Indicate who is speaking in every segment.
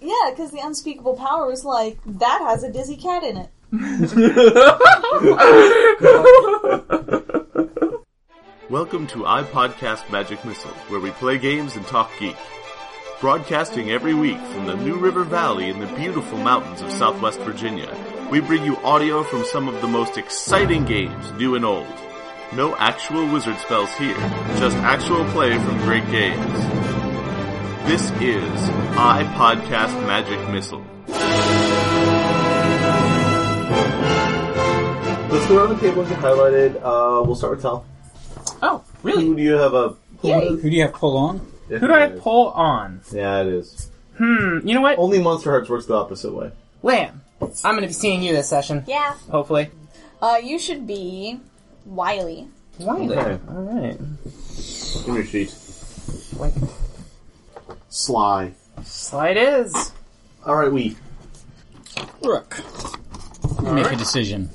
Speaker 1: Yeah, because the unspeakable power was like that has a dizzy cat in it.
Speaker 2: Welcome to iPodcast Magic Missile, where we play games and talk geek. Broadcasting every week from the New River Valley in the beautiful mountains of Southwest Virginia, we bring you audio from some of the most exciting games, new and old. No actual wizard spells here, just actual play from great games. This is iPodcast Magic Missile.
Speaker 3: Let's go around the table and get highlighted. Uh, we'll start with Tal.
Speaker 4: Oh,
Speaker 3: Who
Speaker 4: really?
Speaker 3: do you have a?
Speaker 1: Yay!
Speaker 5: Who do you have pull on?
Speaker 4: Who do I pull on?
Speaker 3: Yeah, it is.
Speaker 4: Hmm, you know what?
Speaker 3: Only Monster Hearts works the opposite way.
Speaker 4: Lamb. I'm gonna be seeing you this session,
Speaker 1: Yeah.
Speaker 4: hopefully.
Speaker 1: Uh, you should be Wiley.
Speaker 4: Wiley.
Speaker 3: Okay.
Speaker 4: Alright.
Speaker 3: Give me your sheet.
Speaker 4: Wait.
Speaker 3: Sly.
Speaker 4: Slide is.
Speaker 3: All right, we.
Speaker 5: Rook. Make a decision.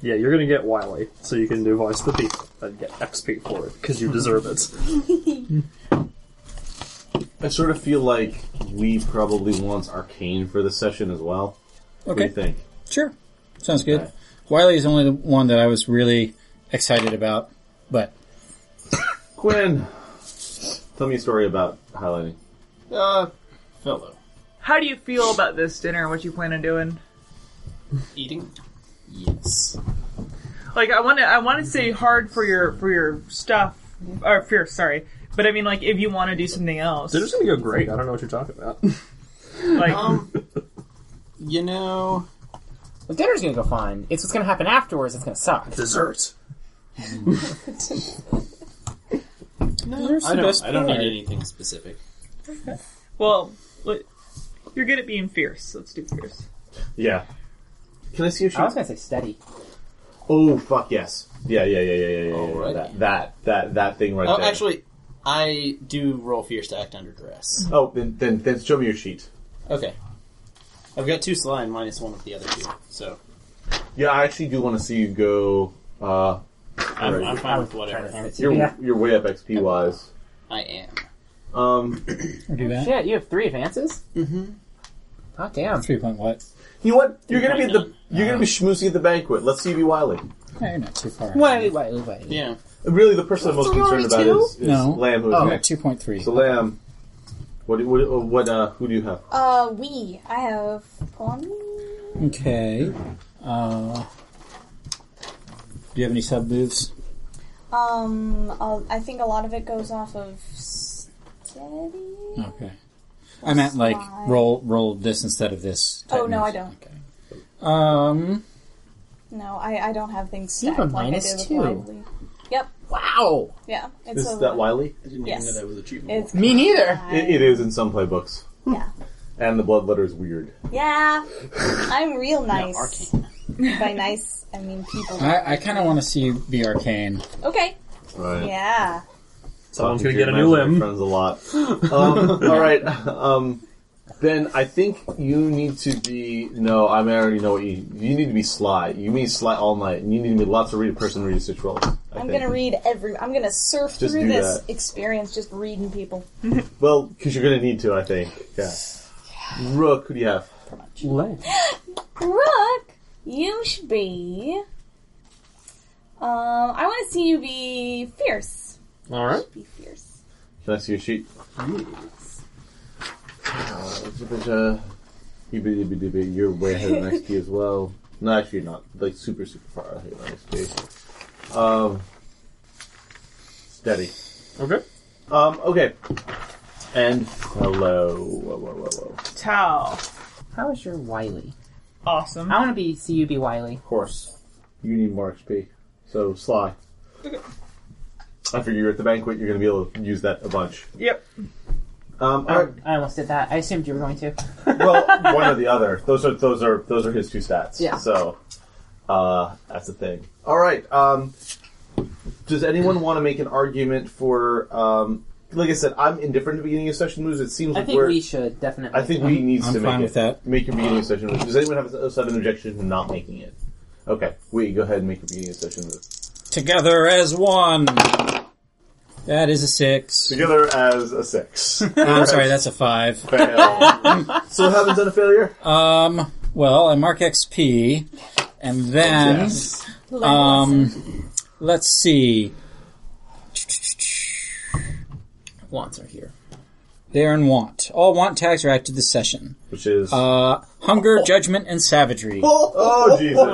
Speaker 6: Yeah, you're gonna get Wily, so you can do voice the beat and get XP for it because you deserve it.
Speaker 3: I sort of feel like we probably wants Arcane for this session as well. What do
Speaker 5: Okay.
Speaker 3: you think?
Speaker 5: Sure. Sounds good. Wiley is only the one that I was really excited about, but
Speaker 3: Quinn, tell me a story about highlighting.
Speaker 7: Uh,
Speaker 3: Fellow.
Speaker 7: how do you feel about this dinner? What you plan on doing?
Speaker 4: Eating? Yes.
Speaker 7: Like, I want to, I want to say hard for your for your stuff or for your sorry, but I mean like if you want to do something else,
Speaker 6: They're just gonna go great. I don't know what you're talking about.
Speaker 7: like
Speaker 4: Um, you know. The dinner's gonna go fine. It's what's gonna happen afterwards that's gonna suck.
Speaker 6: Dessert.
Speaker 5: there's the
Speaker 8: I don't,
Speaker 5: best
Speaker 8: I don't need
Speaker 5: part.
Speaker 8: anything specific.
Speaker 7: well, li- you're good at being fierce. Let's do fierce.
Speaker 3: Yeah. Can I see your sheet?
Speaker 4: I was gonna say steady.
Speaker 3: Oh fuck yes. Yeah, yeah, yeah, yeah, yeah, yeah. yeah,
Speaker 8: Alrighty.
Speaker 3: That, that, that, that thing right
Speaker 8: Oh,
Speaker 3: there.
Speaker 8: actually, I do roll fierce to act under duress.
Speaker 3: Oh, then, then, then show me your sheet.
Speaker 8: Okay. I've got two sly and minus one with the other two, so
Speaker 3: Yeah, I actually do want to see you go. Uh,
Speaker 8: I'm,
Speaker 3: Alright.
Speaker 8: I'm fine with
Speaker 4: Trying to hand
Speaker 8: whatever.
Speaker 4: it to
Speaker 3: you're
Speaker 4: you.
Speaker 3: you're way up XP wise.
Speaker 8: I am.
Speaker 3: Um,
Speaker 5: Or do that. Mm-hmm.
Speaker 4: Shit, you have three advances?
Speaker 8: Mhm.
Speaker 4: Hot damn.
Speaker 5: Three point what?
Speaker 3: you know what? You're gonna be at the you're gonna be schmoozing at the banquet. Let's see you be wily.
Speaker 5: No, you're not too far.
Speaker 4: Wait, wait, wait.
Speaker 8: Yeah.
Speaker 3: Really, the person I'm most concerned about is, is
Speaker 5: No.
Speaker 3: Lamb. Who is
Speaker 5: Oh,
Speaker 3: next?
Speaker 5: two point three.
Speaker 3: So Lamb, what do- what uh, what uh, who do you have?
Speaker 1: Uh, we. I have Pawn.
Speaker 5: Okay. Uh, do you have any sub moves?
Speaker 1: Um, uh, I think a lot of it goes off of steady.
Speaker 5: Okay. I meant like
Speaker 1: Slide.
Speaker 5: roll roll this instead of this. type
Speaker 1: Oh no, I
Speaker 5: moves.
Speaker 1: don't.
Speaker 5: Um,
Speaker 1: No, I, I don't have things
Speaker 4: You have
Speaker 1: stacked
Speaker 4: a
Speaker 1: like I
Speaker 4: minus
Speaker 1: did with
Speaker 4: two.
Speaker 1: Wiley.
Speaker 4: Wow!
Speaker 1: Yeah, it's
Speaker 3: Is
Speaker 1: a,
Speaker 3: that Wiley?
Speaker 8: I didn't
Speaker 1: Yes.
Speaker 8: even know that was achievable.
Speaker 1: It's
Speaker 4: Me neither!
Speaker 3: It, it is in some playbooks.
Speaker 1: Yeah.
Speaker 3: And the blood letter is weird.
Speaker 1: yeah. I'm real
Speaker 8: No,
Speaker 1: nice.
Speaker 8: arcane.
Speaker 1: By nice, I mean people.
Speaker 5: I, I kind of want to see you be arcane.
Speaker 1: Okay.
Speaker 3: Right.
Speaker 1: Yeah.
Speaker 6: Someone's
Speaker 3: Talking
Speaker 6: gonna get
Speaker 3: to
Speaker 6: a
Speaker 3: your
Speaker 6: new
Speaker 3: imaginary
Speaker 6: limb.
Speaker 3: Friends a lot. Um, all right. Um, then I think you need to be. No, I, mean, I already know what you. You need to be sly. You need sly all night, and you need to be lots of read person read stitch rolls. I
Speaker 1: I'm
Speaker 3: think.
Speaker 1: gonna read every. I'm gonna surf
Speaker 3: Just
Speaker 1: through
Speaker 3: do
Speaker 1: this
Speaker 3: that.
Speaker 1: experience just reading people.
Speaker 3: Well, because you're gonna need to. I think. Yeah. Rook, who do you have?
Speaker 1: Brooke, you should be. Um, I want to see you be fierce.
Speaker 6: All right.
Speaker 1: Be fierce.
Speaker 3: Can I see your sheet? Uh, it's a bit, uh, you be- be- be- be- You're way ahead of XP as well. No, actually, you're not. Like, super, super far ahead of XP. Um, steady.
Speaker 6: Okay.
Speaker 3: Um, okay. And hello. Whoa, whoa, whoa, whoa.
Speaker 7: Tao,
Speaker 4: How is your Wiley?
Speaker 7: awesome.
Speaker 4: I wanna be CUB Wiley.
Speaker 3: Horse. You need more XP. So, Sly. I figure you're at the banquet, you're going to be able to use that a bunch.
Speaker 7: Yep.
Speaker 3: Um, all
Speaker 4: Oh,
Speaker 3: right.
Speaker 4: I almost did that. I assumed you were going to.
Speaker 3: well, one or the other. Those are those are those are his two stats.
Speaker 4: Yeah.
Speaker 3: So uh, that's the thing. All right. Um, does anyone want to make an argument for? Um, like I said, I'm indifferent to beginning of session moves. It seems
Speaker 4: I
Speaker 3: like
Speaker 4: think
Speaker 3: we're.
Speaker 4: we should, definitely.
Speaker 3: I think we needs
Speaker 5: I'm
Speaker 3: to
Speaker 5: fine
Speaker 3: make
Speaker 5: with
Speaker 3: it.
Speaker 5: that.
Speaker 3: Make your beginning of session move. Does anyone have a, a sudden objection to not making it? Okay, wait. Go ahead and make your beginning of session move.
Speaker 5: Together as one. That is a six.
Speaker 3: Together as a six.
Speaker 5: I'm sorry, that's a five.
Speaker 3: Fail. so what happens on a failure?
Speaker 5: Um, well, I mark XP, and then
Speaker 6: Oh,
Speaker 3: Yes.
Speaker 1: Learn lesson.
Speaker 5: um, let's see.
Speaker 4: Wants are here.
Speaker 5: They are in want. All want tags are active this session.
Speaker 3: Which is
Speaker 5: Uh, hunger,
Speaker 6: Oh.
Speaker 5: judgment, and savagery.
Speaker 3: oh Jesus!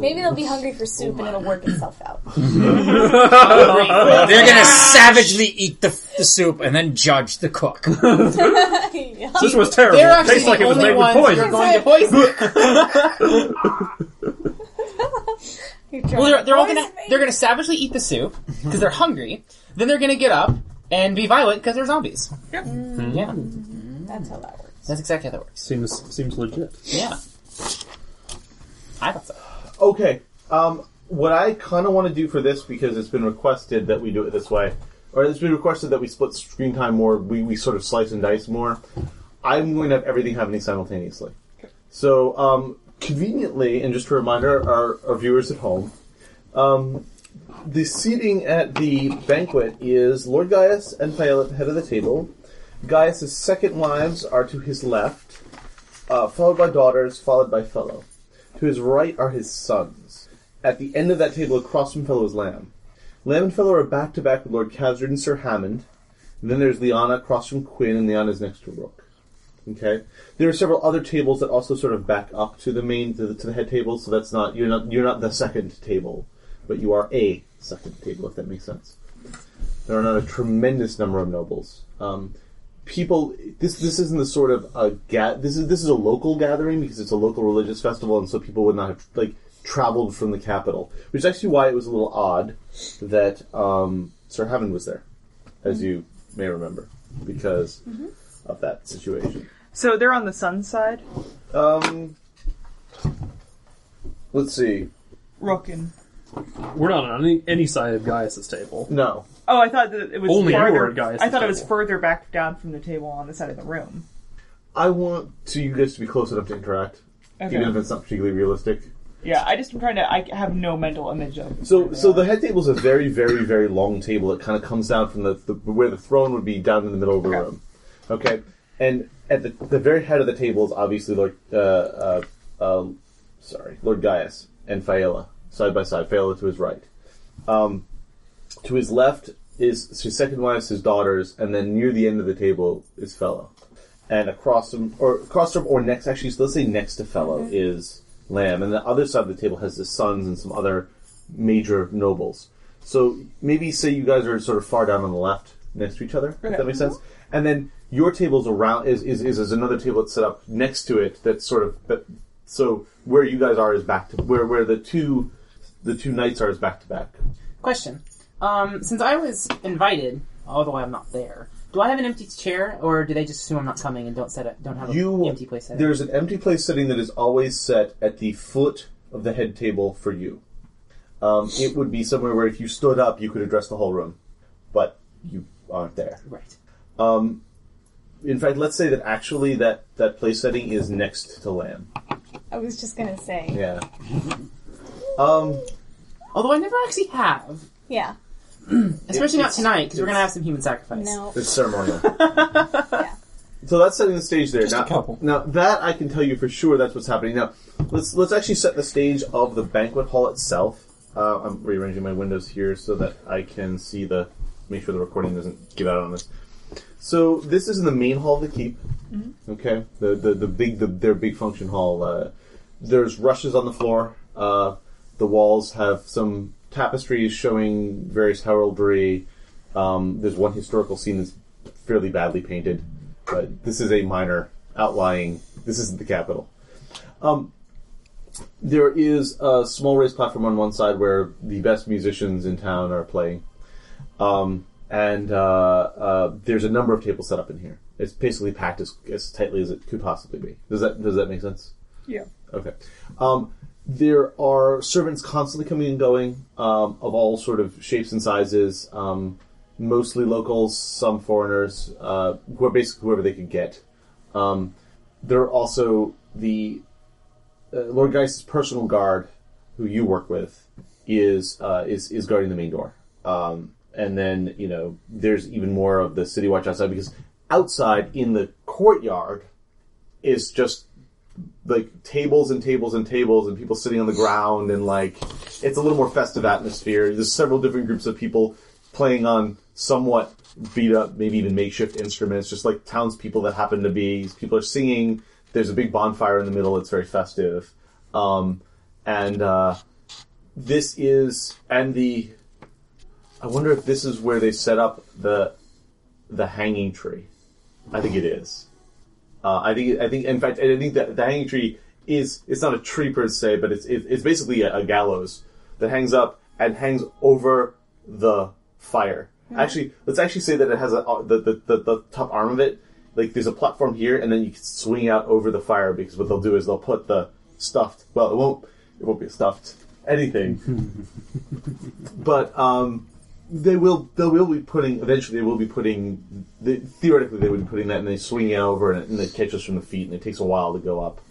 Speaker 1: Maybe they'll be hungry for soup and it'll work itself out.
Speaker 5: They're gonna savagely eat the, the soup and then judge the cook.
Speaker 1: Yeah.
Speaker 6: This was terrible.
Speaker 4: They're actually
Speaker 6: Tastes like
Speaker 4: the
Speaker 6: it was
Speaker 4: only
Speaker 6: made with
Speaker 4: ones you're
Speaker 6: poison.
Speaker 4: going to poison.
Speaker 1: You're
Speaker 4: well, they're, they're all
Speaker 1: drunk.
Speaker 4: gonna they're gonna savagely eat the soup because they're hungry. Then they're gonna get up and be violent because they're zombies.
Speaker 7: Yep.
Speaker 3: Hmm.
Speaker 4: Yeah,
Speaker 1: That's how that works.
Speaker 4: that's exactly how that works.
Speaker 6: Seems seems legit.
Speaker 4: Yeah, I thought so.
Speaker 3: Okay. Um, what I kind of want to do for this because it's been requested that we do it this way, or it's been requested that we split screen time more. We we sort of slice and dice more. I'm going to have everything happening simultaneously. So um, conveniently, and just a reminder, our, our viewers at home, um, the seating at the banquet is Lord Gaius and Pale at the head of the table. Gaius's second wives are to his left, uh, followed by daughters, followed by fellow. To his right are his sons. At the end of that table, across from Fellow is Lamb. Lamb and Fellow are back to back with Lord Cazard and Sir Hammond. And then there's Liana across from Quinn, and Liana's next to Rook. Okay. There are several other tables that also sort of back up to the main to the, to the head table, so that's not you're not you're not the second table, but you are a second table if that makes sense. There are not a tremendous number of nobles. Um, people this this isn't the sort of a ga- this is this is a local gathering because it's a local religious festival and so people would not have like traveled from the capital which is actually why it was a little odd that um, sir hammond was there as you may remember because of that situation
Speaker 7: So they're on the sun side.
Speaker 3: um, let's see
Speaker 7: Rookin.
Speaker 6: We're not on any, any side of Gaius's table.
Speaker 3: no
Speaker 7: Oh, I thought that it was
Speaker 6: Only you
Speaker 7: farther.
Speaker 6: were, guys,
Speaker 7: I thought it was
Speaker 6: table.
Speaker 7: further back down from the table on the side of the room.
Speaker 3: i want to you guys to be close enough to interact
Speaker 7: Okay.
Speaker 3: even if it's not particularly realistic
Speaker 7: Yeah, I just am trying to. I have no mental image of.
Speaker 3: So, so the head table is a very, very, very long table. It kind of comes down from the, the where the throne would be down in the middle of the
Speaker 7: Okay.
Speaker 3: room. Okay, and at the, the very head of the table is obviously Lord, uh, uh, uh, sorry, Lord Gaius and Faela side by side. Faela to his right. Um, to his left is his second wife, his daughters, and then near the end of the table is Fellow. And across from, or across from, or next, actually, so let's say next to Fellow is Lamb, and the other side of the table has his sons and some other major nobles. So maybe say you guys are sort of far down on the left next to each other, if that makes sense. And then your table's around is, is, is, is another table that's set up next to it that's sort of that, so where you guys are is back to where where the two the two knights are is back to back.
Speaker 4: Question: um, Since I was invited, although I'm not there, do I have an empty chair, or do they just assume I'm not coming and don't set it? Don't have
Speaker 3: You
Speaker 4: an empty place set? up?
Speaker 3: There's an empty place sitting that is always set at the foot of the head table for you. Um, it would be somewhere where if you stood up, you could address the whole room, but you aren't there.
Speaker 4: Right.
Speaker 3: In fact, let's say that actually that that place setting is next to Lamb.
Speaker 1: I was just gonna say. Yeah.
Speaker 3: Yeah. Um.
Speaker 4: Although I never actually have, especially not tonight because we're gonna have some human sacrifice.
Speaker 1: No.
Speaker 3: It's ceremonial. So that's setting the stage there.
Speaker 5: Just a
Speaker 3: now,
Speaker 5: couple.
Speaker 3: now that I can tell you for sure that's what's happening. Now let's let's actually set the stage of the banquet hall itself. Uh, I'm rearranging my windows here so that I can see the make sure the recording doesn't give out on us. So this is in the main hall of the keep.
Speaker 5: Mm-hmm.
Speaker 3: Okay, the the the big the, their big function hall. Uh, there's rushes on the floor. Uh, the walls have some tapestries showing various heraldry. Um, there's one historical scene that's fairly badly painted, but this is a minor outlying. This isn't the capital. Um, there is a small raised platform on one side where the best musicians in town are playing, um, and uh, uh, there's a number of tables set up in here. It's basically packed as, as tightly as it could possibly be. Does that does that make sense?
Speaker 7: Yeah.
Speaker 3: Okay. Um, there are servants constantly coming and going um, of all sort of shapes and sizes, um, mostly locals, some foreigners, uh, who are basically whoever they could get. Um, there are also the uh, Lord Geist's personal guard, who you work with, is uh, is is guarding the main door. Um, and then you know there's even more of the city watch outside because outside in the courtyard is just like tables and tables and tables and people sitting on the ground and like it's a little more festive atmosphere. There's several different groups of people playing on somewhat beat up, maybe even makeshift instruments, just like townspeople that happen to be. People are singing. There's a big bonfire in the middle. It's very festive, um, and uh, this is and the. I wonder if this is where they set up the the hanging tree. I think it is. Uh, I think I think in fact I think that the hanging tree is it's not a tree per se, but it's it, it's basically a, a gallows that hangs up and hangs over the fire. Actually, let's actually say that it has a, uh, the, the, the the top arm of it. Like there's a platform here, and then you can swing out over the fire because what they'll do is they'll put the stuffed. Well, it won't it won't be stuffed anything, but um, they will they will be putting eventually they will be putting they, theoretically they would be putting that and they swing it over and it, and it catches from the feet and it takes a while to go up.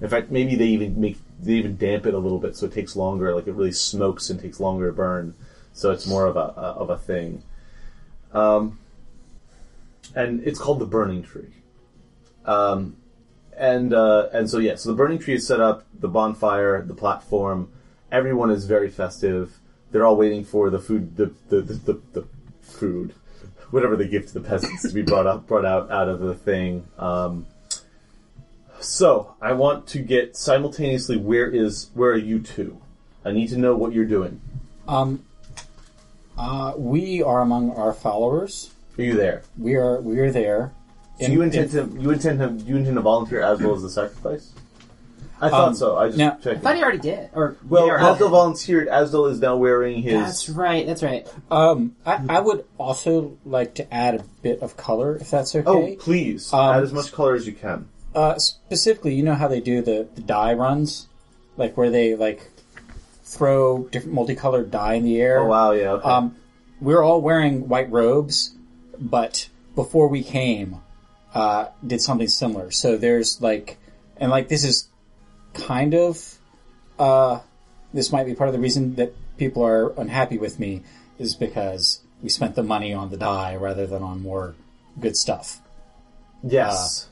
Speaker 3: In fact, maybe they even make they even damp it a little bit so it takes longer. Like it really smokes and takes longer to burn, so it's more of a, a of a thing. Um, and it's called the burning tree. Um, and uh, and so yeah, so the burning tree is set up, the bonfire, the platform. Everyone is very festive. They're all waiting for the food, the the, the, the, the food, whatever they give to the peasants to be brought up, brought out out of the thing. Um, so I want to get simultaneously. Where is where are you two? I need to know what you're doing.
Speaker 5: Um, uh, we are among our followers.
Speaker 3: Are you there?
Speaker 5: We are we are there.
Speaker 3: So you intend to you intend to you intend to volunteer as well as the sacrifice? I thought
Speaker 5: Um,
Speaker 3: so. I just
Speaker 5: now-
Speaker 3: checked.
Speaker 4: thought he already did. Or
Speaker 3: well,
Speaker 4: they are-
Speaker 3: Asdel volunteered. Asdel is now wearing his.
Speaker 4: That's right. That's right.
Speaker 5: Um, I, I would also like to add a bit of color, if that's
Speaker 3: Oh,
Speaker 5: okay.
Speaker 3: please
Speaker 5: Um,
Speaker 3: add as much color as you can.
Speaker 5: Uh, specifically, you know how they do the, the dye runs, like where they like throw different multicolored dye in the air.
Speaker 3: Oh wow, yeah. Okay.
Speaker 5: Um, we're all wearing white robes, but before we came, uh, did something similar. So there's like, and like this is kind of, uh, this might be part of the reason that people are unhappy with me is because we spent the money on the dye rather than on more good stuff. Uh,
Speaker 3: yes.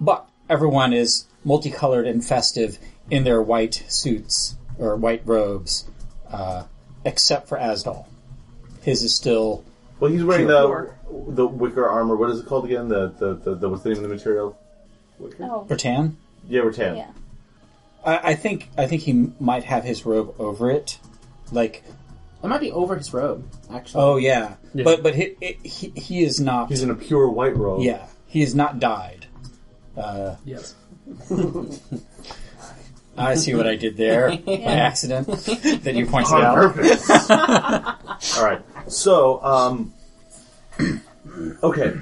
Speaker 5: But everyone is multicolored and festive in their white suits or white robes, uh, except for Asdal. His is still
Speaker 3: well, he's wearing the
Speaker 7: Sure.
Speaker 3: the wicker armor. What is it called again? The the, the, the what's the name of the material?
Speaker 1: Oh,
Speaker 5: rattan.
Speaker 3: Yeah, rattan.
Speaker 1: yeah.
Speaker 5: I, I think I think he m- might have his robe over it, like
Speaker 4: It might be over his robe, actually.
Speaker 5: oh yeah, but but he, it, he he is not
Speaker 3: He's in a pure white robe.
Speaker 5: yeah he is not dyed.
Speaker 6: Yes.
Speaker 5: I see what I did there by accident that you pointed
Speaker 3: On
Speaker 5: out.
Speaker 3: purpose. All right. So, um, okay,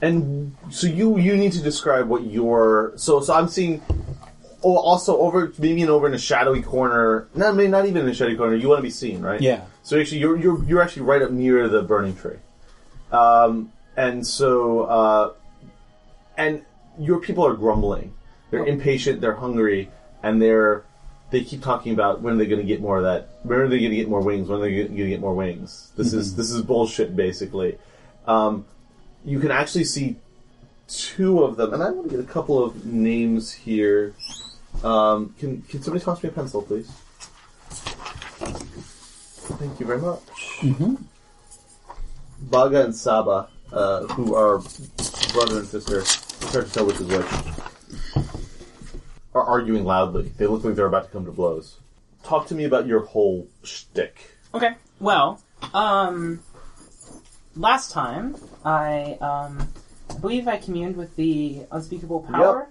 Speaker 3: and so you you need to describe what your so so I'm seeing. Oh, also over maybe in over in a shadowy corner. Not maybe not even in a shadowy corner. You want to be seen, right?
Speaker 5: Yeah.
Speaker 3: So actually, you're you're you're actually right up near the burning tree, um, and so uh, and your people are grumbling. They're impatient. They're hungry, and they're they keep talking about when are they going to get more of that? When are they going to get more wings? When are they going to get more wings? This is this is bullshit, basically. Um, you can actually see two of them, and I want to get a couple of names here. Um, can can somebody toss me a pencil, please? Thank you very much. Baga and Saba, uh, who are brother and sister, it's hard to tell which is which, are arguing loudly. They look like they're about to come to blows. Talk to me about your whole shtick.
Speaker 4: Okay. Well, um, last time I um, I believe I communed with the unspeakable power,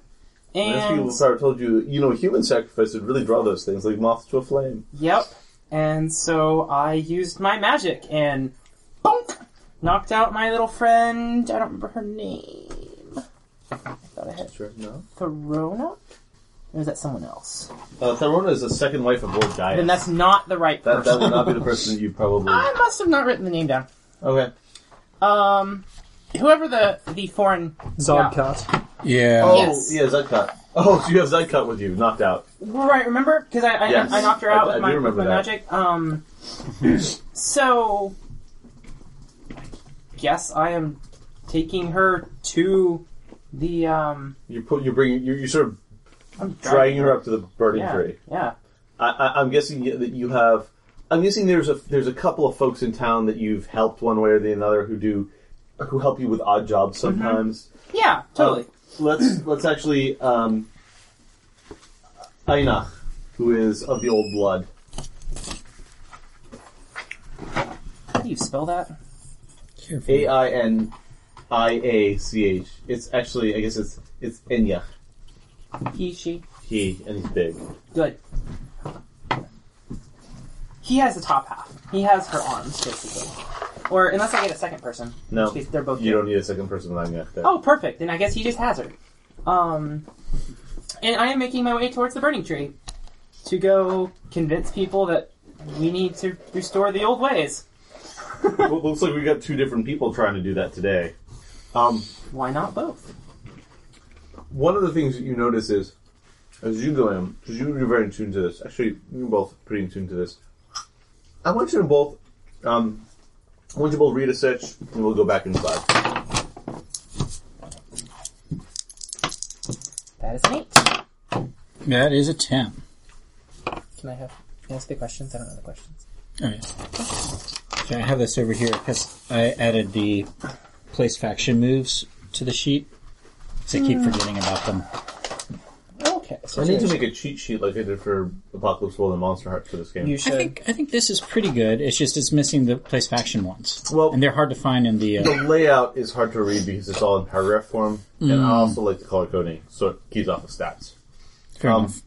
Speaker 3: As
Speaker 4: and
Speaker 3: people sorry, told you, you know, human sacrifice would really draw those things like moths to a flame.
Speaker 4: yep, and so I used my magic and bonk, knocked out my little friend. I don't remember her name. I thought I had
Speaker 3: Sure, no.
Speaker 4: Therona. Or is that someone else?
Speaker 3: Uh, Tharona is the second wife of Lord Gaius.
Speaker 4: Then that's Ah! not the right
Speaker 3: that,
Speaker 4: person.
Speaker 3: that would not be the person that you probably.
Speaker 4: I must have not written the name down.
Speaker 3: Okay.
Speaker 4: Um, whoever the the foreign
Speaker 6: Zodcat.
Speaker 5: Yeah.
Speaker 3: Oh,
Speaker 4: Yes.
Speaker 3: yeah, Zedcut. Oh, so you have Zedcut with you, knocked out.
Speaker 4: Right, remember? Because I, I,
Speaker 3: Yes.
Speaker 4: I knocked her
Speaker 3: I-
Speaker 4: out
Speaker 3: I
Speaker 4: with
Speaker 3: do
Speaker 4: my, with
Speaker 3: remember
Speaker 4: my
Speaker 3: that.
Speaker 4: magic. Um, so guess I am taking her to the um.
Speaker 3: You put you bring you you sort of
Speaker 4: I'm
Speaker 3: dragging her up to the burning
Speaker 4: Yeah,
Speaker 3: tree.
Speaker 4: yeah.
Speaker 3: I, I, I'm guessing you- that you have. I'm guessing there's a there's a couple of folks in town that you've helped one way or the other who do who help you with odd jobs
Speaker 4: Mm-hmm.
Speaker 3: sometimes.
Speaker 4: Yeah, totally.
Speaker 3: Oh. let's let's actually um Ainach, who is of the old blood.
Speaker 4: How do you spell that?
Speaker 3: A I N I A C H. It's actually I guess it's it's Enyach.
Speaker 4: He, she.
Speaker 3: He and he's big.
Speaker 4: Good. He has the top half. He has her arms, basically. Or unless I get a second person.
Speaker 3: No.
Speaker 4: In which case they're both.
Speaker 3: You
Speaker 4: good.
Speaker 3: don't need a second person with Enyach there.
Speaker 4: Oh, perfect. Then I guess he just has her. Um, and I am making my way towards the burning tree to go convince people that we need to restore the old ways.
Speaker 3: Well, looks like we got two different people trying to do that today. Um
Speaker 4: Why not both?
Speaker 3: one of the things that you notice is as you go in, because you, you're very in tune to this. Actually, you're both pretty in tune to this. I want you to both, um, I want you to both read a search, and we'll go back inside.
Speaker 4: That is an eight.
Speaker 5: That is a ten.
Speaker 4: Can I have? Can I ask the questions? I don't know the questions.
Speaker 5: All right. Okay, I have this over here because I added the place faction moves to the sheet. So I keep forgetting about them.
Speaker 4: Okay. So
Speaker 3: I need to make a cheat sheet like I did for Apocalypse World and Monster Heart for this game.
Speaker 4: you
Speaker 5: I
Speaker 4: should.
Speaker 5: think I think this is pretty good. It's just it's missing the place faction ones.
Speaker 3: Well-
Speaker 5: and they're hard to find in the.
Speaker 3: the
Speaker 5: Uh,
Speaker 3: layout is hard to read because it's all in paragraph form, and I
Speaker 4: Mm.
Speaker 3: also like the color coding, so it keys off the stats.
Speaker 5: fair
Speaker 3: um,
Speaker 5: enough.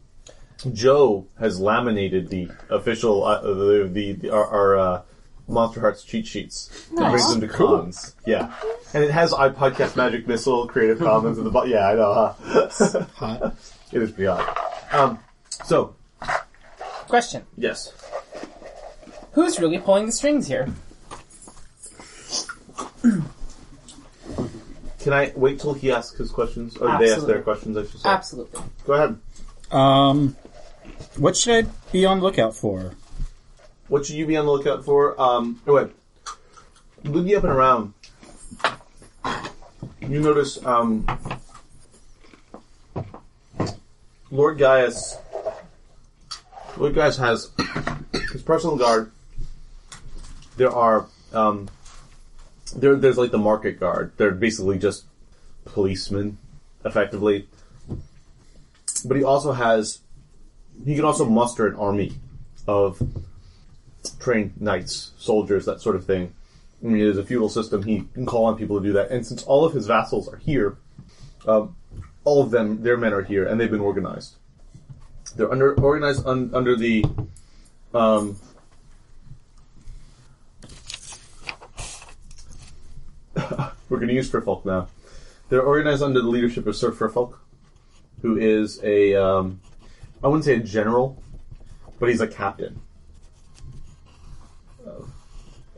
Speaker 3: Joe has laminated the official uh, the, the, the our, our uh, Monster Hearts cheat sheets and brings them to cons. Yeah, and it has iPodcast Magic Missile Creative Commons at the bottom. Yeah, I know. Huh?
Speaker 5: Hot.
Speaker 3: it is pretty odd. Um, so
Speaker 4: Question:
Speaker 3: yes,
Speaker 4: Who's really pulling the strings here?
Speaker 3: can I wait till he asks his questions or they ask their
Speaker 4: Absolutely.
Speaker 3: questions? I should say.
Speaker 4: Absolutely.
Speaker 3: Go ahead.
Speaker 5: Um, what should I be on lookout for?
Speaker 3: What should you be on the lookout for? Um, oh, wait. Looking up and around, you notice um, Lord Gaius. Lord Gaius has his personal guard. There are um, there. There's like the market guard. They're basically just policemen, effectively. But he also has. He can also muster an army of trained knights, soldiers, that sort of thing. I mean, it is a feudal system. He can call on people to do that. And since all of his vassals are here, um, all of them, their men are here, and they've been organized. They're under organized un, under the. Um, we're going to use Frifalk now. They're organized under the leadership of Sir Frifalk, who is a. Um, I wouldn't say a general, but he's a captain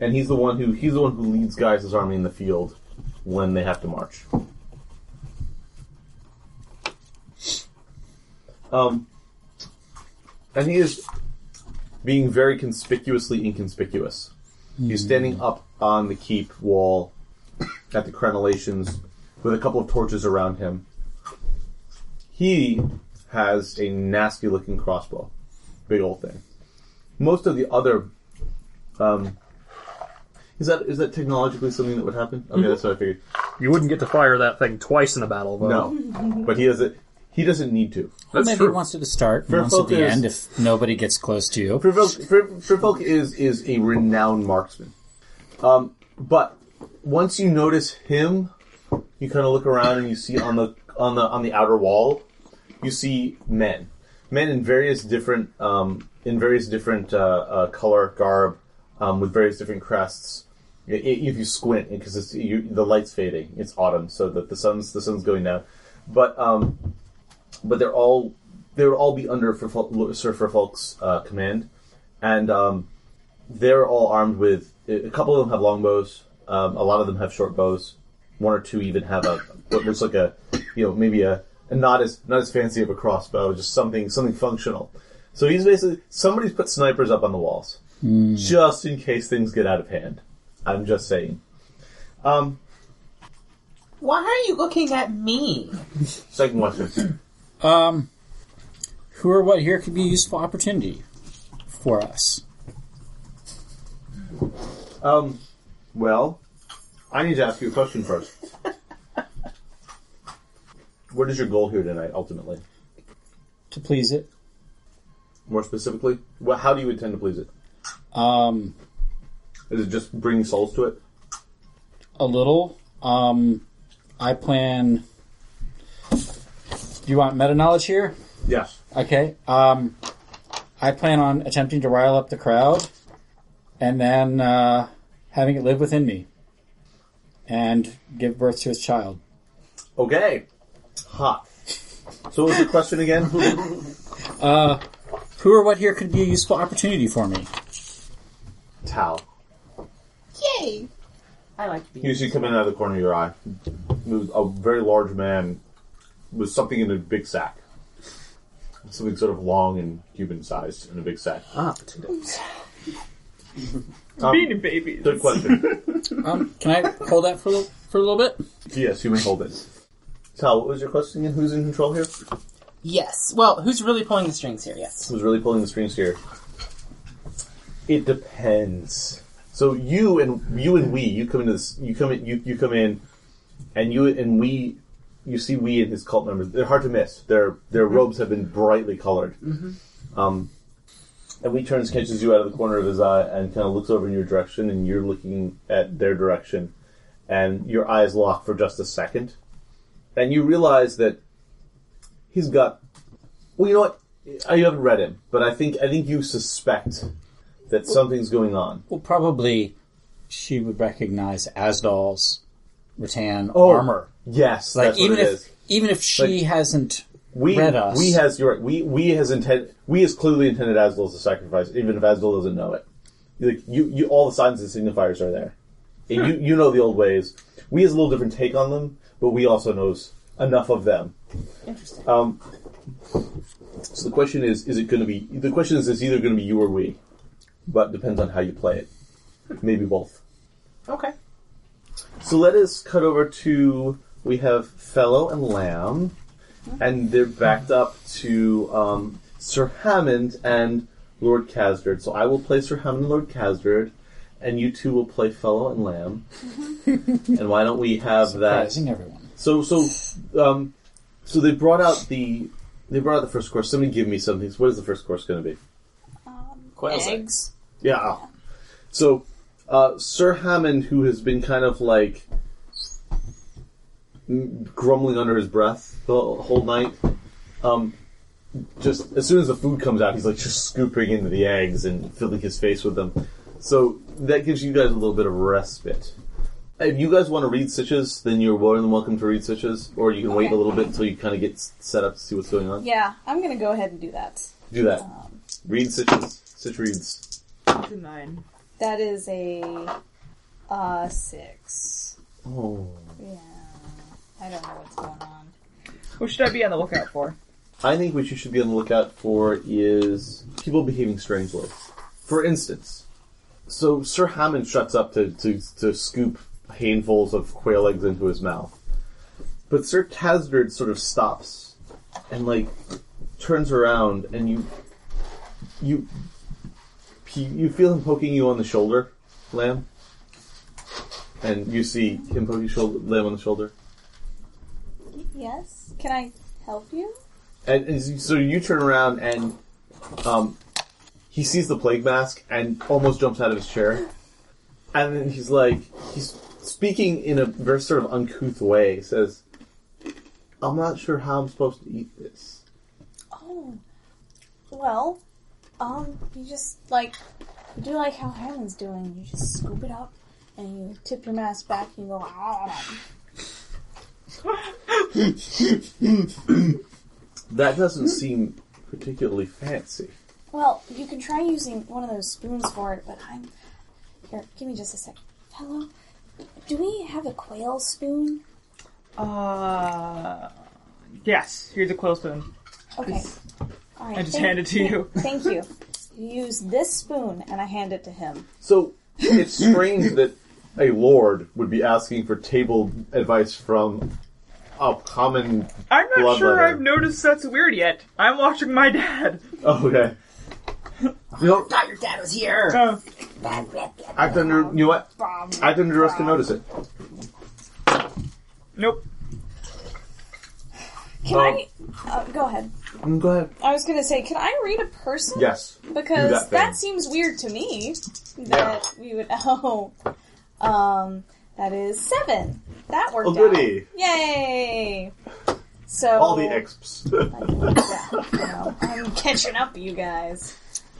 Speaker 3: and he's the one who he's the one who leads guys' army in the field when they have to march. Um, and he is being very conspicuously inconspicuous. He's standing up on the keep wall at the crenellations with a couple of torches around him. He has a nasty looking crossbow. Big old thing. Most of the other um, is that is that technologically something that would happen? Okay, that's what I figured.
Speaker 6: You wouldn't get to fire that thing twice in a battle, though.
Speaker 3: No, but he doesn't. He doesn't need to.
Speaker 6: that's
Speaker 5: Maybe
Speaker 6: true.
Speaker 5: wants it to start, and
Speaker 3: Fair
Speaker 5: wants at the
Speaker 3: focus.
Speaker 5: end if nobody gets close to you.
Speaker 3: Frivolk, Fri- Frivolk is is a renowned marksman. Um, but once you notice him, you kind of look around and you see on the on the on the outer wall, you see men, men in various different um, in various different uh, uh, color garb, um, with various different crests. I- i- If you squint, because it's you, the light's fading, it's autumn, so that the sun's the sun's going down. But um, but they're all they would all be under Frifol- Sir Frifalk's uh, command, and um, they're all armed with. A couple of them have longbows. Um, a lot of them have short bows. One or two even have a what looks like a you know maybe a, a not as not as fancy of a crossbow, just something something functional. So he's basically somebody's put snipers up on the walls just in case things get out of hand. I'm just saying. Um,
Speaker 4: Why are you looking at me?
Speaker 3: second question.
Speaker 5: Um, who or what here could be a useful opportunity for us?
Speaker 3: Um, well, I need to ask you a question first. what is your goal here tonight, ultimately?
Speaker 5: To please it,
Speaker 3: More specifically, well, how do you intend to please it?
Speaker 5: um,
Speaker 3: Is it just bringing souls to it?
Speaker 5: a little. Um, I plan. Do you want meta knowledge here?
Speaker 3: Yes.
Speaker 5: Okay. Um, I plan on attempting to rile up the crowd, and then uh, having it live within me, and give birth to its child.
Speaker 3: Okay. Hot. So what was the question again?
Speaker 5: Who or what here could be a useful opportunity for me?
Speaker 3: Towel.
Speaker 1: Yay!
Speaker 4: I like to be.
Speaker 3: You see come in out of the corner of your eye. It was a very large man with something in a big sack. Something sort of long and Cuban sized in a big sack.
Speaker 6: Ah, potatoes.
Speaker 3: Um,
Speaker 7: Being babies.
Speaker 3: third question.
Speaker 5: Um, can I hold that for a little- for a little bit?
Speaker 3: yes, you may hold it. Tal, what was your question again? Who's in control here?
Speaker 4: Yes. Well, who's really pulling the strings here? Yes.
Speaker 3: Who's really pulling the strings here? It depends. So you and you and we, you come into this, you come in, you, you come in, and you and we, you see we and his cult members. They're hard to miss. Their their robes have been brightly colored. Um, and we turns catches you out of the corner of his eye and kind of looks over in your direction, and you're looking at their direction, and your eyes lock for just a second, and you realize that he's got. Well, you know what? I haven't read him, but I think I think you suspect that something's going on.
Speaker 5: Well, probably she would recognize Asdal's rattan armor.
Speaker 3: Yes,
Speaker 5: Like
Speaker 3: that's
Speaker 5: even
Speaker 3: what it
Speaker 5: if
Speaker 3: is.
Speaker 5: even if she
Speaker 3: Like-
Speaker 5: hasn't,
Speaker 3: We
Speaker 5: read us.
Speaker 3: we has you're right, we we has intended we has clearly intended Asdal as a sacrifice, even if Asdal doesn't know it. Like you, you all the signs and signifiers are there, and you you know the old ways. We has a little different take on them, but we also knows enough of them.
Speaker 4: Interesting.
Speaker 3: Um, so the question is, is it going to be? The question is, it's either going to be you or we, but depends on how you play it. Maybe both.
Speaker 4: Okay.
Speaker 3: So let us cut over to we have Fellow and Lamb, and they're backed up to um, Sir Hammond and Lord Casdard. So I will play Sir Hammond and Lord Casdard, and you two will play Fellow and Lamb. and why don't we have that?
Speaker 5: surprising everyone.
Speaker 3: So so um, so they brought out the they brought out the first course. Somebody give me something. What is the first course going to be?
Speaker 8: Quail's egg.
Speaker 1: Eggs.
Speaker 3: Yeah. So, uh, Sir Hammond, who has been kind of like m- grumbling under his breath the whole night, um, just as soon as the food comes out, he's like just scooping into the eggs and filling his face with them. So that gives you guys a little bit of respite. If you guys want to read Stitches, then you're more than welcome to read Stitches, or you can wait
Speaker 1: Okay.
Speaker 3: a little bit until you kind of get s- set up to see what's going on.
Speaker 1: Yeah, I'm gonna go ahead and do that.
Speaker 3: Do that. Read Stitches. Stitch reads.
Speaker 7: It's a nine.
Speaker 1: That is a uh six.
Speaker 3: Oh.
Speaker 1: Yeah, I don't know what's going on.
Speaker 7: What should I be on the lookout for?
Speaker 3: I think what you should be on the lookout for is people behaving strangely. For instance, so Sir Hammond shuts up to, to, to scoop handfuls of quail eggs into his mouth. But Sir Casdard sort of stops and like turns around and you you he, you feel him poking you on the shoulder, Lamb. And you see him poking shoulder, Lamb on the shoulder.
Speaker 1: Yes, can I help you?
Speaker 3: And, and so you turn around and um, he sees the plague mask and almost jumps out of his chair. And then he's like, he's speaking in a very sort of uncouth way. He says, I'm not sure how I'm supposed to eat this.
Speaker 1: Oh, well, um, you just like you do like how Hammond's doing. You just scoop it up and you tip your mask back and you go. "Ah."
Speaker 3: That doesn't seem particularly fancy.
Speaker 1: Well, you can try using one of those spoons for it, but I'm here. Give me just a sec, hello. Do we have a quail spoon?
Speaker 7: Uh, yes. Here's a quail spoon.
Speaker 1: Okay. All right,
Speaker 7: I just hand it to you.
Speaker 1: Thank you. You Use this spoon, and I hand it to him.
Speaker 3: So it's strange that a lord would be asking for table advice from a common.
Speaker 7: I'm not
Speaker 3: Blood
Speaker 7: sure
Speaker 3: leather.
Speaker 7: I've noticed that's weird yet. I'm watching my dad.
Speaker 3: Oh, okay. No,
Speaker 4: Thought your dad was here.
Speaker 7: Uh,
Speaker 3: act under. You know what? Act under duress can notice it.
Speaker 7: nope.
Speaker 1: Can I? Uh, go ahead.
Speaker 3: Mm, Go ahead.
Speaker 1: I was gonna say, can I read a person?
Speaker 3: Yes.
Speaker 1: Because
Speaker 3: Do that
Speaker 1: that,
Speaker 3: thing.
Speaker 1: seems weird to me that we would. Oh, um, that is seven. That worked
Speaker 3: Oh, goody.
Speaker 1: out. Yay! So
Speaker 3: All the exps.
Speaker 1: Yeah, you know, I'm catching up, you guys.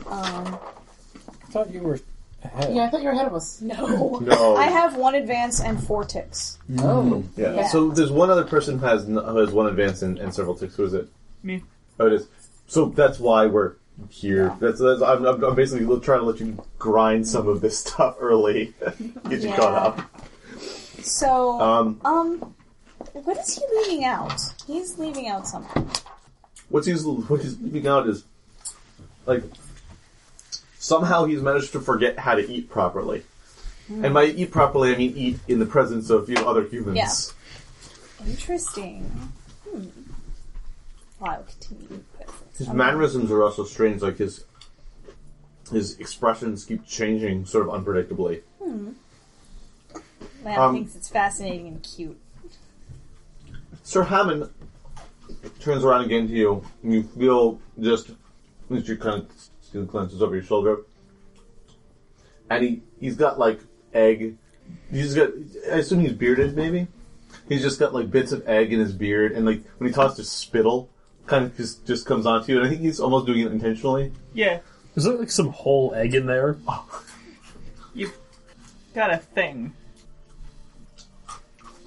Speaker 1: Um,
Speaker 5: I thought you were ahead.
Speaker 4: Yeah, I thought you were ahead of us.
Speaker 1: no,
Speaker 3: no.
Speaker 1: I have one advance and four ticks.
Speaker 5: Oh.
Speaker 3: Yeah.
Speaker 1: Yeah.
Speaker 3: So there's one other person who has n- who has one advance and, and several ticks. Who is it?
Speaker 7: Me.
Speaker 3: Oh, it is. So that's why we're here. That's, that's I'm, I'm, I'm basically li- trying to let you grind some of this stuff early, get you
Speaker 1: Yeah.
Speaker 3: caught up.
Speaker 1: So,
Speaker 3: Um,
Speaker 1: um, what is he leaving out? He's leaving out something.
Speaker 3: what's he's what he's leaving out is like somehow he's managed to forget how to eat properly.
Speaker 1: Hmm.
Speaker 3: And by eat properly, I mean eat in the presence of you know, other humans.
Speaker 1: Yeah. Interesting. Hmm. Well, I will continue. with
Speaker 3: His
Speaker 1: this.
Speaker 3: mannerisms are also strange. Like his his expressions keep changing, sort of unpredictably.
Speaker 1: Matt
Speaker 3: Um,
Speaker 1: thinks it's fascinating and cute.
Speaker 3: Sir Hammond turns around again to you, and you feel just as you kind of skin clenches over your shoulder, and he he's got like egg. He's got. I assume he's bearded, maybe. He's just got like bits of egg in his beard, and like when he tosses his spittle, kind of just just comes onto you. And I think he's almost doing it intentionally.
Speaker 7: Yeah.
Speaker 6: Is there like some whole egg in there?
Speaker 7: You got a thing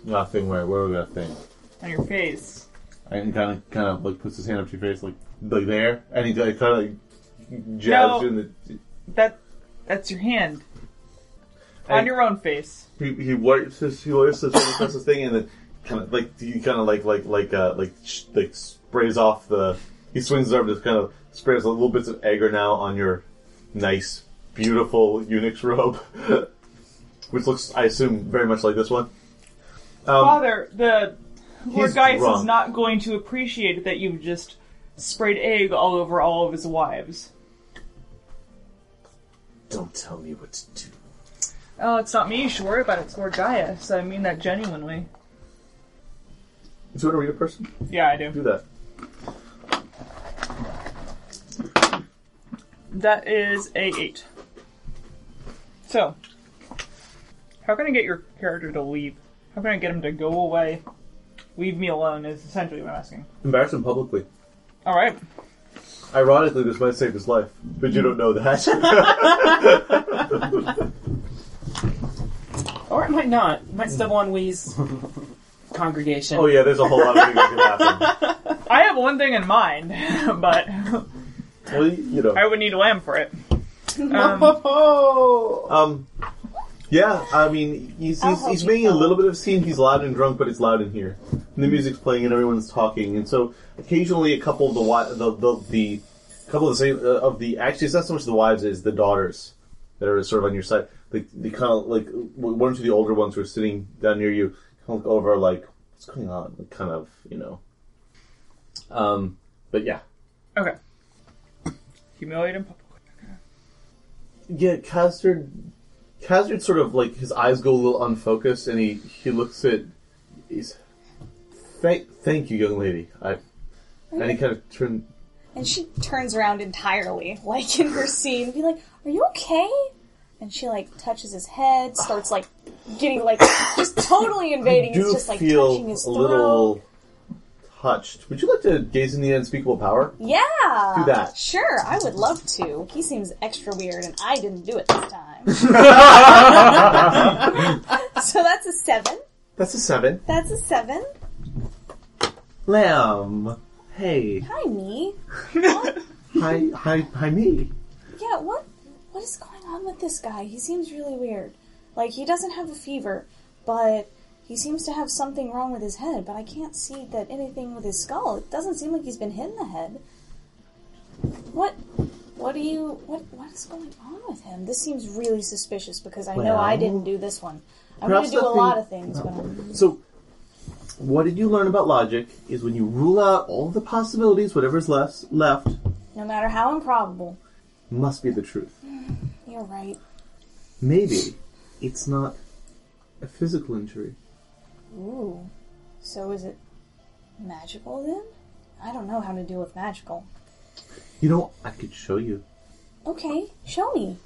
Speaker 3: Nothing. Where where we got thing?
Speaker 7: on your face.
Speaker 3: and kind of kind of like puts his hand up to your face, like like there, and he like, kind of like
Speaker 7: No.
Speaker 3: jabs you in the.
Speaker 7: That that's your hand
Speaker 3: Hey.
Speaker 7: on your own face.
Speaker 3: He, he wipes his he wipes his hand across his thing, and then kind of like he kind of like like like uh like sh- like sprays off the. He swings his arm, just kind of sprays a little bits of agar now on your nice, beautiful eunuch's robe, which looks, I assume, very much like this one. Um,
Speaker 7: Father, the Lord
Speaker 3: He's
Speaker 7: Gaius is
Speaker 3: drunk.
Speaker 7: not going to appreciate that you've just sprayed egg all over all of his wives.
Speaker 3: don't tell me what to do.
Speaker 7: Oh, it's not me you should worry about. It's Lord Gaius. I mean that genuinely.
Speaker 3: Do you want to read a person?
Speaker 7: Yeah, I
Speaker 3: Do
Speaker 7: do.
Speaker 3: that.
Speaker 7: That is a eight. So, how can I get your character to leave? How can I get him to go away? Leave me alone is essentially what I'm asking.
Speaker 3: Embarrass him publicly.
Speaker 7: All right.
Speaker 3: Ironically, this might save his life, but you don't know that.
Speaker 4: Or it might not. It might stumble on Wee's congregation.
Speaker 3: oh yeah, there's a whole lot of things that can happen.
Speaker 7: I have one thing in mind, but
Speaker 3: Well, you know,
Speaker 7: I would need a lamp for it. Um,
Speaker 3: um, yeah, I mean, he's
Speaker 1: I'll
Speaker 3: he's,
Speaker 1: help
Speaker 3: he's
Speaker 1: you
Speaker 3: making a
Speaker 1: follow.
Speaker 3: little bit of a scene. He's loud and drunk, but it's loud in here. And the music's playing, and everyone's talking, and so occasionally a couple of the wi- the the, the couple of the same, uh, of the actually, it's not so much the wives as the daughters that are sort of on your side. Like the kind of like one or two of the older ones who are sitting down near you, kind of look over like what's going on, Like, kind of you know. Um, but yeah.
Speaker 7: okay. Humiliate him.
Speaker 3: Yeah, Castard. Castard sort of like his eyes go a little unfocused, and he he looks at. He's thank thank you, young lady. I and he kind of turned.
Speaker 1: And she turns around entirely, like in her scene, be like, "Are you okay?" And she like touches his head, starts like getting like just totally invading.
Speaker 3: do
Speaker 1: It's just like
Speaker 3: feel
Speaker 1: touching his
Speaker 3: a
Speaker 1: throat.
Speaker 3: little touched. Would you like to gaze in the unspeakable power?
Speaker 1: Yeah.
Speaker 3: Do that.
Speaker 1: Sure, I would love to. He seems extra weird, and I didn't do it this time. so that's a seven.
Speaker 3: That's a seven.
Speaker 1: That's a seven.
Speaker 3: Lamb. Hey.
Speaker 1: Hi, me.
Speaker 3: Hi. Hi. Hi. Me.
Speaker 1: Yeah, what what is going on with this guy? He seems really weird. Like he doesn't have a fever, but he seems to have something wrong with his head, but I can't see that anything with his skull. It doesn't seem like he's been hit in the head. What What do you what what is going on with him? This seems really suspicious because I know I didn't do this one. I'm gonna
Speaker 3: perhaps
Speaker 1: do a
Speaker 3: that thing-
Speaker 1: lot of things, but I'm
Speaker 3: So, what did you learn about logic is when you rule out all the possibilities, whatever's left, left
Speaker 1: no matter how improbable.
Speaker 3: must be the truth.
Speaker 1: You're right.
Speaker 3: Maybe it's not a physical injury.
Speaker 1: Ooh. So is it magical then? I don't know how to deal with magical.
Speaker 3: You know, I could show you.
Speaker 1: Okay, show me.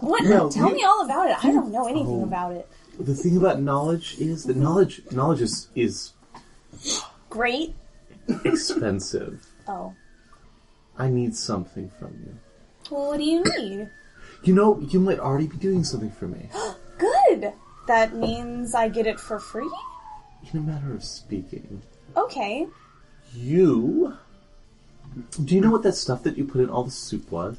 Speaker 1: what? Tell me all about it. I don't know
Speaker 3: Oh.
Speaker 1: anything about it.
Speaker 3: The thing about knowledge is that knowledge knowledge is, is
Speaker 1: Great.
Speaker 3: expensive.
Speaker 1: Oh.
Speaker 3: I need something from you.
Speaker 1: Well, what do you need?
Speaker 3: You know, you might already be doing something for me
Speaker 1: Good. That means I get it for free?
Speaker 3: in a matter of speaking.
Speaker 1: Okay.
Speaker 3: You. Do you know what that stuff that you put in all the soup was?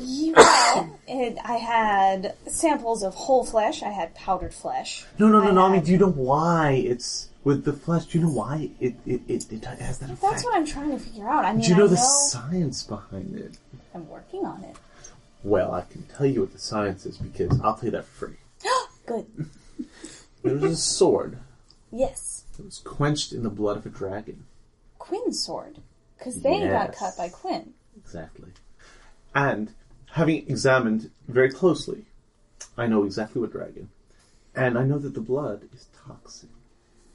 Speaker 1: Yeah, it, I had samples of whole flesh. I had powdered flesh.
Speaker 3: No, no, no,
Speaker 1: I
Speaker 3: no. I mean,
Speaker 1: had-
Speaker 3: do you know why it's with the flesh? Do you know why it it, it, it has that effect?
Speaker 1: That's what I'm trying to figure out. I mean,
Speaker 3: do you know
Speaker 1: I
Speaker 3: the
Speaker 1: know
Speaker 3: science behind it?
Speaker 1: I'm working on it.
Speaker 3: Well, I can tell you what the science is because I'll tell you that for free.
Speaker 1: Good.
Speaker 3: There was a sword
Speaker 1: Yes,
Speaker 3: that was quenched in the blood of a dragon.
Speaker 1: Quinn's sword, because they got
Speaker 3: Yes.
Speaker 1: cut by Quinn.
Speaker 3: Exactly. And having examined very closely, I know exactly what dragon. And I know that the blood is toxic.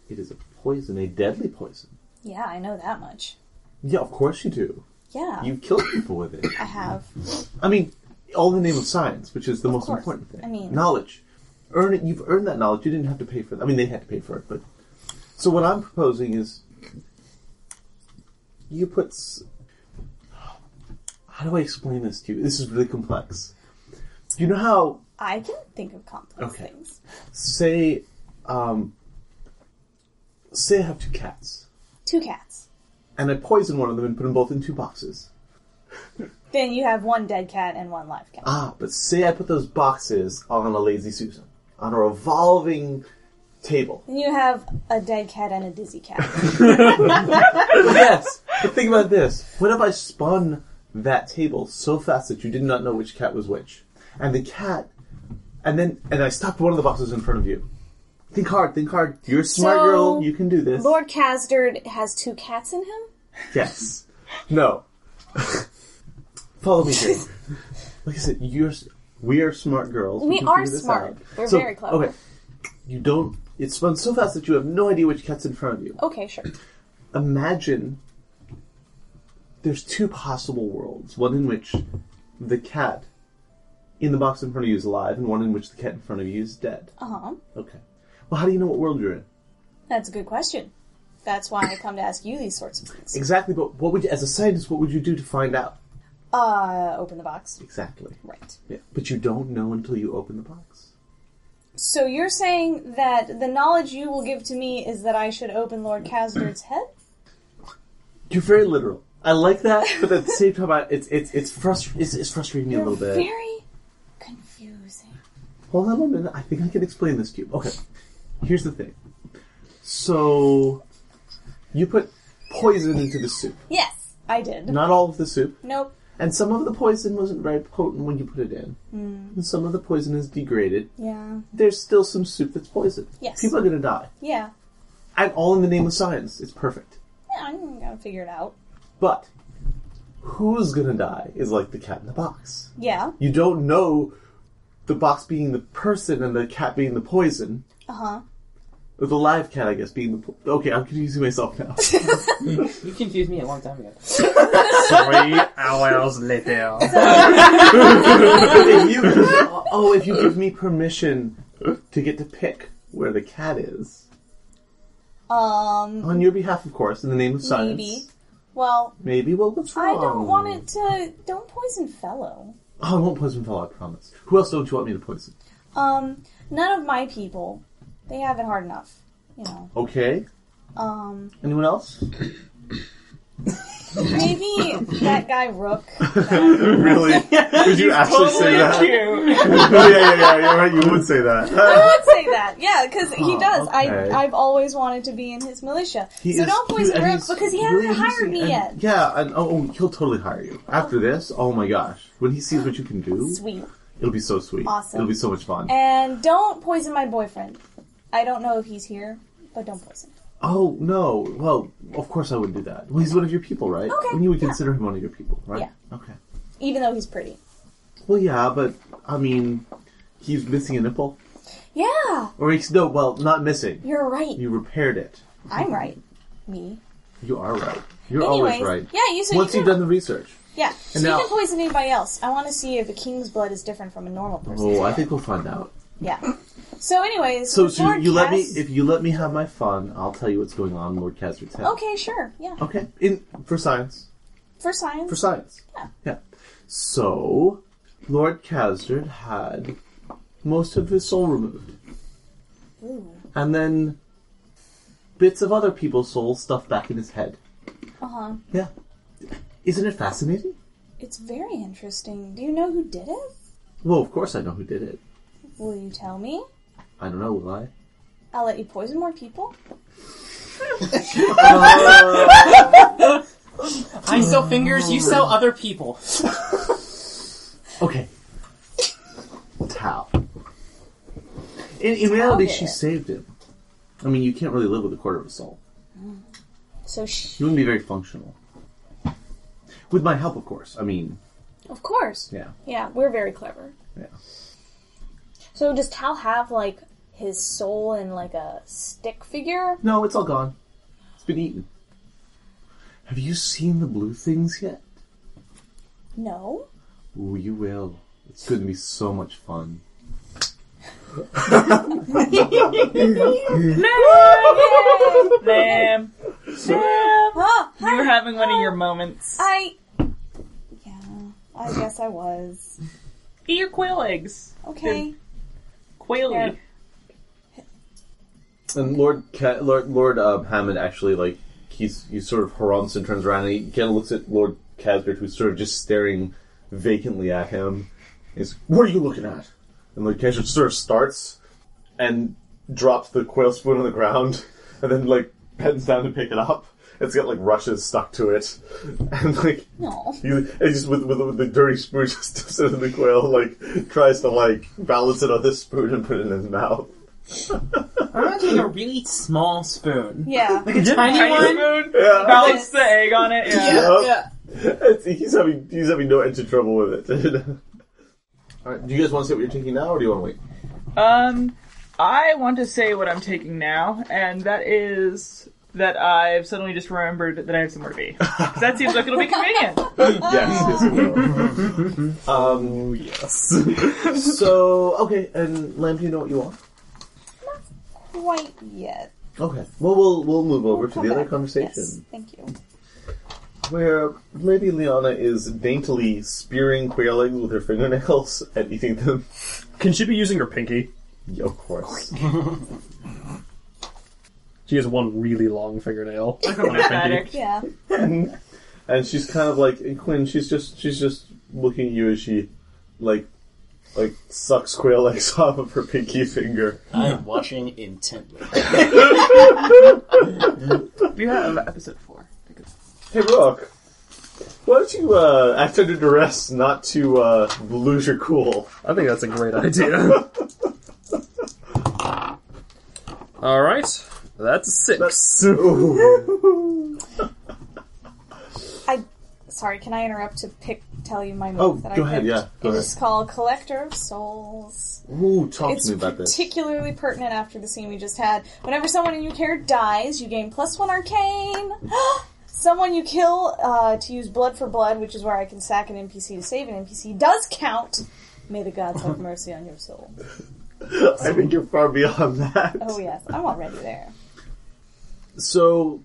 Speaker 3: It is a poison, a deadly poison.
Speaker 1: Yeah, I know that much.
Speaker 3: Yeah, of course you do.
Speaker 1: Yeah,
Speaker 3: You kill people with it.
Speaker 1: I have.
Speaker 3: I mean, all in the name of science, which is the most
Speaker 1: course.
Speaker 3: important thing.
Speaker 1: I mean-
Speaker 3: knowledge. Earn it. You've earned that knowledge. You didn't have to pay for it. I mean, they had to pay for it, but so what I'm proposing is you put. s- How do I explain this to you? This is really complex. You know how
Speaker 1: I can think of complex
Speaker 3: Okay.
Speaker 1: things.
Speaker 3: say, um, say I have two cats
Speaker 1: Two cats.
Speaker 3: and I poison one of them and put them both in two boxes.
Speaker 1: Then you have one dead cat and one live cat.
Speaker 3: Ah, but say I put those boxes on a lazy Susan, on a revolving table.
Speaker 1: Then you have a dead cat and a dizzy cat.
Speaker 3: But yes, but think about this. What if I spun that table so fast that you did not know which cat was which? And the cat, and then, and I stopped one of the boxes in front of you. Think hard, think hard. You're a smart
Speaker 1: So,
Speaker 3: girl, you can do this.
Speaker 1: Lord Casdard has two cats in him.
Speaker 3: Yes. No. Follow me here. Like I said, you're s- we are smart girls.
Speaker 1: We
Speaker 3: can
Speaker 1: are
Speaker 3: figure this
Speaker 1: smart.
Speaker 3: out.
Speaker 1: We're very clever.
Speaker 3: Okay. You don't. It spun so fast that you have no idea which cat's in front of you.
Speaker 1: Okay, sure.
Speaker 3: Imagine there's two possible worlds. One in which the cat in the box in front of you is alive, and one in which the cat in front of you is dead.
Speaker 1: Uh huh.
Speaker 3: Okay. Well, how do you know what world you're in?
Speaker 1: That's a good question. That's why I come to ask you these sorts of things.
Speaker 3: Exactly. But what would you, as a scientist, what would you do to find out?
Speaker 1: Uh, open the box.
Speaker 3: Exactly.
Speaker 1: Right.
Speaker 3: Yeah, but you don't know until you open the box.
Speaker 1: So you're saying that the knowledge you will give to me is that I should open Lord Casdard's head?
Speaker 3: You're very literal. I like that, but at the same time, I, it's it's it's, frustr it's it's frustrating me a
Speaker 1: You're
Speaker 3: little bit.
Speaker 1: very confusing.
Speaker 3: Hold on a minute. I think I can explain this to you. Okay, here's the thing. So, you put poison into the soup.
Speaker 1: Yes, I did.
Speaker 3: Not all of the soup,
Speaker 1: Nope.
Speaker 3: and some of the poison wasn't very potent when you put it in. And some of the poison is degraded.
Speaker 1: Yeah.
Speaker 3: There's still some soup that's poisoned.
Speaker 1: Yes.
Speaker 3: people are gonna die,
Speaker 1: Yeah.
Speaker 3: and all in the name of science. It's perfect.
Speaker 1: yeah I'm gonna figure it out.
Speaker 3: But who's gonna die is like the cat in the box.
Speaker 1: Yeah.
Speaker 3: You don't know the box being the person and the cat being the poison.
Speaker 1: Uh huh.
Speaker 3: Or the live cat, I guess, being the. Po- okay, I'm confusing myself now.
Speaker 4: You confused me a long time ago.
Speaker 6: Three hours later.
Speaker 3: if you, oh, if you give me permission to get to pick where the cat is.
Speaker 1: Um.
Speaker 3: On your behalf, of course, in the name of science. Oh.
Speaker 1: Maybe. Well,
Speaker 3: Maybe. Well, what's
Speaker 1: I
Speaker 3: wrong?
Speaker 1: don't want it to. Don't poison Fellow.
Speaker 3: Oh, I won't poison Paul, I promise. Who else don't you want me to poison?
Speaker 1: Um. None of my people. They have it hard enough. You know.
Speaker 3: Okay.
Speaker 1: Um.
Speaker 3: Anyone else?
Speaker 1: Maybe that guy Rook. that-
Speaker 3: really? Would you actually say that? yeah,
Speaker 7: Cute.
Speaker 3: yeah, yeah, yeah, yeah, right, you would say
Speaker 1: I
Speaker 3: that.
Speaker 1: would say that, yeah, because he does.
Speaker 3: Oh, okay.
Speaker 1: I I've always wanted to be in his militia,
Speaker 3: He
Speaker 1: so
Speaker 3: is
Speaker 1: don't
Speaker 3: cute,
Speaker 1: poison
Speaker 3: and
Speaker 1: Rook
Speaker 3: he's
Speaker 1: because he
Speaker 3: really
Speaker 1: hasn't hired
Speaker 3: interesting,
Speaker 1: me yet.
Speaker 3: and- Yeah, and oh, oh, he'll totally hire you. After this, oh my gosh. When he sees what you can do,
Speaker 1: Sweet.
Speaker 3: it'll be so sweet.
Speaker 1: Awesome.
Speaker 3: It'll be so much fun.
Speaker 1: And don't poison my boyfriend. I don't know if he's here, but don't poison.
Speaker 3: Oh no! Well, of course I would do that. Well, he's one of your people, right?
Speaker 1: Okay,
Speaker 3: And you would
Speaker 1: yeah.
Speaker 3: consider him one of your people, right?
Speaker 1: Yeah.
Speaker 3: Okay.
Speaker 1: Even though he's pretty.
Speaker 3: Well, yeah, but I mean, he's missing a nipple,
Speaker 1: Yeah,
Speaker 3: or he's no, well, not missing.
Speaker 1: you're right.
Speaker 3: You repaired it.
Speaker 1: I'm right. Me.
Speaker 3: You are right. You're
Speaker 1: Anyways,
Speaker 3: always right.
Speaker 1: yeah, you so
Speaker 3: Once
Speaker 1: you
Speaker 3: you've
Speaker 1: can,
Speaker 3: done the research.
Speaker 1: yeah, so
Speaker 3: and now-
Speaker 1: you can poison anybody else. I want to see if a king's blood is different from a normal person's.
Speaker 3: Oh, I think we'll find out.
Speaker 1: Yeah. So, anyways,
Speaker 3: So,
Speaker 1: with
Speaker 3: so
Speaker 1: Lord
Speaker 3: you let me
Speaker 1: Cass-
Speaker 3: if you let me have my fun, I'll tell you what's going on, in Lord Casper's head.
Speaker 1: Okay, sure. Yeah.
Speaker 3: Okay. In for science.
Speaker 1: For science.
Speaker 3: for science.
Speaker 1: Yeah.
Speaker 3: So, Lord Casdard had most of his soul removed.
Speaker 1: Ooh.
Speaker 3: And then bits of other people's souls stuffed back in his head.
Speaker 1: Uh huh.
Speaker 3: Yeah. Isn't it fascinating?
Speaker 1: It's very interesting. Do you know who did it?
Speaker 3: Well, of course I know who did it.
Speaker 1: Will you tell me?
Speaker 3: I don't know, will I?
Speaker 1: I'll let you poison more people.
Speaker 4: I sell fingers, you sell other people.
Speaker 3: Okay. How? In, in reality,
Speaker 1: did
Speaker 3: she
Speaker 1: it.
Speaker 3: saved him. I mean, you can't really live with a quarter of a soul.
Speaker 1: So, sh-
Speaker 3: You wouldn't be very functional. With my help, of course. I mean,
Speaker 1: of course.
Speaker 3: yeah.
Speaker 1: Yeah, we're very clever.
Speaker 3: Yeah.
Speaker 1: So, does Tal have like his soul in like a stick figure?
Speaker 3: No, it's all gone. It's been eaten. Have you seen the blue things yet?
Speaker 1: No.
Speaker 3: Ooh, you will. It's going to be so much fun.
Speaker 1: Yay!
Speaker 7: Damn. Damn.
Speaker 1: Ah,
Speaker 7: You
Speaker 1: hi.
Speaker 7: were having one of your moments.
Speaker 1: I. Yeah, I guess I was.
Speaker 7: Eat your quail eggs.
Speaker 1: Okay.
Speaker 7: Quail
Speaker 1: Yeah.
Speaker 3: And Lord Ca- Lord Lord um, Hammond actually like he's he sort of harons and turns around and he kind of looks at Lord Casbert, who's sort of just staring vacantly at him. He's, "What are you looking at?" And Lord Casbert sort of starts and drops the quail spoon on the ground, and then like bends down to pick it up. It's got like rushes stuck to it, and like
Speaker 1: No.
Speaker 3: You, it's just with, with, with the dirty spoon just dips into the quail, like tries to like balance it on this spoon and put it in his mouth.
Speaker 8: I'm imagining a really small spoon.
Speaker 1: Yeah.
Speaker 8: Like a tiny
Speaker 7: Tiny
Speaker 8: one.
Speaker 7: spoon.
Speaker 3: Yeah.
Speaker 7: Balance the egg on it. Yeah.
Speaker 3: Yeah. It's- he's having he's having no end to trouble with it. All right, do you guys want to say what you're taking now, or do you want to wait?
Speaker 7: Um, I want to say what I'm taking now, and that is that I've suddenly just remembered that I have somewhere to be. 'Cause That seems like it'll be convenient.
Speaker 3: yes, yes, we will. um, yes. so okay, and Lamb, do you know what you want?
Speaker 1: Quite yet.
Speaker 3: Okay, well we'll we'll move over
Speaker 1: We'll
Speaker 3: to
Speaker 1: come
Speaker 3: the other
Speaker 1: back.
Speaker 3: conversation
Speaker 1: Yes, thank you.
Speaker 3: where Lady Liana is daintily spearing quail eggs with her fingernails and eating them.
Speaker 6: Can she be using her pinky?
Speaker 3: Yeah, of course.
Speaker 6: She has one really long fingernail.
Speaker 7: Dramatic.
Speaker 1: Yeah.
Speaker 3: and, and she's kind of like and Quinn. She's just she's just looking at you as she like like sucks quail eggs off of her pinky finger.
Speaker 8: I'm watching intently.
Speaker 7: You have episode four.
Speaker 3: Hey Rook, why don't you uh, act under duress not to uh, lose your cool?
Speaker 6: I think that's a great idea. All right, that's a six.
Speaker 1: I. Sorry, can I interrupt to pick tell you my move
Speaker 3: Oh,
Speaker 1: that I
Speaker 3: go ahead.
Speaker 1: picked?
Speaker 3: Yeah, go
Speaker 1: It's called Collector of Souls.
Speaker 3: ahead. Ooh, talk
Speaker 1: it's
Speaker 3: to me about this.
Speaker 1: particularly pertinent after the scene we just had. Whenever someone in your care dies, you gain plus one arcane. someone you kill uh, to use blood for blood, which is where I can sack an NPC to save an NPC, does count. May the gods have mercy on your soul.
Speaker 3: I think you're far beyond that.
Speaker 1: Oh yes, I'm already there.
Speaker 3: so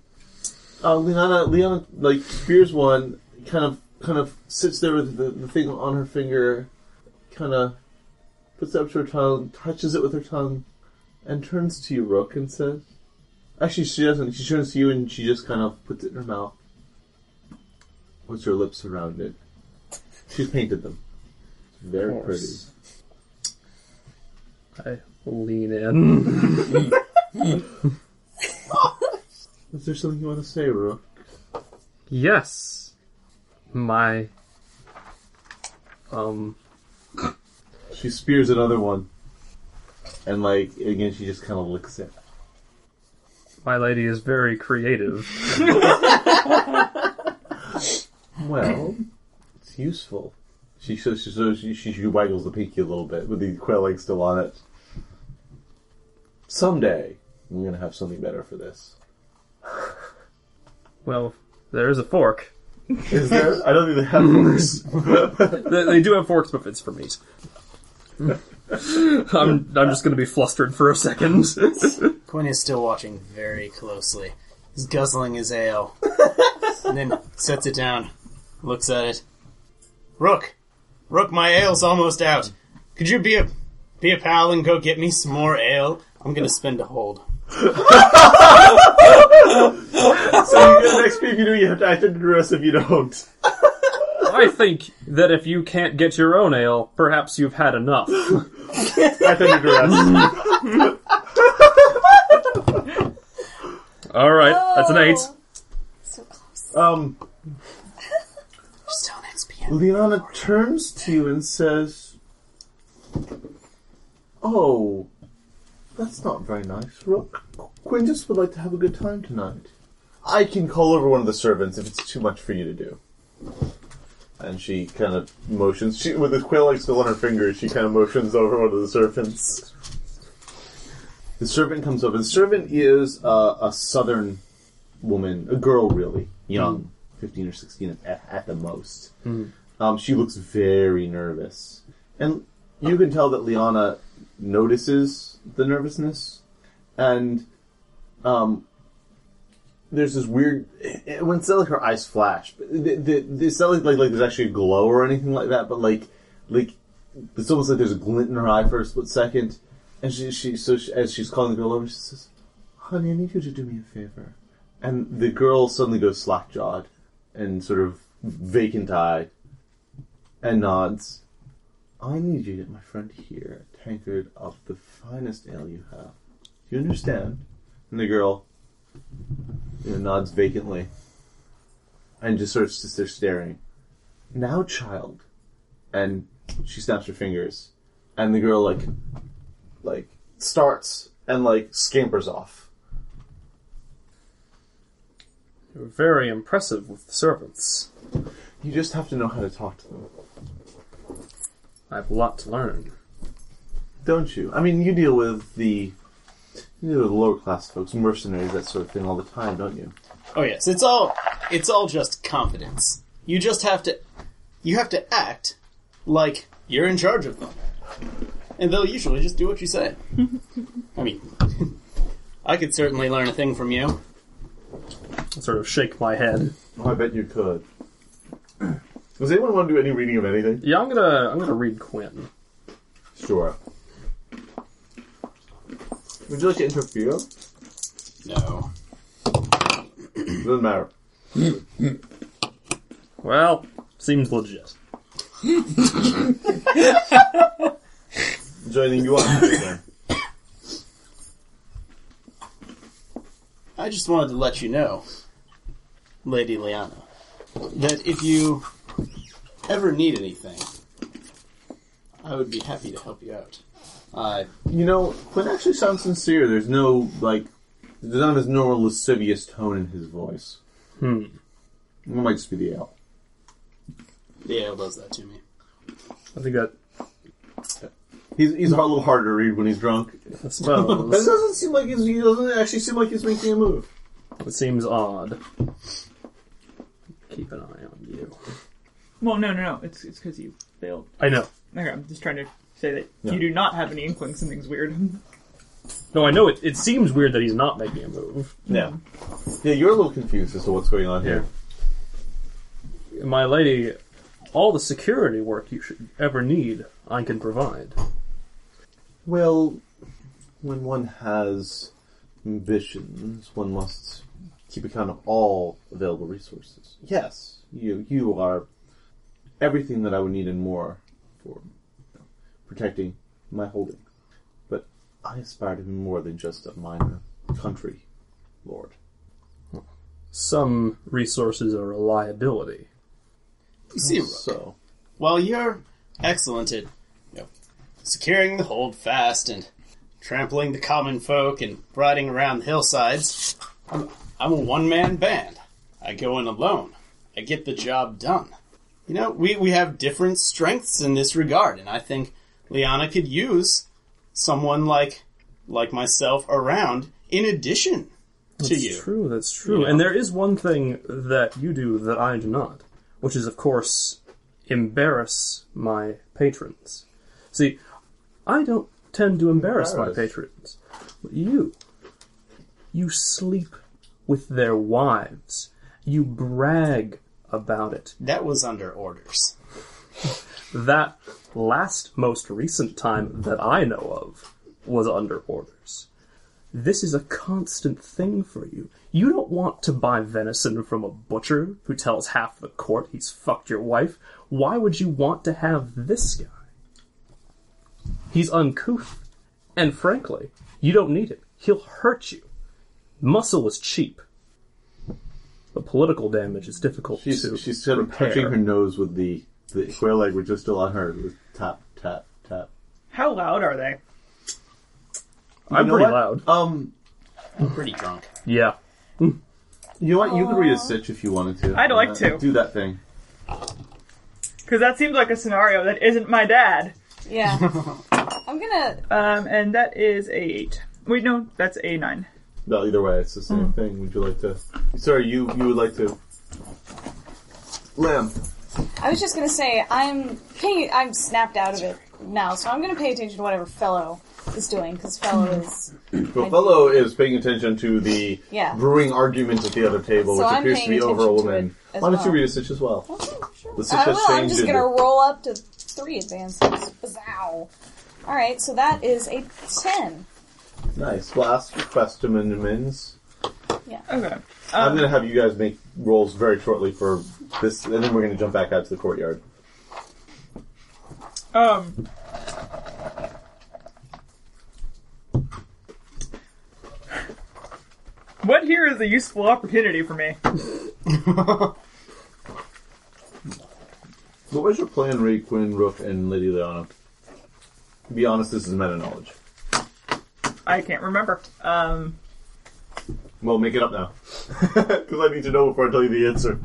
Speaker 3: uh, Liana, Liana, like spears one, kind of, kind of sits there with the, the thing on her finger, kind of puts it up to her tongue, touches it with her tongue, and turns to you, Rook, and says, "Actually, she doesn't. She turns to you, and she just kind of puts it in her mouth." What's your lips surrounded? She's painted them. It's very pretty.
Speaker 6: I lean in.
Speaker 3: Is there something you want to say, Rook?
Speaker 6: yes, my um
Speaker 3: She spears another one. And like again she just kinda licks it.
Speaker 6: my lady is very creative.
Speaker 3: Well it's useful. She so she so she, she, she waggles the pinky a little bit with the quail egg still on it. Someday we're gonna have something better for this.
Speaker 6: Well, there is a fork.
Speaker 3: Is there I don't think they have worse.
Speaker 6: They, they do have forks, but it's for meat. I'm I'm just gonna be flustered for a second.
Speaker 8: Quinn is still watching very closely. He's guzzling his ale. and then sets it down, looks at it. Rook! Rook, my ale's almost out. Could you be a be a pal and go get me some more ale? I'm gonna spend a hold.
Speaker 3: so you get an XP if you do, you have to act under duress if you don't.
Speaker 6: I think that if you can't get your own ale, perhaps you've had enough.
Speaker 3: Act under duress.
Speaker 6: All right, that's an eight.
Speaker 1: So close.
Speaker 3: Um
Speaker 8: Still an XP.
Speaker 3: Leona turns to you and says, Oh, that's not very nice, Rook. Quinn just would like to have a good time tonight. I can call over one of the servants if it's too much for you to do. And she kind of motions, she, with the quail egg still on her fingers, she kind of motions over one of the servants. The servant comes over. The servant is uh, a southern woman, a girl really, young, 15 or 16 at, at the most. Um, she looks very nervous. And you can tell that Liana notices the nervousness. And um, there's this weird. It, when it's not like her eyes flash, but the, the, it's not like, like, like there's actually a glow or anything like that, but like, like it's almost like there's a glint in her eye for a split second. And she, she so she, as she's calling the girl over, she says, Honey, I need you to do me a favor. And the girl suddenly goes slack jawed and sort of vacant eyed and nods. I need you to get my friend here a tankard of the finest ale you have. Do you understand? And the girl you know, nods vacantly and just sort of sits there staring. Now, child. And she snaps her fingers, and the girl like, like starts and like scampers off.
Speaker 6: You're very impressive with the servants.
Speaker 3: You just have to know how to talk to them,
Speaker 6: I have a lot to learn.
Speaker 3: don't you? I mean, you deal with the you deal with lower class folks, mercenaries, that sort of thing all the time, don't you?
Speaker 8: Oh yes, it's all it's all just confidence. You just have to you have to act like you're in charge of them. And they'll usually just do what you say. I mean I could certainly learn a thing from you.
Speaker 6: I sort of shake my head.
Speaker 3: Oh, I bet you could. Does anyone want to do any reading of anything?
Speaker 6: Yeah, I'm gonna I'm gonna read Quinn.
Speaker 3: Sure. Would you like to interfere?
Speaker 8: No.
Speaker 3: Doesn't matter.
Speaker 6: Well, seems legit.
Speaker 3: Is there anything you want to do then?
Speaker 8: I just wanted to let you know, Lady Liana, that if you ever need anything, I would be happy to help you out. I
Speaker 3: You know, Quinn actually sounds sincere. There's no, like, there's not his normal lascivious tone in his voice.
Speaker 6: Hmm.
Speaker 3: It might just be the L.
Speaker 8: the ale does that to me.
Speaker 6: I think that
Speaker 3: He's, he's a little harder to read when he's drunk.
Speaker 6: I
Speaker 3: But it
Speaker 6: suppose
Speaker 3: doesn't seem like he's, he doesn't actually seem like he's making a move.
Speaker 6: it seems odd. Keep an eye on you.
Speaker 7: Well, no, no, no. It's it's because you failed.
Speaker 6: I know.
Speaker 7: Okay, I'm just trying to say that
Speaker 3: Yeah.
Speaker 7: you do not have any inkling something's weird.
Speaker 6: No, I know it. It seems weird that he's not making a move.
Speaker 3: Yeah. Yeah, you're a little confused as to what's going on here.
Speaker 6: My lady, all the security work you should ever need, I can provide.
Speaker 3: Well, when one has ambitions, one must keep account of all available resources. Yes, you you are everything that I would need and more for you know, protecting my holdings. But I aspire to be more than just a minor country lord.
Speaker 6: Some resources are a liability.
Speaker 8: You see, Rook,
Speaker 3: So
Speaker 8: while you're excellent at you know, securing the hold fast and trampling the common folk and riding around the hillsides, I'm, I'm a one man band. I go in alone. I get the job done. You know, we, we have different strengths in this regard, and I think Liana could use someone like like myself around in addition to
Speaker 6: That's
Speaker 8: you.
Speaker 6: True, that's true.
Speaker 8: Yeah.
Speaker 6: And there is one thing that you do that I do not, which is, of course, embarrass my patrons. See, I don't tend to embarrass, my
Speaker 3: Embarrass.
Speaker 6: patrons, but you. You sleep with their wives. You brag about it.
Speaker 8: That was under orders.
Speaker 6: That last most recent time that I know of was under orders. This is a constant thing for you. You don't want to buy venison from a butcher who tells half the court he's fucked your wife. Why would you want to have this guy? He's uncouth. And frankly, you don't need it. He'll hurt you. Muscle is cheap. But political damage is difficult
Speaker 3: she's
Speaker 6: to
Speaker 3: she's sort of
Speaker 6: repair.
Speaker 3: touching her nose with the the square leg, which is still on her. It was tap tap tap.
Speaker 7: How loud are they?
Speaker 6: I'm
Speaker 3: You know
Speaker 6: pretty
Speaker 3: what?
Speaker 6: loud.
Speaker 3: Um,
Speaker 8: I'm pretty drunk.
Speaker 6: Yeah.
Speaker 3: you know what? You could read a sitch if you wanted to.
Speaker 7: I'd like
Speaker 3: Uh,
Speaker 7: to.
Speaker 3: do that thing.
Speaker 7: Because that seems like a scenario that isn't my dad.
Speaker 1: Yeah. I'm gonna.
Speaker 7: Um, and that is a eight. Wait, no, that's a nine.
Speaker 3: No, either way, it's the same
Speaker 1: Mm.
Speaker 3: thing. Would you like to? Sorry, you you would like to. Lamb.
Speaker 1: I was just gonna say I'm paying. I'm snapped out of it now, so I'm gonna pay attention to whatever fellow is doing because fellow is.
Speaker 3: Well, fellow is paying attention to the
Speaker 1: Yeah.
Speaker 3: brewing argument at the other table,
Speaker 1: So
Speaker 3: which
Speaker 1: I'm
Speaker 3: appears to
Speaker 1: paying
Speaker 3: be over a
Speaker 1: attention to
Speaker 3: woman.
Speaker 1: it as
Speaker 3: Why don't you
Speaker 1: well.
Speaker 3: read a sitch as well?
Speaker 1: Okay, sure.
Speaker 3: The
Speaker 1: I
Speaker 3: success
Speaker 1: will. I'm
Speaker 3: change
Speaker 1: just
Speaker 3: is-
Speaker 1: gonna roll up to three advances. Bizzow. All right, so that is a ten.
Speaker 3: Nice. Well, ask your question, amendments.
Speaker 7: Okay.
Speaker 1: Um,
Speaker 3: I'm going to have you guys make rolls very shortly for this, and then we're going to jump back out to the courtyard.
Speaker 7: Um. What here is a useful opportunity for me?
Speaker 3: What was your plan, Ray Quinn, Rook, and Lady Leona? To be honest, this is meta knowledge.
Speaker 7: I can't remember. Um,
Speaker 3: Well, make it up now, because I need to know before I tell you the answer.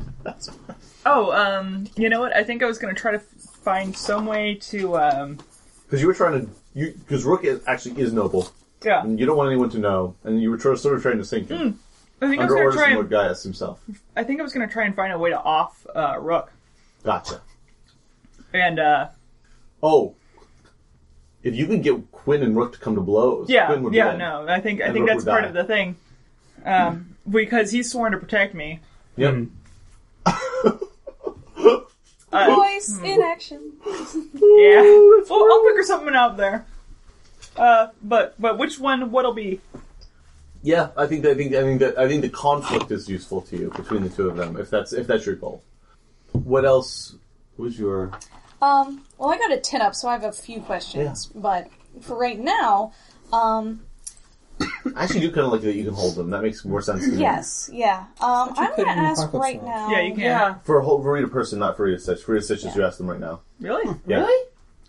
Speaker 7: oh, um, you know what? I think I was gonna try to f- find some way to, um,
Speaker 3: Because you were trying to, you because Rook is, actually is noble,
Speaker 7: yeah.
Speaker 3: and you don't want anyone to know, and you were tr- sort of trying to sink him
Speaker 7: I think I Hmm, was
Speaker 3: under
Speaker 7: gonna
Speaker 3: orders
Speaker 7: try.
Speaker 3: from
Speaker 7: And,
Speaker 3: Lord Gaius himself.
Speaker 7: I think I was gonna try and find a way to off uh, Rook
Speaker 3: Gotcha.
Speaker 7: and uh,
Speaker 3: Oh, if you could get Quinn and Rook to come to blows,
Speaker 7: Yeah,
Speaker 3: Quinn would
Speaker 7: yeah,
Speaker 3: win.
Speaker 7: no, I think I
Speaker 3: And
Speaker 7: think
Speaker 3: Rook
Speaker 7: that's
Speaker 3: would
Speaker 7: part
Speaker 3: die.
Speaker 7: of the thing, um, because he's sworn to protect me.
Speaker 3: Yep.
Speaker 7: Hmm.
Speaker 1: Voice in action.
Speaker 7: Yeah, well, I'll figure something out there. Uh, but but which one? What'll be?
Speaker 3: Yeah, I think that, I think I think that I think the conflict is useful to you between the two of them, if that's if that's your goal. What else was your?
Speaker 1: Um, well, I got a 10 up, so I have a few questions. But for right now, um,
Speaker 3: I actually do kind of like that you can hold them. That makes more sense. To me.
Speaker 1: yes, yeah. Um, I'm
Speaker 5: put
Speaker 1: going to
Speaker 5: in your
Speaker 1: ask
Speaker 5: pocket
Speaker 1: right
Speaker 5: size.
Speaker 1: now.
Speaker 7: Yeah, you can.
Speaker 3: For a whole for read a person, not for read a stitch. Read a stitch is you ask them right now.
Speaker 7: Really?
Speaker 3: Yeah.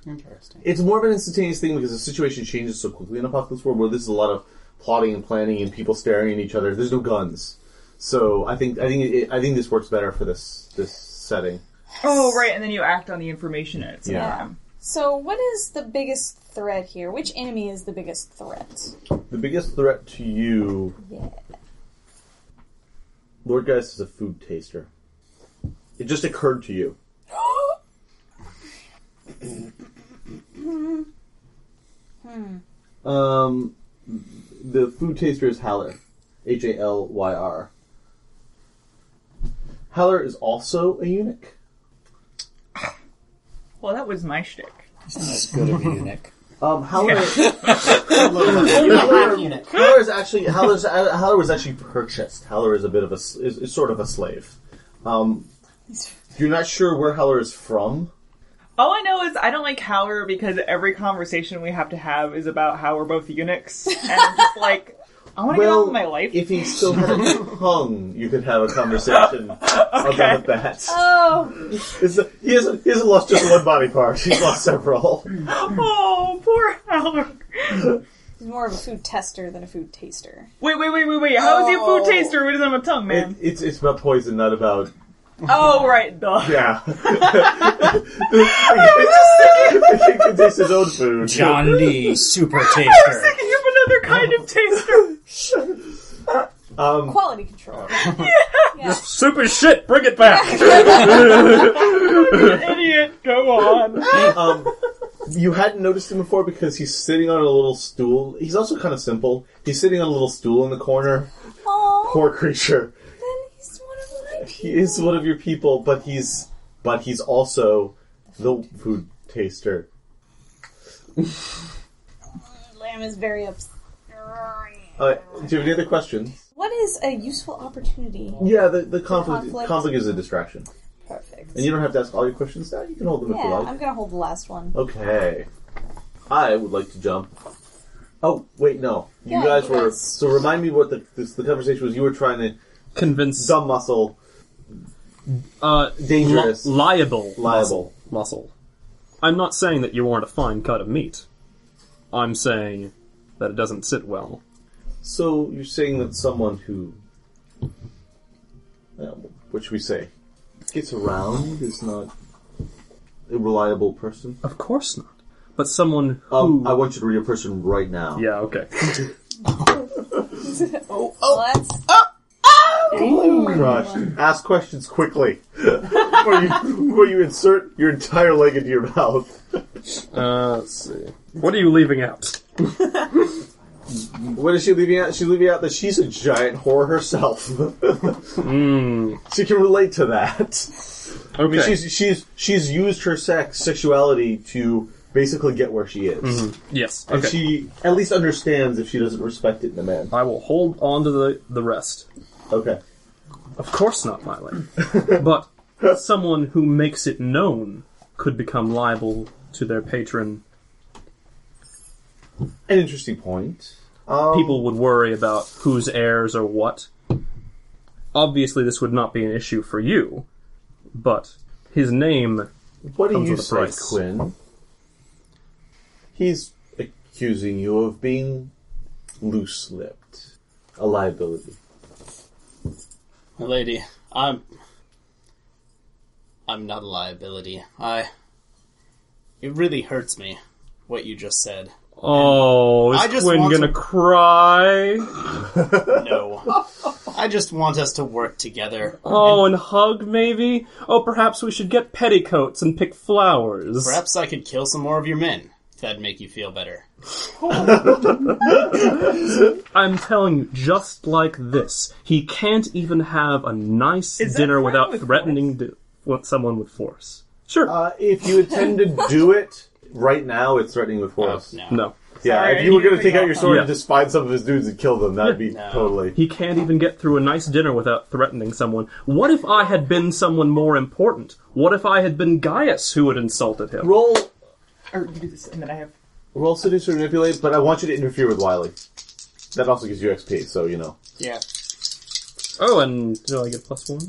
Speaker 8: Interesting.
Speaker 3: It's more of an instantaneous thing because the situation changes so quickly in Apocalypse World, where this is a lot of plotting and planning and people staring at each other. There's no guns, so I think I think it, I think this works better for this this setting.
Speaker 7: Oh, right. And then you act on the information at some
Speaker 3: Yeah.
Speaker 7: time.
Speaker 1: So, what is the biggest threat here? Which enemy is the biggest threat?
Speaker 3: The biggest threat to you,
Speaker 1: Yeah.
Speaker 3: Lord Geist, is a food taster. It just occurred to you. Um, the food taster is Haller, H A L Y R. Haller is also a eunuch.
Speaker 7: Well, that was my shtick.
Speaker 5: It's not as good of a eunuch.
Speaker 3: Um, Howler,
Speaker 4: Half unit.
Speaker 3: Howler is actually Howler's, Howler was actually purchased. Howler is a bit of a s- is, is sort of a slave. Um, you're not sure where Howler is from.
Speaker 7: All I know is I don't like Howler because every conversation we have to have is about how we're both eunuchs, and I'm just like, I want to get on with my life.
Speaker 3: if he still had a tongue, you could have a conversation about that.
Speaker 1: Oh,
Speaker 3: It's a- he, hasn't, he hasn't lost just one body part. He's lost several.
Speaker 7: oh, poor Howler.
Speaker 1: he's more of a food tester than a food taster.
Speaker 7: Wait, wait, wait, wait, wait. How is he a
Speaker 1: Oh.
Speaker 7: food taster? What is on my tongue,
Speaker 3: It,
Speaker 7: man?
Speaker 3: it's it's about poison, not about
Speaker 7: oh, right, duh.
Speaker 3: yeah. he can taste his own food.
Speaker 5: John D. Super Taster.
Speaker 7: Thinking of another kind of taster.
Speaker 1: Quality control.
Speaker 6: Super shit, bring it back!
Speaker 7: Idiot. Go on.
Speaker 3: Um, you hadn't noticed him before because he's sitting on a little stool. He's also kind of simple. He's sitting on a little stool in the corner.
Speaker 1: Oh,
Speaker 3: Poor creature.
Speaker 1: then he's one of my
Speaker 3: He is one of your people, but he's but he's also the food taster.
Speaker 1: Lamb is very upset.
Speaker 3: Uh, do you have any other questions?
Speaker 1: What is a useful opportunity?
Speaker 3: Yeah, the, the conflict,
Speaker 1: conflict.
Speaker 3: conflict is a distraction,
Speaker 1: Perfect.
Speaker 3: and you don't have to ask all your questions now. You can hold them if you
Speaker 1: Yeah,
Speaker 3: like.
Speaker 1: I'm gonna hold the last one.
Speaker 3: Okay. I would like to jump. Oh, wait, no. You
Speaker 1: Yeah,
Speaker 3: guys
Speaker 1: you
Speaker 3: were.
Speaker 1: guys-
Speaker 3: So remind me what the, this, the conversation was. You were trying to.
Speaker 6: Convince,
Speaker 3: Dumb muscle,
Speaker 6: uh,
Speaker 3: dangerous,
Speaker 6: li- liable.
Speaker 3: liable.
Speaker 6: muscle. I'm not saying that you aren't a fine cut of meat. I'm saying that it doesn't sit well.
Speaker 3: So you're saying that someone who. uh, What should we say? Gets around is not a reliable person.
Speaker 6: Of course not. But someone who.
Speaker 3: Um, I want you to read a person right now.
Speaker 6: yeah, okay.
Speaker 1: Oh, that's
Speaker 3: Oh my gosh. Ask questions quickly. before, you, before you insert your entire leg into your mouth.
Speaker 6: Uh, let's see. What are you leaving out?
Speaker 3: What is she leaving out? She's leaving out that she's a giant whore herself. She can relate to that.
Speaker 6: Hmm. Okay.
Speaker 3: I mean, she's she's she's used her sex sexuality to basically get where she is,
Speaker 6: Mm-hmm. yes,
Speaker 3: and
Speaker 6: okay.
Speaker 3: she at least understands if she doesn't respect it in a man.
Speaker 6: I will hold on to the, the rest.
Speaker 3: Okay,
Speaker 6: Of course not, Miley. but someone who makes it known could become liable to their patron.
Speaker 3: an interesting point. Um,
Speaker 6: People would worry about whose heirs are what. Obviously, this would not be an issue for you, but his name.
Speaker 3: what do
Speaker 6: comes
Speaker 3: you
Speaker 6: with a
Speaker 3: say,
Speaker 6: price.
Speaker 3: Quinn? He's accusing you of being loose-lipped, a liability.
Speaker 8: My lady, I'm. I'm not a liability. I. It really hurts me what you just said.
Speaker 6: Oh, is
Speaker 8: I just
Speaker 6: Quinn
Speaker 8: want
Speaker 6: gonna
Speaker 8: to-
Speaker 6: cry?
Speaker 8: No. I just want us to work together.
Speaker 6: Oh, and hug maybe? Oh, perhaps we should get petticoats and pick flowers.
Speaker 8: Perhaps I could kill some more of your men. If that'd make you feel better.
Speaker 6: I'm telling you, just like this, he can't even have a nice
Speaker 7: Is that
Speaker 6: dinner
Speaker 7: fine
Speaker 6: without
Speaker 7: with
Speaker 6: threatening to, with someone with force. Sure.
Speaker 3: Uh, if you intend to do it right now, it's threatening with force.
Speaker 8: No.
Speaker 6: no.
Speaker 3: Yeah,
Speaker 7: Sorry,
Speaker 3: if you were
Speaker 7: I need
Speaker 3: going
Speaker 7: to
Speaker 3: to take
Speaker 7: figure
Speaker 3: out your
Speaker 7: out-
Speaker 3: sword and
Speaker 6: Yeah.
Speaker 3: just find some of his dudes and kill them, that'd be
Speaker 8: No.
Speaker 3: totally.
Speaker 6: He can't even get through a nice dinner without threatening someone. What if I had been someone more important? What if I had been Gaius who had insulted him?
Speaker 3: Roll,
Speaker 7: Or you do this, and then I have.
Speaker 3: roll seduce or manipulate, but I want you to interfere with Wiley. That also gives you XP, so you know.
Speaker 8: Yeah.
Speaker 6: Oh, and do I get plus one?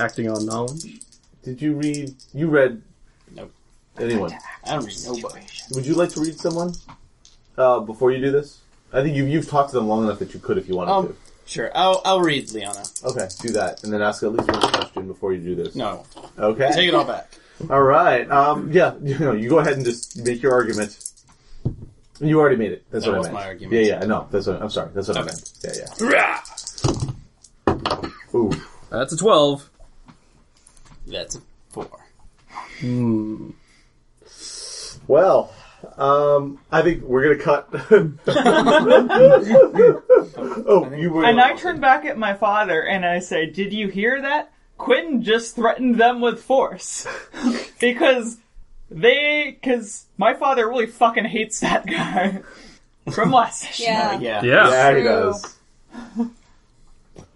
Speaker 6: Acting on knowledge.
Speaker 3: Did you read? You read?
Speaker 8: Nope.
Speaker 3: Anyone?
Speaker 8: I don't really know nobody.
Speaker 3: Would you like to read someone uh, before you do this? I think you've you've talked to them long enough that you could if you wanted
Speaker 8: Um, sure. I'll, I'll read Liana.
Speaker 3: to. Okay, do that, and then ask at least one question before you do this.
Speaker 8: No, I won't.
Speaker 3: Okay.
Speaker 8: Take it all back.
Speaker 3: All right. Um, yeah. You know, you go ahead and just make your argument. You already made it. That's
Speaker 8: That
Speaker 3: what
Speaker 8: was
Speaker 3: I meant.
Speaker 8: my argument.
Speaker 3: Yeah, yeah. I know. That's what I'm sorry. That's what I
Speaker 8: Okay.
Speaker 3: meant. Yeah, yeah. Ooh.
Speaker 6: That's a twelve.
Speaker 8: That's a four.
Speaker 3: Well, um, I think we're gonna cut. oh, you were.
Speaker 7: And I turn back at my father and I say, "Did you hear that? Quinn just threatened them with force because They, because my father really fucking hates that guy from last session.
Speaker 1: Yeah.
Speaker 8: Yeah.
Speaker 6: Yeah.
Speaker 3: Yeah, he
Speaker 1: True.
Speaker 3: does.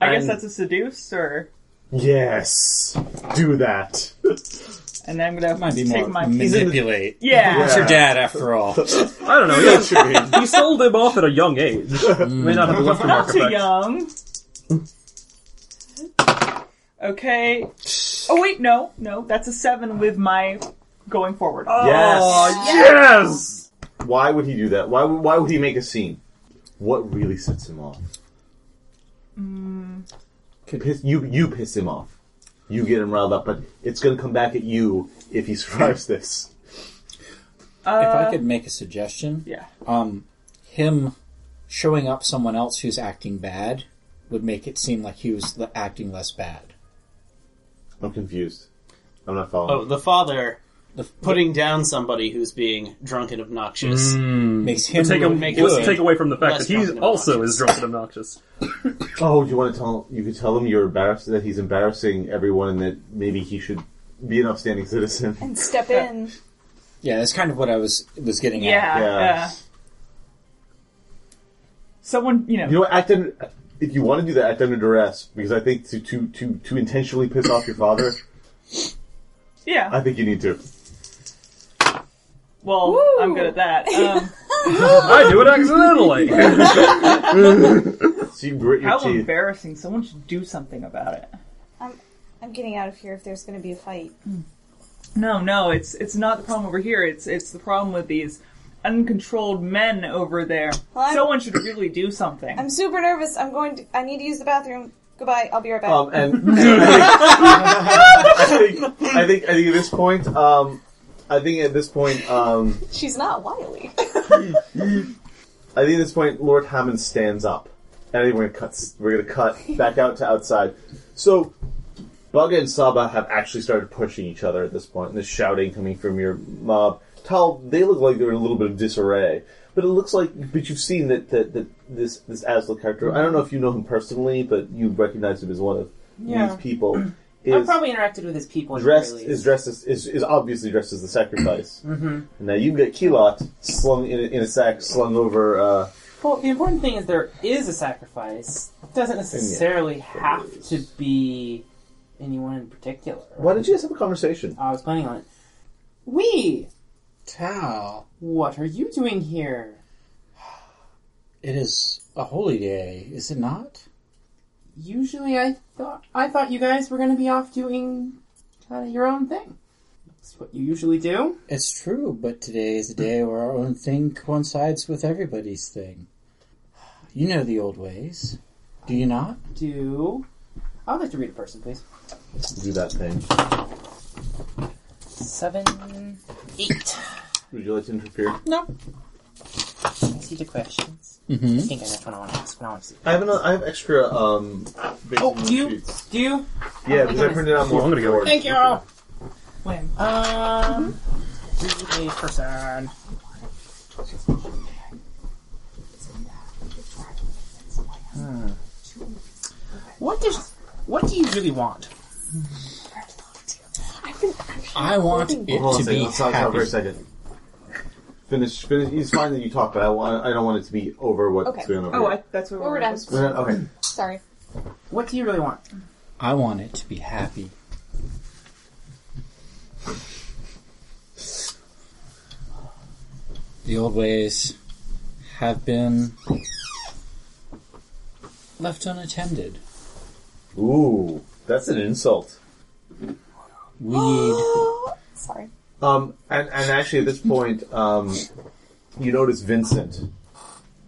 Speaker 7: I guess
Speaker 3: And-
Speaker 7: that's a seduce, or
Speaker 3: Yes, do that.
Speaker 7: and then I'm gonna
Speaker 5: Might be
Speaker 7: take
Speaker 5: more
Speaker 7: my
Speaker 5: manipulate.
Speaker 7: yeah.
Speaker 5: It's your dad, after all.
Speaker 6: I don't know. He, he sold him off at a young age. May not have the left
Speaker 7: Not
Speaker 6: mark
Speaker 7: too
Speaker 6: effect.
Speaker 7: young. Okay. Oh wait, no, no, that's a seven with my going forward.
Speaker 3: Yes.
Speaker 6: Yes.
Speaker 3: Why would he do that? Why would, why would he make a scene? What really sets him off? Piss, you you piss him off. You get him riled up, but it's going to come back at you if he survives this.
Speaker 5: if I could make a suggestion,
Speaker 7: yeah.
Speaker 5: um, him showing up someone else who's acting bad would make it seem like he was le- acting less bad.
Speaker 3: I'm confused. I'm not
Speaker 8: Oh,
Speaker 3: following.
Speaker 8: the father
Speaker 5: The
Speaker 8: putting down somebody who's being drunk and obnoxious.
Speaker 5: Mm. makes him
Speaker 6: Take,
Speaker 5: look
Speaker 6: him,
Speaker 8: make
Speaker 6: let's
Speaker 8: it-
Speaker 6: take away from the fact
Speaker 8: Less
Speaker 6: that he
Speaker 8: drunk and
Speaker 6: also
Speaker 8: obnoxious.
Speaker 6: is drunk and obnoxious.
Speaker 3: Oh, you want to tell? You could tell him you're embarrassed that he's embarrassing everyone, and that maybe he should be an upstanding citizen.
Speaker 1: And step in.
Speaker 5: Yeah, that's kind of what I was was getting at.
Speaker 7: Yeah,
Speaker 3: Yeah.
Speaker 7: yeah. Someone, you know,
Speaker 3: You know, what, act under, if you want to do that, act under duress, because I think to to to, to intentionally piss off your father,
Speaker 7: yeah.
Speaker 3: I think you need to.
Speaker 7: well,
Speaker 1: Woo.
Speaker 7: I'm good at that. Um,
Speaker 6: I do it accidentally.
Speaker 3: So you grit your
Speaker 7: how
Speaker 3: teeth.
Speaker 7: embarrassing! Someone should do something about it.
Speaker 1: I'm getting out of here if there's going to be a fight.
Speaker 7: No, no, it's it's not the problem over here. It's it's the problem with these uncontrolled men over there.
Speaker 1: Well, I'm-
Speaker 7: Someone should really do something.
Speaker 1: I'm super nervous. I'm going to. I need to use the bathroom. Goodbye. I'll be right back.
Speaker 3: Um, and I think, I think I think at this point, um, I think at this point, um,
Speaker 1: She's not wily.
Speaker 3: I think at this point, Lord Hammond stands up, and I think we're gonna cut. We're gonna cut back out to outside. So, Bugga and Saba have actually started pushing each other at this point, and the shouting coming from your mob. Tal, they look like they're in a little bit of disarray, but it looks like. But you've seen that that, that this this Asla character. I don't know if you know him personally, but you recognize him as one of
Speaker 4: Yeah.
Speaker 3: these people.
Speaker 4: I've
Speaker 3: Is
Speaker 4: probably interacted with his people. at the
Speaker 3: dressed
Speaker 4: very
Speaker 3: is
Speaker 4: least.
Speaker 3: dressed as is, is obviously dressed as the sacrifice. mm-hmm. And now you've got Keelot slung in a, in a sack, slung over. Uh,
Speaker 4: Well, the important thing is there is a sacrifice. It doesn't necessarily have to be anyone in particular.
Speaker 3: why don't you guys have a conversation?
Speaker 4: I was planning on it. We,
Speaker 5: Tao,
Speaker 4: what are you doing here?
Speaker 5: it is a holy day, is it not?
Speaker 4: Usually, I thought I thought you guys were going to be off doing kind of your own thing. That's what you usually do.
Speaker 5: It's true, but today is a day where our own thing coincides with everybody's thing. You know the old ways, do you not?
Speaker 4: Do I would like to read a person, please?
Speaker 3: Do that thing.
Speaker 4: Seven, eight.
Speaker 3: Would you like to interfere?
Speaker 4: I see the questions. I
Speaker 5: Mm-hmm.
Speaker 4: think I know which one I want to ask. But I want to see.
Speaker 3: I have an, I have extra. Um,
Speaker 4: Oh,
Speaker 3: bacon
Speaker 4: do you?
Speaker 3: sheets.
Speaker 4: Do you?
Speaker 3: Yeah, because I printed out
Speaker 6: Well,
Speaker 3: more.
Speaker 6: I'm gonna go.
Speaker 3: before.
Speaker 4: Thank you. Um, read a person. Hmm. What does? What do you really want?
Speaker 5: I want it
Speaker 3: Hold on a
Speaker 5: to
Speaker 3: second.
Speaker 5: be
Speaker 3: I'll stop- stop for a
Speaker 5: happy.
Speaker 3: second. Finish. Finish. It's fine that you talk, but I want. I don't want it to be over what's
Speaker 1: Okay.
Speaker 3: going on.
Speaker 7: oh,
Speaker 3: here.
Speaker 7: I, that's what
Speaker 1: Well, we're
Speaker 7: we're
Speaker 1: done.
Speaker 3: We're not- Okay.
Speaker 1: Sorry.
Speaker 4: What do you really want?
Speaker 5: I want it to be happy. The old ways have been left unattended.
Speaker 3: Ooh, that's an insult.
Speaker 5: We need
Speaker 1: Sorry.
Speaker 3: Um, and, and actually, at this point, um, you notice Vincent.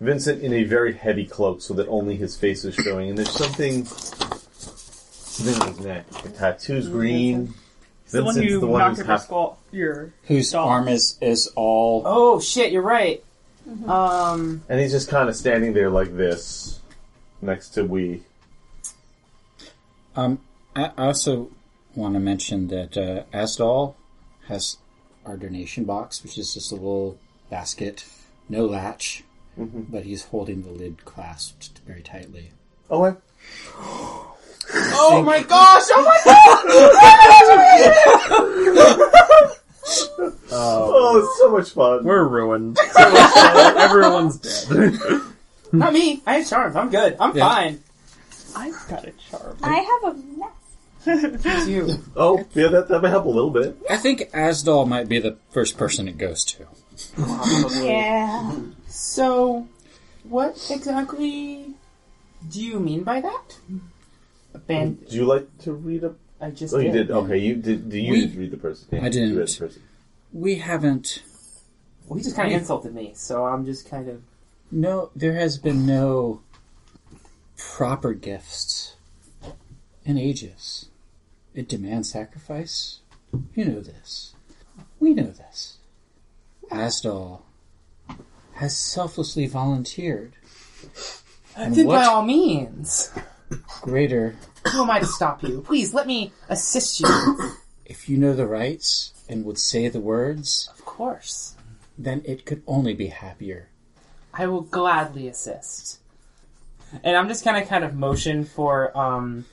Speaker 3: Vincent in a very heavy cloak, so that only his face is showing. And there's something, something on his neck. The tattoo's green.
Speaker 7: the one
Speaker 3: Vincent's
Speaker 7: who
Speaker 3: the one
Speaker 7: knocked
Speaker 3: who's
Speaker 7: over your
Speaker 3: half-
Speaker 7: skull. Your
Speaker 5: whose
Speaker 7: Doll.
Speaker 5: arm is is all
Speaker 4: Oh shit! You're right. Um,
Speaker 3: And he's just kind of standing there like this, next to we.
Speaker 5: Um, I I also want to mention that uh, Asdal has our donation box, which is just a little basket, no latch, but he's holding the lid clasped very tightly.
Speaker 3: Oh, wait.
Speaker 4: Oh my gosh! Oh my god!
Speaker 3: Oh, it's so much fun.
Speaker 6: We're ruined. So much fun. Everyone's dead.
Speaker 4: Not me. I have charms. I'm good. I'm
Speaker 5: Yeah.
Speaker 4: fine.
Speaker 7: I've got a charm.
Speaker 1: I have a mess.
Speaker 4: It's you.
Speaker 3: Oh, yeah, that, that might help a little bit.
Speaker 5: I think Asdal might be the first person it goes to.
Speaker 1: Yeah.
Speaker 4: So, what exactly do you mean by that? Abandoned.
Speaker 3: Do you like to read a?
Speaker 4: I just.
Speaker 3: Oh, you
Speaker 4: did.
Speaker 3: did. Okay, you did. Do you
Speaker 5: We-
Speaker 3: did read the person? Yeah,
Speaker 5: I didn't.
Speaker 3: you read the person.
Speaker 5: We haven't.
Speaker 4: Well, he just kind of insulted me, so I'm just kind of.
Speaker 5: No, there has been no proper gifts in ages. It demands sacrifice. You know this. We know this. Asdal has selflessly volunteered. And
Speaker 4: Then by
Speaker 5: what
Speaker 4: all means,
Speaker 5: greater
Speaker 4: who am I to stop you? Please let me assist you.
Speaker 5: if you know the rights and would say the words,
Speaker 4: of course,
Speaker 5: then it could only be happier.
Speaker 4: I will gladly assist. And I'm just kind of kind of motion for um,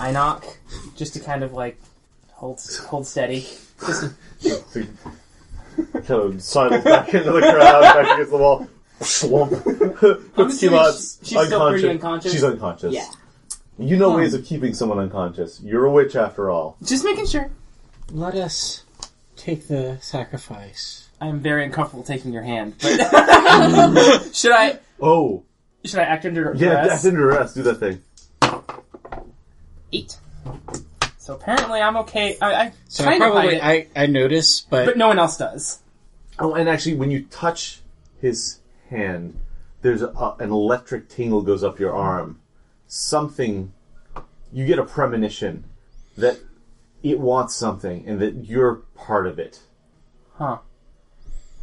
Speaker 4: Enoch, just to kind of like hold hold steady. Just
Speaker 3: kind of sidles back into the crowd, back against the wall. Slump. Puts
Speaker 4: assuming
Speaker 3: Keylot's
Speaker 4: she's- she's still pretty unconscious?
Speaker 3: She's unconscious.
Speaker 4: Yeah.
Speaker 3: You know ways of keeping someone unconscious. You're a witch after all.
Speaker 4: just making sure.
Speaker 5: Let us take the sacrifice.
Speaker 4: I'm very uncomfortable taking your hand. But should I
Speaker 3: Oh,
Speaker 4: should I act under
Speaker 3: yeah,
Speaker 4: duress?
Speaker 3: that's under arrest. Do that thing.
Speaker 4: Eight. So apparently I'm okay. I, I
Speaker 5: So I
Speaker 4: kind of hide
Speaker 5: probably
Speaker 4: it,
Speaker 5: I, I notice, but,
Speaker 4: but no one else does.
Speaker 3: Oh, and actually, when you touch his hand, there's a, an electric tingle goes up your arm. Something, you get a premonition that it wants something, and that you're part of it,
Speaker 4: Huh.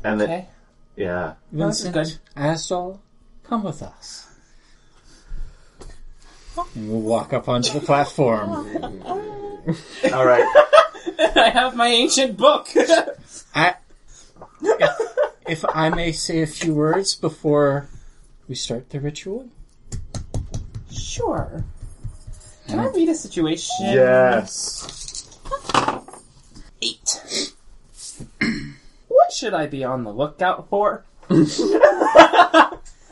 Speaker 3: and that
Speaker 4: Okay.
Speaker 3: yeah.
Speaker 4: No, this is good.
Speaker 5: Asdal, come with us. And we'll walk up onto the platform.
Speaker 3: All right.
Speaker 4: I have my ancient book.
Speaker 5: I, if, if I may say a few words before we start the ritual.
Speaker 4: sure. Can I
Speaker 5: Mm.
Speaker 4: read a situation?
Speaker 3: yes.
Speaker 4: Eight. what should I be on the lookout for?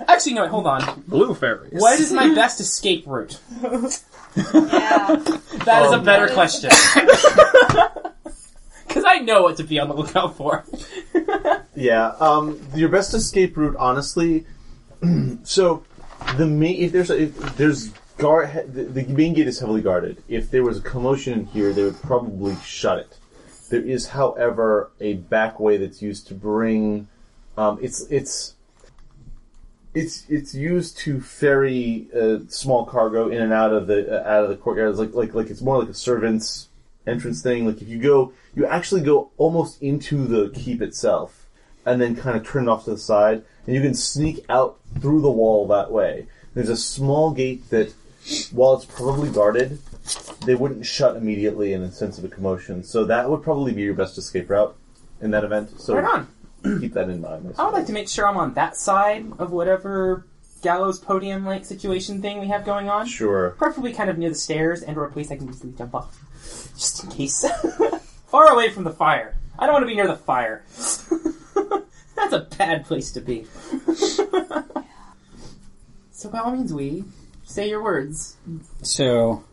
Speaker 4: Actually, no. Wait, hold on.
Speaker 6: Blue fairies.
Speaker 4: What is my best escape route?
Speaker 1: Yeah.
Speaker 4: That
Speaker 5: Oh,
Speaker 4: is a better question. Because I know what to be on the lookout for.
Speaker 3: Yeah. Um, your best escape route, honestly. so, the main if there's a, if there's guard the, the main gate is heavily guarded. If there was a commotion in here, they would probably shut it. There is, however, a back way that's used to bring. Um, it's it's. It's it's used to ferry uh, small cargo in and out of the uh, out of the courtyard. It's like like like it's more like a servants entrance thing. Like if you go, you actually go almost into the keep itself, and then kind of turn it off to the side, and you can sneak out through the wall that way. There's a small gate that, while it's probably guarded, they wouldn't shut immediately in the sense of a commotion. So that would probably be your best escape route in that event. So
Speaker 4: Right on.
Speaker 3: keep that in mind.
Speaker 4: I would like to make sure I'm on that side of whatever gallows podium like situation thing we have going on.
Speaker 3: Sure.
Speaker 4: Preferably kind of near the stairs and or a place I can easily jump off. Just in case. Far away from the fire. I don't want to be near the fire. That's a bad place to be. so by all means we say your words.
Speaker 5: So,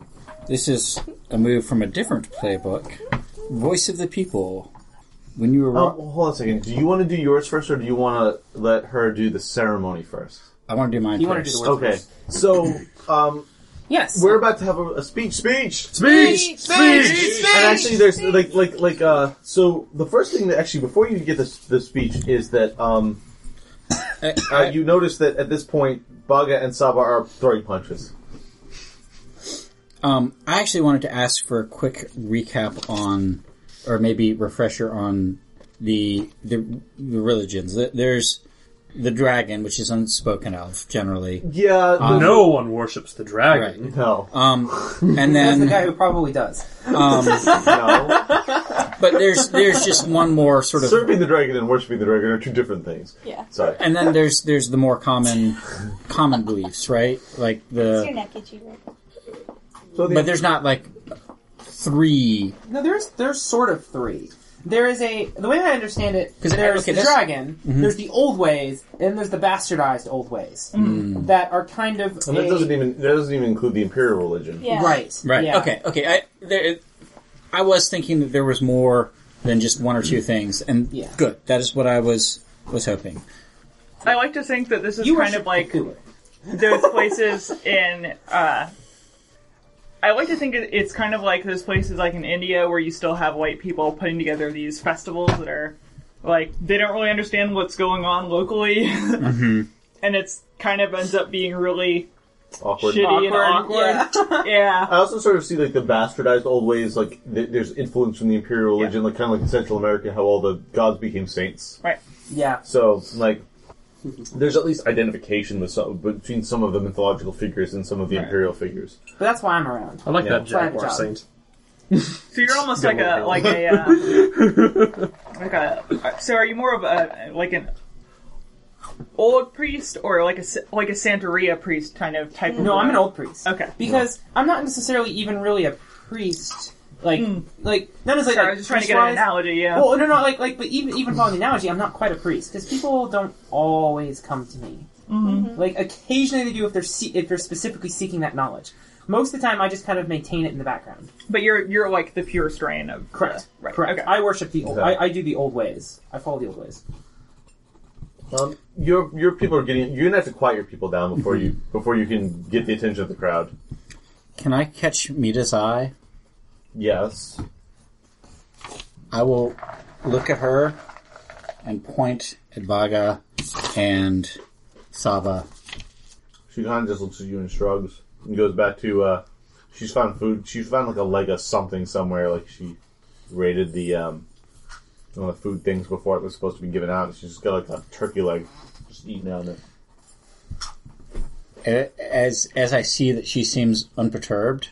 Speaker 5: this is a move from a different playbook. Voice of the People. When you were,
Speaker 3: Oh, hold on a second. Do you want to do yours first, or do you want to let her do the ceremony first?
Speaker 5: I want to do mine
Speaker 4: You want to do
Speaker 5: first.
Speaker 4: the words
Speaker 3: Okay.
Speaker 4: first.
Speaker 3: So, um,
Speaker 4: Yes.
Speaker 3: We're about to have a, a speech. Speech.
Speaker 6: Speech!
Speaker 3: Speech. And actually, there's like, like, like. Uh, so the first thing that actually, before you get this the speech, is that um, uh, you notice that at this point, Baga and Saba are throwing punches.
Speaker 5: Um, I actually wanted to ask for a quick recap on, or maybe refresher on the the, the religions. Th- There's the dragon, which is unspoken of generally,
Speaker 3: Yeah. the-
Speaker 6: No one worships the dragon.
Speaker 3: No.
Speaker 5: um, and
Speaker 4: That's the
Speaker 5: then
Speaker 4: guy who probably does.
Speaker 5: um,
Speaker 3: No.
Speaker 5: but there's there's just one more sort of,
Speaker 3: Serving the dragon and worshiping the dragon are two different things.
Speaker 1: Yeah.
Speaker 3: Sorry.
Speaker 5: and then there's there's the more common common beliefs, right? Like
Speaker 1: Your
Speaker 5: the,
Speaker 1: neck itchy, right?
Speaker 3: So the,
Speaker 5: but there's not like three.
Speaker 4: No, there's there's sort of three. there is a the way I understand it. Because there's
Speaker 5: okay,
Speaker 4: the
Speaker 5: that's-
Speaker 4: dragon, there's the old ways, and there's the bastardized old ways that are kind of
Speaker 3: And that
Speaker 4: a-
Speaker 3: doesn't even that doesn't even include the imperial religion.
Speaker 1: Yeah.
Speaker 4: right,
Speaker 5: Right.
Speaker 4: yeah.
Speaker 5: Okay. Okay. I there, I was thinking that there was more than just one or two things, and
Speaker 4: Yeah.
Speaker 5: good. That is what I was was hoping.
Speaker 7: I like to think that this is
Speaker 4: You
Speaker 7: kind
Speaker 4: worship
Speaker 7: of like
Speaker 4: Cthulhu.
Speaker 7: those places in. Uh, I like to think it- it's kind of like those places like in India where you still have white people putting together these festivals that are like they don't really understand what's going on locally, and it's kind of ends up being really
Speaker 3: Awkward.
Speaker 7: shitty and
Speaker 4: Awkward,
Speaker 7: awkward. Yeah.
Speaker 3: I also sort of see like the bastardized old ways, like th- there's influence from the imperial religion, like kind of like in Central America, how all the gods became saints.
Speaker 7: Right.
Speaker 4: Yeah,
Speaker 3: So like, there's at least identification with some, between some of the mythological figures and some of the imperial figures.
Speaker 4: but that's why I'm around.
Speaker 6: I like
Speaker 3: Yeah.
Speaker 6: that
Speaker 4: Flag
Speaker 6: Jaguar
Speaker 4: job.
Speaker 6: saint.
Speaker 7: So you're almost
Speaker 6: Don't
Speaker 7: like a
Speaker 6: worry.
Speaker 7: like a uh, like a. So are you more of a like an old priest or like a s- like a Santeria priest kind of type? of
Speaker 4: No, I'm an
Speaker 7: guy?
Speaker 4: old priest.
Speaker 7: Okay.
Speaker 4: because I'm not necessarily even really a priest. Like, like that is like.
Speaker 7: Hmm. Sorry, I
Speaker 4: like,
Speaker 7: was just trying to get an
Speaker 4: priest-wise-
Speaker 7: analogy. Yeah.
Speaker 4: Well, no, no, like, like, but even even following the analogy, I'm not quite a priest because people don't always come to me.
Speaker 7: Mm-hmm.
Speaker 4: Like, occasionally they do if they're se- if they're specifically seeking that knowledge. Most of the time, I just kind of maintain it in the background.
Speaker 7: but you're you're like the pure strain of
Speaker 4: Correct.
Speaker 7: right.
Speaker 4: Correct.
Speaker 7: Okay.
Speaker 4: I worship the old.
Speaker 3: Okay.
Speaker 4: I, I do the old ways. I follow the old ways.
Speaker 3: Um, your your people are getting. You're gonna have to quiet your people down before you before you can get the attention of the crowd.
Speaker 5: Can I catch Mita's eye?
Speaker 3: Yes.
Speaker 5: I will look at her and point at Vaga and Sava.
Speaker 3: She kind of just looks at you and shrugs and goes back to. Uh, she's found food. She found like a leg of something somewhere. Like she raided the um, one of the food things before it was supposed to be given out. She's just got like a turkey leg just eating on it.
Speaker 5: A- As as I see that she seems unperturbed,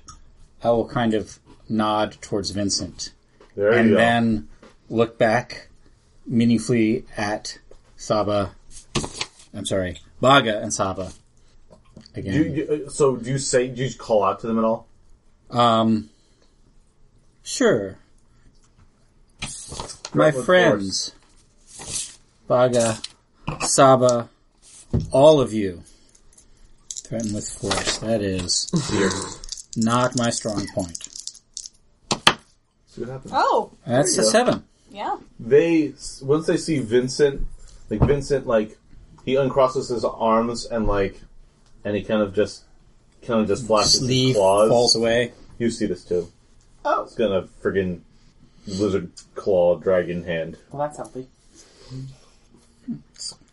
Speaker 5: I will kind of nod towards Vincent.
Speaker 3: There you
Speaker 5: and
Speaker 3: go.
Speaker 5: then look back meaningfully at Saba. I'm sorry, Baga and Saba. Again,
Speaker 3: do you, uh, so do you say? Do you just call out to them at all?
Speaker 5: um, sure. My
Speaker 3: Of course.
Speaker 5: friends, Baga, Saba, all of you. Threaten with force. That is not my strong point.
Speaker 3: See what happens.
Speaker 1: Oh,
Speaker 5: That's
Speaker 3: There
Speaker 5: a
Speaker 3: you go.
Speaker 5: seven.
Speaker 1: yeah.
Speaker 3: They once they see Vincent, like Vincent, like he uncrosses his arms and like, and he kind of just, kind of just flashes his
Speaker 5: Sleeve
Speaker 3: claws.
Speaker 5: falls away.
Speaker 3: You see this too.
Speaker 4: Oh.
Speaker 3: It's gonna friggin' lizard claw dragon hand.
Speaker 4: Well, that's healthy.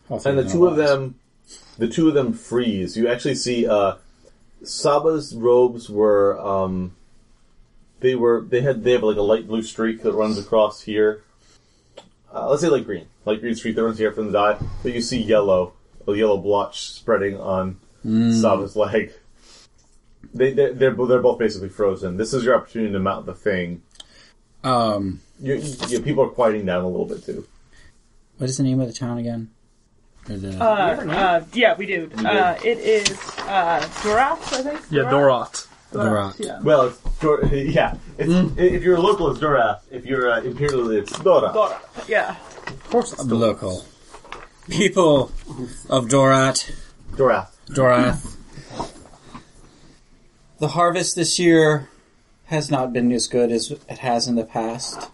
Speaker 3: And the two of them, the two of them freeze. You actually see, uh, Saba's robes were, um, they were, they had, they have like a light blue streak that runs across here. Uh, let's say light green. Light green streak that runs here from the dot. But you see yellow, a yellow blotch spreading on Saba's leg. They, they're, they're, they're both basically frozen. This is your opportunity to mount the thing.
Speaker 5: Um,
Speaker 3: Your, your people are quieting down a little bit too.
Speaker 5: What is the name of the town again? Or the-
Speaker 7: Uh, uh, yeah, we do. Uh, it is uh, Dorath, I think.
Speaker 6: Yeah, Dorot.
Speaker 5: the rock.
Speaker 7: Yeah.
Speaker 3: Well, it's Dor- yeah. It's,
Speaker 5: Mm.
Speaker 3: If you're local, it's Dorath. If you're uh, imperial, it's Dora.
Speaker 7: Dorath. Yeah.
Speaker 5: The local. People of Dorat,
Speaker 3: Dorath.
Speaker 5: Dorath. The harvest this year has not been as good as it has in the past.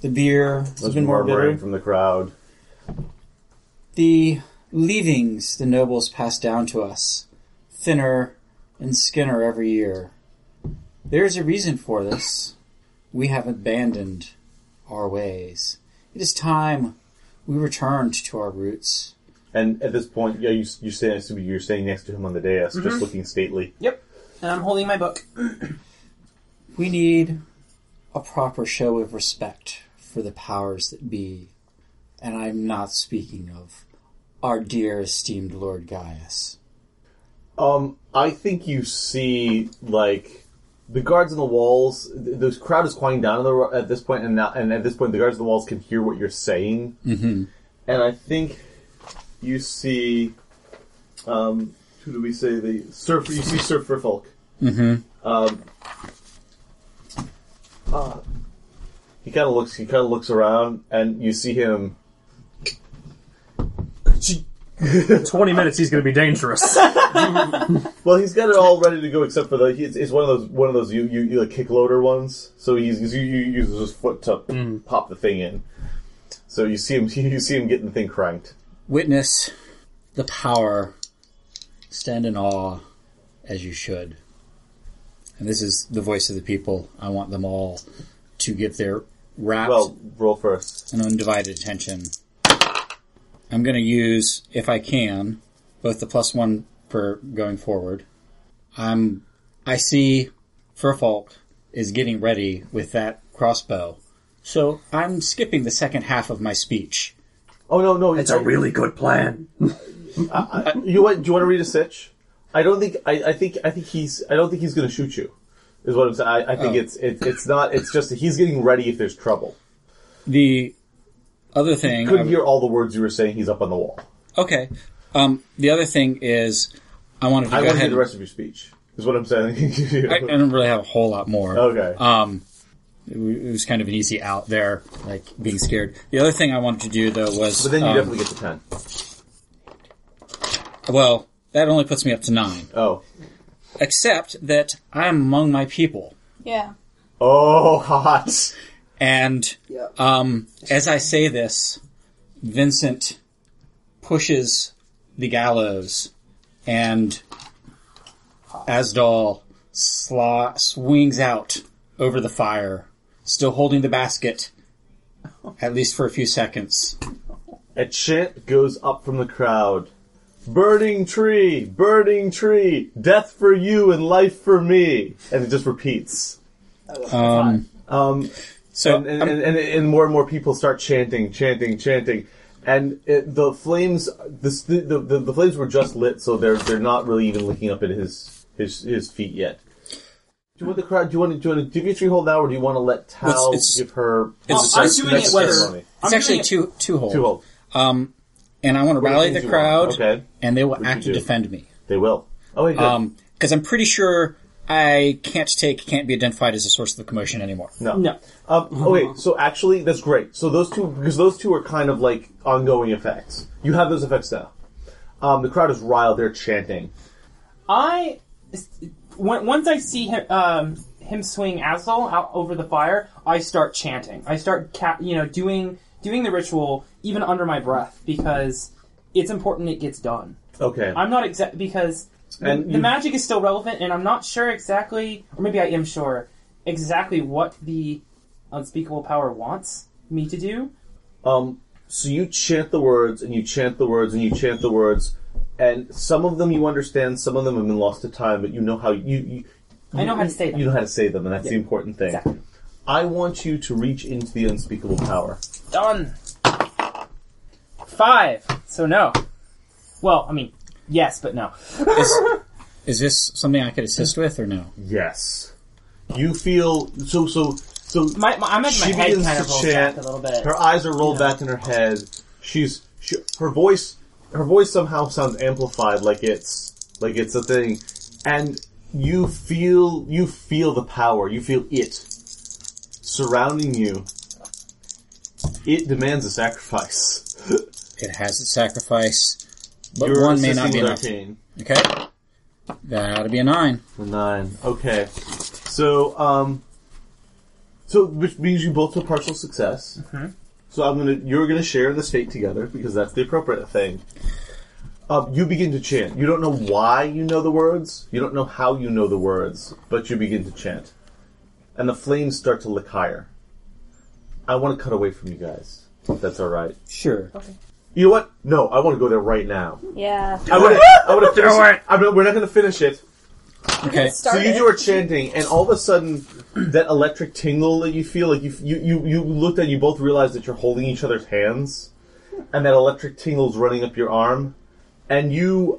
Speaker 5: The beer has
Speaker 3: There's
Speaker 5: been more
Speaker 3: murmuring
Speaker 5: bitter.
Speaker 3: from the crowd.
Speaker 5: The leavings the nobles pass down to us, thinner and skinner every year. There is a reason for this. We have abandoned our ways. It is time we returned to our roots.
Speaker 3: And at this point, yeah, you, you're standing. next to- You're standing next to him on the dais, just looking stately.
Speaker 4: Yep. And I'm holding my book.
Speaker 5: We need a proper show of respect for the powers that be, and I'm not speaking of our dear esteemed Lord Gaius.
Speaker 3: Um, I think you see like the guards on the walls. th- This crowd is quieting down at, the, at this point, and now, and at this point, the guards on the walls can hear what you're saying. Mm-hmm. And I think you see, um, who do we say? The surf. You see Sir Frifulk. Mm-hmm. Um, uh, He kind of looks. He kind of looks around, and you see him.
Speaker 6: Twenty minutes, he's going to be dangerous.
Speaker 3: Well, he's got it all ready to go, except for the. It's, it's one of those one of those you you, you like kick loader ones. So he's, he's- you, you use his foot to pop the thing in. So you see him. You see him getting the thing cranked.
Speaker 5: Witness the power. Stand in awe as you should. And this is the voice of the people. I want them all to give their rapt
Speaker 3: Well, roll first.
Speaker 5: and undivided attention. I'm going to use, if I can, both the plus one for going forward. I'm, I see Furfolk is getting ready with that crossbow. So I'm skipping the second half of my speech.
Speaker 3: Oh no no!
Speaker 6: it's a really good plan.
Speaker 3: You want? Do you want to read a sitch? I don't think. I, I think. I think he's. I don't think he's going to shoot you. Is what I'm saying. I,
Speaker 6: Oh.
Speaker 3: I think it's. It, it's not. It's just that he's getting ready if there's trouble.
Speaker 5: The other thing. I
Speaker 3: Couldn't
Speaker 5: would-
Speaker 3: hear all the words you were saying. He's up on the wall.
Speaker 5: Okay. Um, the other thing is, I wanted to
Speaker 3: I
Speaker 5: go
Speaker 3: want to hear
Speaker 5: ahead.
Speaker 3: the rest of your speech. Is what I'm saying.
Speaker 5: I, I don't really have a whole lot more.
Speaker 3: okay.
Speaker 5: Um, it wa- it was kind of an easy out there, like being scared. The other thing I wanted to do though was,
Speaker 3: but then you
Speaker 5: um,
Speaker 3: definitely get the ten.
Speaker 5: well, that only puts me up to nine.
Speaker 3: Oh.
Speaker 5: Except that I'm among my people,
Speaker 1: Yeah.
Speaker 3: Oh, hot.
Speaker 5: and um, as I say this, Vincent pushes the gallows, and Asdal sla- swings out over the fire, still holding the basket, at least for a few seconds.
Speaker 3: A chant goes up from the crowd. Burning tree, burning tree, death for you and life for me. And it just repeats.
Speaker 5: Um,
Speaker 3: Um,
Speaker 5: so
Speaker 3: and,
Speaker 5: I'm-
Speaker 3: and, and, and more and more people start chanting, chanting, chanting, and it, the flames this, the, the the flames were just lit, so they're they're not really even looking up at his his his feet yet. Do you want the crowd? Do you want to do you want to victory hold now, or do you want to let
Speaker 5: Well,
Speaker 3: Tal
Speaker 5: it's-
Speaker 3: give her?
Speaker 5: it's-
Speaker 4: I'm
Speaker 5: it's-
Speaker 4: doing it
Speaker 5: it's-
Speaker 4: whether-
Speaker 3: ceremony?
Speaker 5: It's
Speaker 4: I'm
Speaker 5: actually
Speaker 4: doing it-
Speaker 5: two two hold.
Speaker 3: Two hold.
Speaker 5: Um, and I want to
Speaker 3: What are
Speaker 5: rally
Speaker 3: things
Speaker 5: the
Speaker 3: you want?
Speaker 5: crowd,
Speaker 3: Okay,
Speaker 5: and they will
Speaker 3: What'd
Speaker 5: act
Speaker 3: you
Speaker 5: to
Speaker 3: do?
Speaker 5: defend me.
Speaker 3: they will. Oh, wait, good.
Speaker 5: Um, because I'm pretty sure I can't take, can't be identified as a source of the commotion anymore.
Speaker 3: no,
Speaker 4: No.
Speaker 3: Um, oh wait, so actually, that's great. So those two, because those two are kind of like ongoing effects. You have those effects now. Um, the crowd is riled; they're chanting.
Speaker 4: I when- once I see him um, him swing Azul out over the fire, I start chanting. I start ca- you know doing doing the ritual even under my breath because it's important it gets done.
Speaker 3: Okay,
Speaker 4: I'm not exact because
Speaker 3: And
Speaker 4: the,
Speaker 3: you-
Speaker 4: the magic is still relevant, and I'm not sure exactly, or maybe I am sure exactly what the unspeakable power wants me to do.
Speaker 3: Um, so you chant the words and you chant the words and you chant the words, and some of them you understand, some of them have been lost to time, but you know how you. you
Speaker 4: I know how to say them.
Speaker 3: You know how to say them, and that's the important thing.
Speaker 4: Exactly.
Speaker 3: I want you to reach into the unspeakable power.
Speaker 4: Done. Five. So no. Well, I mean, yes, but no.
Speaker 5: Is, is this something I could assist with or no?
Speaker 3: Yes. You feel so so so.
Speaker 4: My, my, I'm
Speaker 3: she
Speaker 4: making my head kind
Speaker 3: begins to
Speaker 4: of roll
Speaker 3: chant.
Speaker 4: back a little bit.
Speaker 3: Her eyes are rolled back in her head. She's she, her voice. Her voice somehow sounds amplified, like it's like it's a thing, and you feel you feel the power. You feel it surrounding you. It demands a sacrifice.
Speaker 5: It has its sacrifice, but
Speaker 3: You're
Speaker 5: one may
Speaker 3: assisting
Speaker 5: not be
Speaker 3: with
Speaker 5: enough.
Speaker 3: arcane.
Speaker 5: Okay? That ought to be a nine.
Speaker 3: A nine. Okay. So, um, so which means you both have partial success. So I'm gonna, you're gonna share this fate together because that's the appropriate thing. Um, you begin to chant. You don't know why you know the words. You don't know how you know the words, but you begin to chant, and the flames start to lick higher. I want to cut away from you guys. If that's all right.
Speaker 5: Sure.
Speaker 3: You know what? No, I want to go there right now.
Speaker 1: Yeah.
Speaker 3: I want to. I want to finish. it. I mean, we're not going to finish it.
Speaker 5: Okay.
Speaker 1: Start
Speaker 3: So you
Speaker 1: it.
Speaker 3: two are chanting, and all of a sudden, that electric tingle that you feel, like you you you, you looked at, you both realize that you're holding each other's hands, and that electric tingle's running up your arm, and you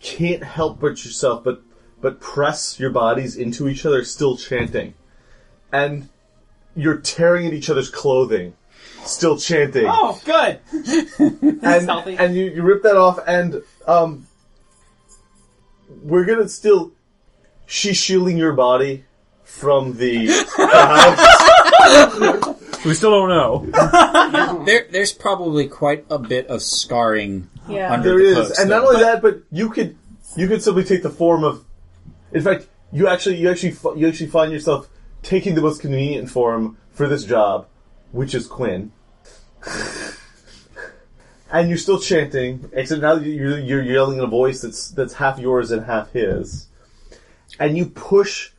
Speaker 3: can't help but yourself, but but press your bodies into each other, still chanting, and you're tearing at each other's clothing, still chanting
Speaker 4: Oh, good.
Speaker 3: and,
Speaker 4: healthy.
Speaker 3: and you, you rip that off and um we're gonna still she's shielding your body from the, the house
Speaker 6: We still don't know.
Speaker 5: There, there's probably quite a bit of scarring
Speaker 1: Yeah.
Speaker 5: under
Speaker 3: There
Speaker 5: the
Speaker 3: is,
Speaker 5: cloaks,
Speaker 3: and not
Speaker 5: though.
Speaker 3: only that, but you could you could simply take the form of. In fact, you actually you actually fi- you actually find yourself taking the most convenient form for this job, which is Quinn. and you're still chanting, except now you- you're you're yelling in a voice that's that's half yours and half his, and you push,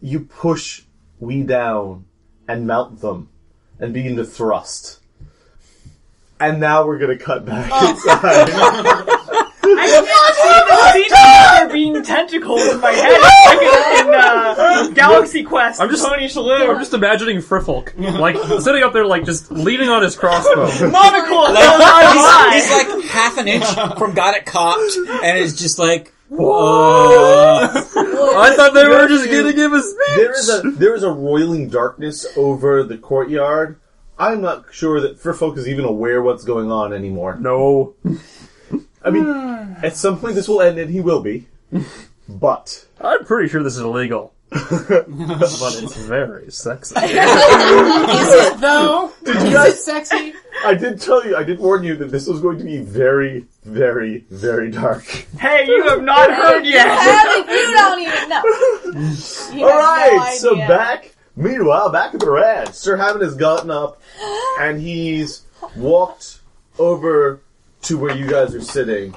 Speaker 3: you push we down and mount them, and begin to thrust. And now we're gonna cut back inside.
Speaker 7: I've seen there being tentacles in my head. Like in uh, Galaxy Quest,
Speaker 6: I'm just-
Speaker 7: Tony Shalhoub.
Speaker 6: I'm just imagining Friffolk, like, sitting up there, like, just leaning on his crossbow.
Speaker 7: monocle.
Speaker 5: He's, he's like half an inch from got it copped, and it's just like, whoa.
Speaker 6: I thought they were
Speaker 3: You're
Speaker 6: just
Speaker 3: cute.
Speaker 6: gonna give us
Speaker 3: there is a there is a roiling darkness over the courtyard. I'm not sure that Furfolk is even aware what's going on anymore.
Speaker 6: No.
Speaker 3: I mean, at some point this will end, and he will be. But
Speaker 6: I'm pretty sure this is illegal. but it's very sexy.
Speaker 4: Though,
Speaker 3: you guys,
Speaker 4: sexy.
Speaker 3: I did tell you, I did warn you that this was going to be very, very, very dark.
Speaker 7: Hey, you have not heard yet.
Speaker 1: Adam, you don't even know. You
Speaker 3: All
Speaker 1: have
Speaker 3: right,
Speaker 1: no
Speaker 3: so
Speaker 1: idea.
Speaker 3: back. Meanwhile, back at the ranch, Sir Hammond has gotten up, and he's walked over to where you guys are sitting,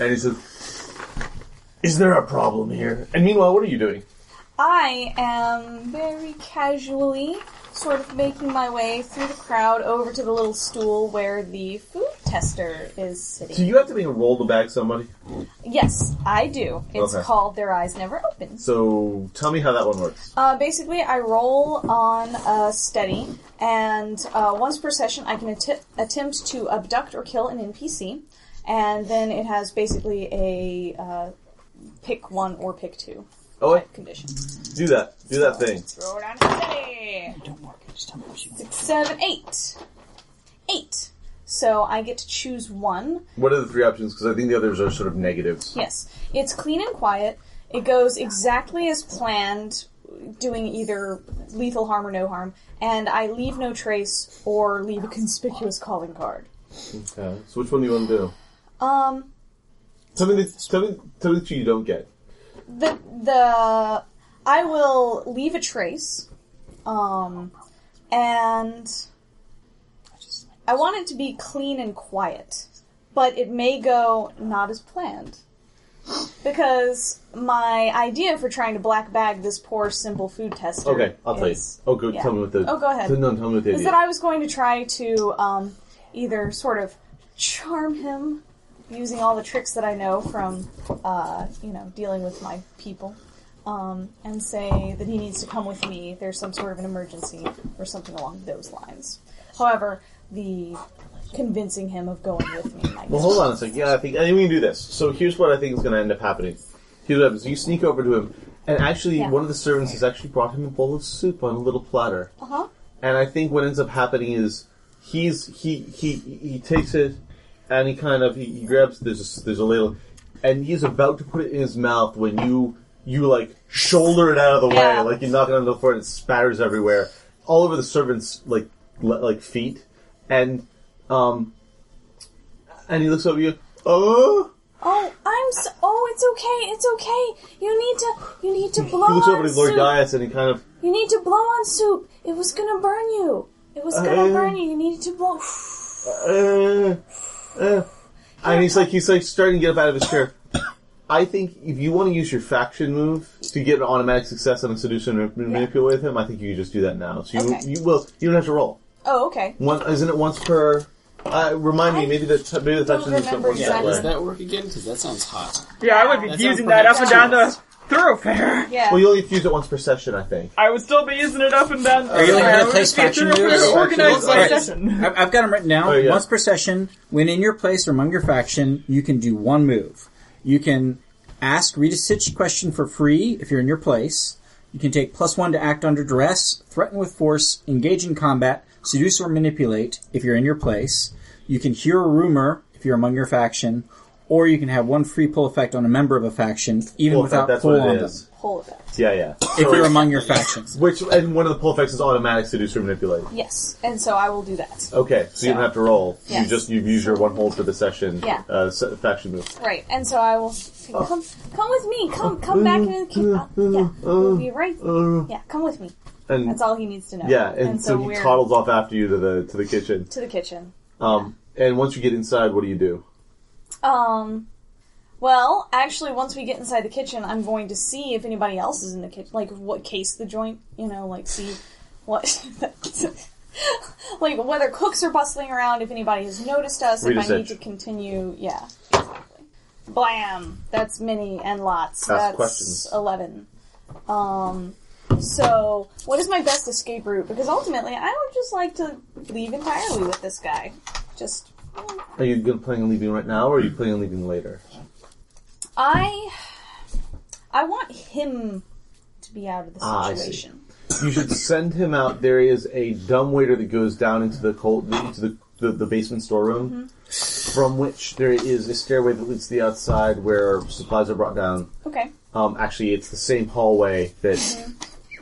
Speaker 3: and he says, "Is there a problem here?" And meanwhile, what are you doing?
Speaker 1: I am very casually sort of making my way through the crowd over to the little stool where the food tester is
Speaker 3: So
Speaker 1: sitting.
Speaker 3: you have to make a roll to bag somebody.
Speaker 1: Yes, I do. It's
Speaker 3: Okay.
Speaker 1: called Their Eyes Never Open.
Speaker 3: So tell me how that one works.
Speaker 1: Uh, basically, I roll on a steady, and uh, once per session, I can atti- attempt to abduct or kill an NPC, and then it has basically a uh, pick one or pick two
Speaker 3: Oh, wait,
Speaker 1: condition.
Speaker 3: do that. Do that thing.
Speaker 1: Throw it on a steady.
Speaker 5: Don't work, just tell me what you want.
Speaker 1: Six, seven, eight. Eight. So I get to choose one.
Speaker 3: What are the three options? Because I think the others are sort of negatives.
Speaker 1: Yes, it's clean and quiet. It goes exactly as planned, doing either lethal harm or no harm, and I leave no trace or leave a conspicuous calling card.
Speaker 3: Okay. So which one do you want to do?
Speaker 1: Um,
Speaker 3: Tell me that. Tell me. Tell me that you don't get.
Speaker 1: the the I will leave a trace, um, and I want it to be clean and quiet, but it may go not as planned because my idea for trying to black bag this poor simple food tester.
Speaker 3: Okay, I'll tell you.
Speaker 1: is-
Speaker 3: Oh, good.
Speaker 1: yeah.
Speaker 3: Tell me what the.
Speaker 1: Oh, go ahead.
Speaker 3: So, no, tell me what the
Speaker 1: is
Speaker 3: idea.
Speaker 1: that I was going to try to um, either sort of charm him using all the tricks that I know from, uh, you know, dealing with my people, um, and say that he needs to come with me. There's some sort of an emergency or something along those lines. However, the convincing him of going with me. Might
Speaker 3: Well, hold on a second. Yeah, I think I think we can do this. So here's what I think is going to end up happening. Here's what happens. You sneak over to him, and actually,
Speaker 1: Yeah.
Speaker 3: one of the servants has actually brought him a bowl of soup on a little platter.
Speaker 1: Uh-huh.
Speaker 3: And I think what ends up happening is he's he he he takes it, and he kind of he, he grabs there's a, there's a ladle, and he's about to put it in his mouth when you you like shoulder it out of the
Speaker 1: Yeah.
Speaker 3: way, like you knock it on the floor and it spatters everywhere, all over the servants like le- like feet, and um, and he looks over you. Oh.
Speaker 1: Oh, I'm so. Oh, it's okay. It's okay. You need to. You need to blow
Speaker 3: He looks
Speaker 1: on
Speaker 3: over to Lord
Speaker 1: soup.
Speaker 3: Gaius and he kind of
Speaker 1: You need to blow on soup. It was gonna burn you. It was gonna
Speaker 3: Uh.
Speaker 1: burn you. You needed to blow.
Speaker 3: uh, uh, and he's like he's like starting to get up out of his chair. I think if you want to use your faction move to get an automatic success on a seduction and manipulate with him, I think you can just do that now. So you
Speaker 1: Okay.
Speaker 3: you will you don't have to roll.
Speaker 1: Oh, okay.
Speaker 3: One isn't it once per? Uh, remind me, maybe the maybe the
Speaker 1: don't
Speaker 3: faction is
Speaker 1: remember
Speaker 3: once
Speaker 1: exactly.
Speaker 3: that
Speaker 8: Does
Speaker 3: way.
Speaker 8: that work again? Because that sounds hot.
Speaker 7: Yeah, I would be
Speaker 8: That sounds
Speaker 7: using that up and down the thoroughfare.
Speaker 1: Yeah.
Speaker 3: Well, you only have to use it once per session, I think.
Speaker 7: I would still be using it up and down. Are
Speaker 5: you only gonna
Speaker 7: going
Speaker 5: play faction moves?
Speaker 7: Organized by
Speaker 5: Alright.
Speaker 7: session.
Speaker 5: I've, I've got them written down.
Speaker 3: Oh, yeah.
Speaker 5: Once per session, when in your place or among your faction, you can do one move. You can ask, read a sitch question for free if you're in your place. You can take plus one to act under duress, threaten with force, engage in combat, seduce or manipulate if you're in your place. You can hear a rumor if you're among your faction, or you can have one free pull effect on a member of a faction, even
Speaker 3: Pull effect,
Speaker 5: without
Speaker 3: that's
Speaker 5: pull
Speaker 3: what
Speaker 5: on
Speaker 3: it
Speaker 5: them,
Speaker 3: is.
Speaker 1: Pull effect.
Speaker 3: Yeah, yeah.
Speaker 5: if you're among your factions.
Speaker 3: Which and one of the pull effects is automatic seduce or manipulate.
Speaker 1: Yes, and so I will do that.
Speaker 3: Okay, so you don't have to roll.
Speaker 1: Yes.
Speaker 3: You just you use your one hold for the session.
Speaker 1: Yeah.
Speaker 3: Uh, se- faction move.
Speaker 1: Right, and so I will
Speaker 3: Oh.
Speaker 1: come. Come with me. Come, come back into the ca- uh, Yeah, we'll be right. Yeah, come with me.
Speaker 3: And
Speaker 1: That's all he needs to know.
Speaker 3: yeah, and, so, he
Speaker 1: we're
Speaker 3: toddles off after you to the to the kitchen.
Speaker 1: to the kitchen.
Speaker 3: Um, and once you get inside, what do you do?
Speaker 1: Um, well, actually, once we get inside the kitchen, I'm going to see if anybody else is in the kitchen. Like, what case the joint, you know, like, see what. like, whether cooks are bustling around, if anybody has noticed us,
Speaker 3: Read
Speaker 1: if
Speaker 3: his
Speaker 1: I
Speaker 3: edge.
Speaker 1: need to continue. Yeah, exactly. Blam! That's many and lots. That's
Speaker 3: questions.
Speaker 1: 11. Um. So, what is my best escape route? Because ultimately, I don't just like to leave entirely with this guy. Just
Speaker 3: Are you gonna planning on leaving right now, or are you planning on leaving later?
Speaker 1: I I want him to be out of the
Speaker 3: Ah, I see.
Speaker 1: situation.
Speaker 3: You should send him out. There is a dumb waiter that goes down into the cold into the the, the basement storeroom, from which there is a stairway that leads to the outside where supplies are brought down.
Speaker 1: okay.
Speaker 3: Um, actually, it's the same hallway that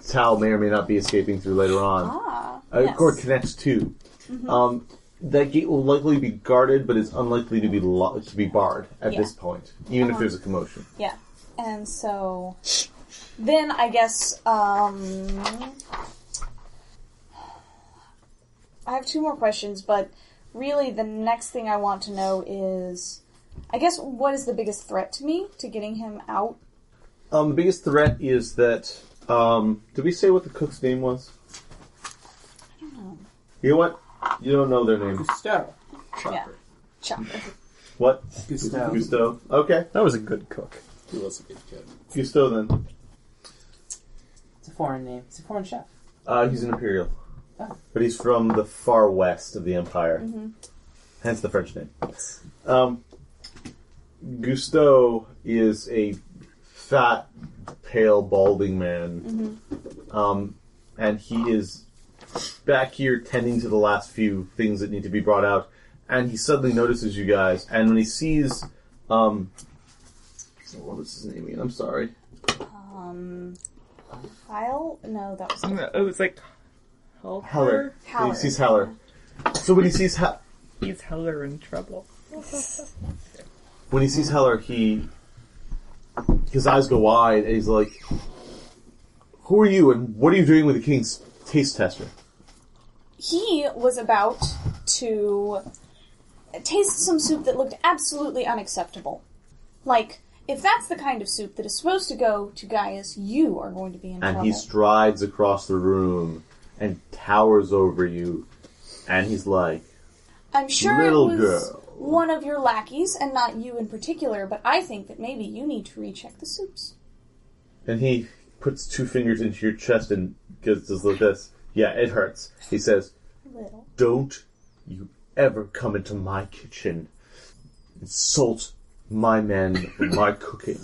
Speaker 3: Tal may or may not be escaping through later on.
Speaker 1: Ah.
Speaker 3: Uh,
Speaker 1: yes. Mm-hmm.
Speaker 3: Or connects to. Um, that gate will likely be guarded, but it's unlikely to be lo- to be barred at
Speaker 1: Yeah. Uh-huh.
Speaker 3: this point, even if there's a commotion.
Speaker 1: Yeah. And so then I guess um I have two more questions, but really the next thing I want to know is I guess what is the biggest threat to me to getting him out?
Speaker 3: Um, the biggest threat is that. Um, did we say what the cook's name was? You know what? You don't know their name.
Speaker 4: Gusto.
Speaker 1: Yeah. Chopper.
Speaker 3: What?
Speaker 4: Gusto.
Speaker 3: Gusto. Okay.
Speaker 6: That was a good cook.
Speaker 8: He was a good kid.
Speaker 3: Gusto then.
Speaker 4: It's a foreign name. It's a foreign chef.
Speaker 3: Uh, he's an Imperial.
Speaker 4: Oh.
Speaker 3: But he's from the far west of the Empire. Hence the French name. Um, Gusto is a fat, pale, balding man. Um, and he is back here tending to the last few things that need to be brought out. And he suddenly notices you guys. And when he sees. Um, what was his name again? I'm sorry.
Speaker 1: Um Kyle? No, that was
Speaker 7: And It was like Heller.
Speaker 3: Heller.
Speaker 1: Howard.
Speaker 3: He sees Heller. So when he sees Heller.
Speaker 7: He's Heller in trouble.
Speaker 3: when he sees Heller, he his eyes go wide, and he's like, "Who are you, and what are you doing with the king's taste tester?"
Speaker 1: he was about to taste some soup that looked absolutely unacceptable. Like, if that's the kind of soup that is supposed to go to Gaius, you are going to be in
Speaker 3: And
Speaker 1: trouble.
Speaker 3: he strides across the room and towers over you, and he's like,
Speaker 1: I'm sure it
Speaker 3: Little
Speaker 1: was
Speaker 3: girl.
Speaker 1: one of your lackeys, and not you in particular, but I think that maybe you need to recheck the soups.
Speaker 3: and he puts two fingers into your chest and goes just like this. Yeah, it hurts. He says,
Speaker 1: Little.
Speaker 3: "Don't you ever come into my kitchen, insult my men, and my cooking,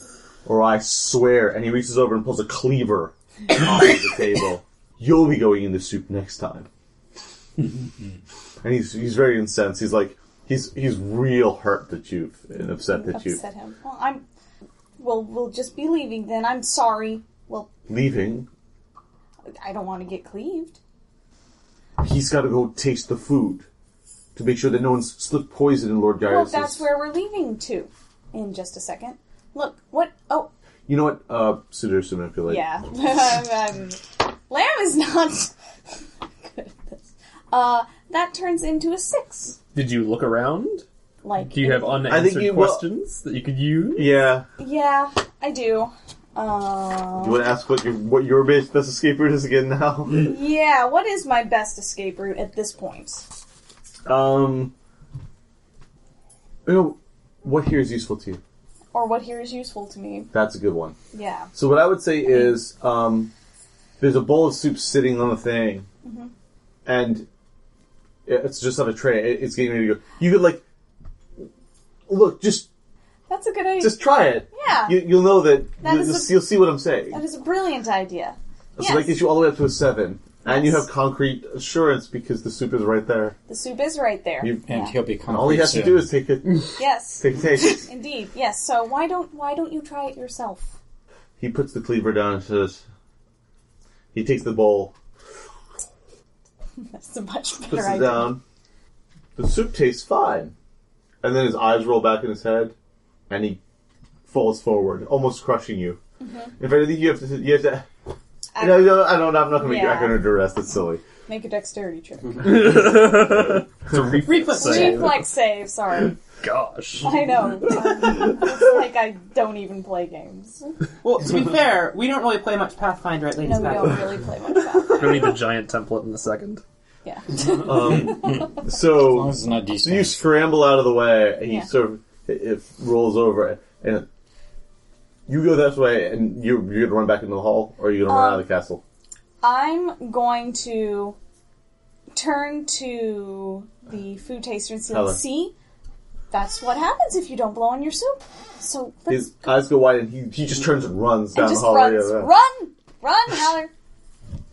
Speaker 3: or I swear." And he reaches over and pulls a cleaver off of the table. You'll be going in the soup next time. and he's he's very incensed. He's like he's he's real hurt that you've and upset that you
Speaker 1: Upset him. Well, I'm. Well, we'll just be leaving then. I'm sorry. Well,
Speaker 3: leaving.
Speaker 1: I don't want to get cleaved.
Speaker 3: He's got to go taste the food to make sure that no one's slipped poison in Lord
Speaker 1: Well,
Speaker 3: Darius.
Speaker 1: that's where we're leaving to in just a second. Look, what? Oh,
Speaker 3: You know what? Uh, seduce and manipulate.
Speaker 1: Yeah. Um, Lamb is not good at this. Uh, that turns into a six.
Speaker 6: Did you look around?
Speaker 1: Like,
Speaker 6: Do you have
Speaker 3: I think
Speaker 6: unanswered
Speaker 3: you will-
Speaker 6: questions that you could use?
Speaker 3: Yeah.
Speaker 1: yeah, I do. Uh,
Speaker 3: You want to ask what your what your best best escape route is again now?
Speaker 1: yeah. What is my best escape route at this point?
Speaker 3: um, you know, what here is useful to you?
Speaker 1: Or what here is useful to me?
Speaker 3: That's a good one.
Speaker 1: Yeah.
Speaker 3: So what I would say is, um, there's a bowl of soup sitting on the thing,
Speaker 1: Mm-hmm.
Speaker 3: and it- it's just on a tray. It- It's getting ready to go. You could like, look, just
Speaker 1: That's a good idea.
Speaker 3: just try it.
Speaker 1: Yeah.
Speaker 3: You, you'll know that.
Speaker 1: That
Speaker 3: you'll,
Speaker 1: is
Speaker 3: just-
Speaker 1: a-
Speaker 3: you'll see what I'm saying.
Speaker 1: that is a brilliant idea.
Speaker 3: So that
Speaker 1: Yes.
Speaker 3: gets you all the way up to a seven. And you have concrete assurance because the soup is right there.
Speaker 1: The soup is right there.
Speaker 3: You,
Speaker 5: and
Speaker 1: Yeah.
Speaker 5: he'll be concrete
Speaker 3: all he has to
Speaker 5: soon.
Speaker 3: do is take it.
Speaker 1: Yes,
Speaker 3: Take, take. it.
Speaker 1: indeed. Yes. So why don't why don't you try it yourself?
Speaker 3: He puts the cleaver down and says, he takes the bowl,
Speaker 1: That's a much better
Speaker 3: puts it
Speaker 1: idea.
Speaker 3: down. The soup tastes fine. And then his eyes roll back in his head, and he falls forward, almost crushing you. In fact, I think you have to. You have to
Speaker 1: Mm-hmm. I-
Speaker 3: no, no, I don't. I'm not going to make you
Speaker 1: Yeah.
Speaker 3: act under duress. That's silly.
Speaker 1: Make a dexterity check.
Speaker 6: It's a reflex save.
Speaker 1: Reflex save. Sorry,
Speaker 6: Gosh.
Speaker 1: I know. Um, it's like I don't even play games.
Speaker 3: Mm-hmm.
Speaker 4: Well, to be fair, we don't really play much Pathfinder at
Speaker 1: No,
Speaker 4: Ladies'
Speaker 1: we don't
Speaker 4: Pathfinder.
Speaker 1: really play much. Pathfinder.
Speaker 6: We're gonna need the giant template in a second.
Speaker 1: Yeah.
Speaker 3: Um,
Speaker 5: As long
Speaker 3: so,
Speaker 5: as it's not
Speaker 3: so you
Speaker 5: decent.
Speaker 3: scramble out of the way, and he
Speaker 1: Yeah.
Speaker 3: sort of it, it rolls over, and you go this way, and you you're gonna run back into the hall, or you're gonna run out
Speaker 1: Um,
Speaker 3: of the castle.
Speaker 1: I'm going to turn to the food taster and see,
Speaker 3: Hello. His eyes go wide, and he he just turns and runs down
Speaker 1: and just
Speaker 3: the hallway.
Speaker 1: runs,
Speaker 3: Yeah.
Speaker 1: run, run, Howler.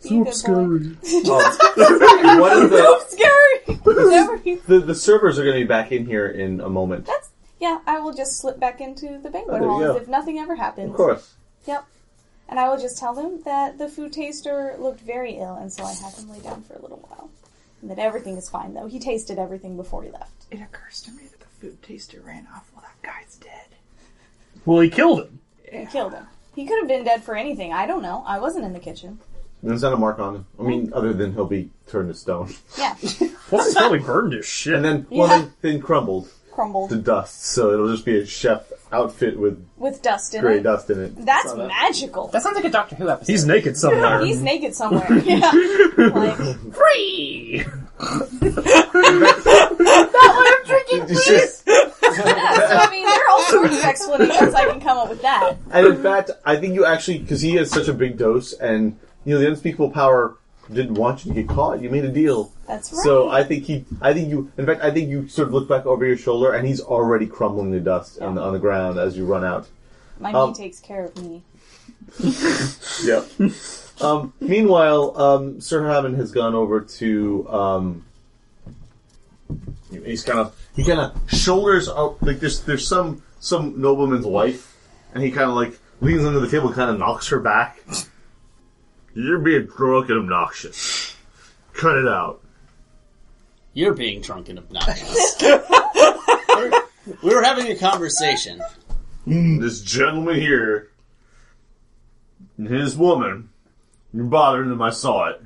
Speaker 1: Be a good boy.
Speaker 3: Um, what is the,
Speaker 1: Scary. Whatever you-
Speaker 3: the the servers are gonna be back in here in a moment?
Speaker 1: That's yeah. I will just slip back into the
Speaker 3: Oh,
Speaker 1: banquet
Speaker 3: there you
Speaker 1: hall as
Speaker 3: go.
Speaker 1: if nothing ever happened.
Speaker 3: Of course.
Speaker 1: Yep. And I will just tell them that the food taster looked very ill, and so I had him lay down for a little while. And that everything is fine, though. He tasted everything before he left.
Speaker 7: It occurs to me that the food taster ran off while that guy's dead.
Speaker 6: Well, he killed him.
Speaker 1: He killed him. He could have been dead for anything. I don't know. I wasn't in the kitchen.
Speaker 3: There's not a mark on him. I mean, other than he'll be turned to stone,
Speaker 1: Yeah.
Speaker 6: Plus, he's probably burned his shit.
Speaker 3: and then well,
Speaker 1: Yeah.
Speaker 3: then, then crumbled to
Speaker 1: Crumbled
Speaker 3: dust. So it'll just be a chef outfit with
Speaker 1: with dust in
Speaker 3: gray
Speaker 1: it.
Speaker 3: dust in it.
Speaker 1: That's magical.
Speaker 4: That sounds like a Doctor Who episode.
Speaker 6: he's naked somewhere.
Speaker 1: He's naked somewhere. Yeah. Like,
Speaker 6: free.
Speaker 3: It's just-
Speaker 1: I mean, there are all sorts of explanations I can come up with that.
Speaker 3: and in fact, I think you actually because he has such a big dose, and you know the unspeakable power didn't want you to get caught. You made a deal,
Speaker 1: That's right.
Speaker 3: so I think he, I think you, in fact, I think you sort of look back over your shoulder, and he's already crumbling to dust on, the, on the ground as you run out.
Speaker 1: My knee
Speaker 3: um,
Speaker 1: takes care of me.
Speaker 3: Yeah. um, meanwhile, um, Sir Hammond has gone over to. Um, he's kind of he kind of shoulders out like there's there's some some nobleman's wife, and he kind of like leans under the table, and kind of knocks her back. You're being drunk and obnoxious. Cut it out.
Speaker 8: You're being drunk and obnoxious. We're- we were having a conversation.
Speaker 2: This gentleman here and his woman, you're bothering them. I saw it.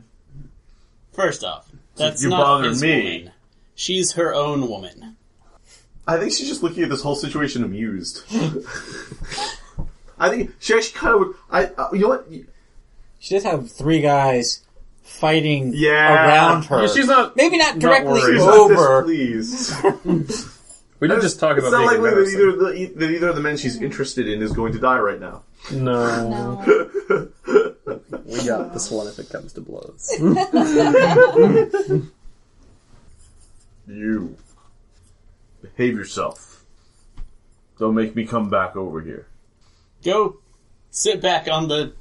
Speaker 8: First off, that's
Speaker 2: You're
Speaker 8: not
Speaker 2: bothering
Speaker 8: his
Speaker 2: me.
Speaker 8: woman. She's her own woman.
Speaker 3: I think she's just looking at this whole situation amused. I think she actually kind of would. I uh, you know what?
Speaker 5: She does have three guys fighting
Speaker 2: Yeah.
Speaker 5: around her.
Speaker 6: Yeah, she's not.
Speaker 5: Maybe not directly
Speaker 6: worried.
Speaker 5: over.
Speaker 3: please.
Speaker 6: We did just talk
Speaker 3: It's
Speaker 6: about
Speaker 3: not
Speaker 6: being
Speaker 3: likely that
Speaker 6: embarrassing.
Speaker 3: either, of the, that either of the men she's interested in is going to die right now.
Speaker 6: No.
Speaker 1: No.
Speaker 6: we got this one if it comes to blows.
Speaker 2: You behave yourself. Don't make me come back over here.
Speaker 8: Go sit back on the.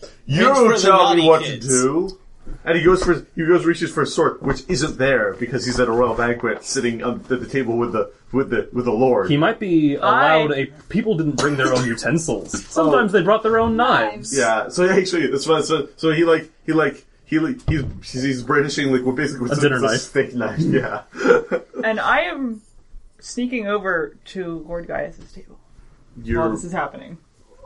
Speaker 8: for
Speaker 2: You
Speaker 8: the
Speaker 2: tell me
Speaker 8: naughty
Speaker 2: what
Speaker 8: kids.
Speaker 2: to do.
Speaker 3: And he goes for his, he goes reaches for his sword, which isn't there because he's at a royal banquet, sitting on, at the table with the with the with the lord.
Speaker 6: He might be
Speaker 7: I-
Speaker 6: allowed a. People didn't bring their own utensils. Sometimes they brought their own knives.
Speaker 3: yeah. So he actually, that's what. So, so he like he like he like, he's he's brandishing like what basically
Speaker 6: dinner
Speaker 3: it's a
Speaker 6: knife.
Speaker 3: steak knife. Yeah.
Speaker 7: And I am sneaking over to Lord Gaius's table while
Speaker 3: You're
Speaker 7: this is happening.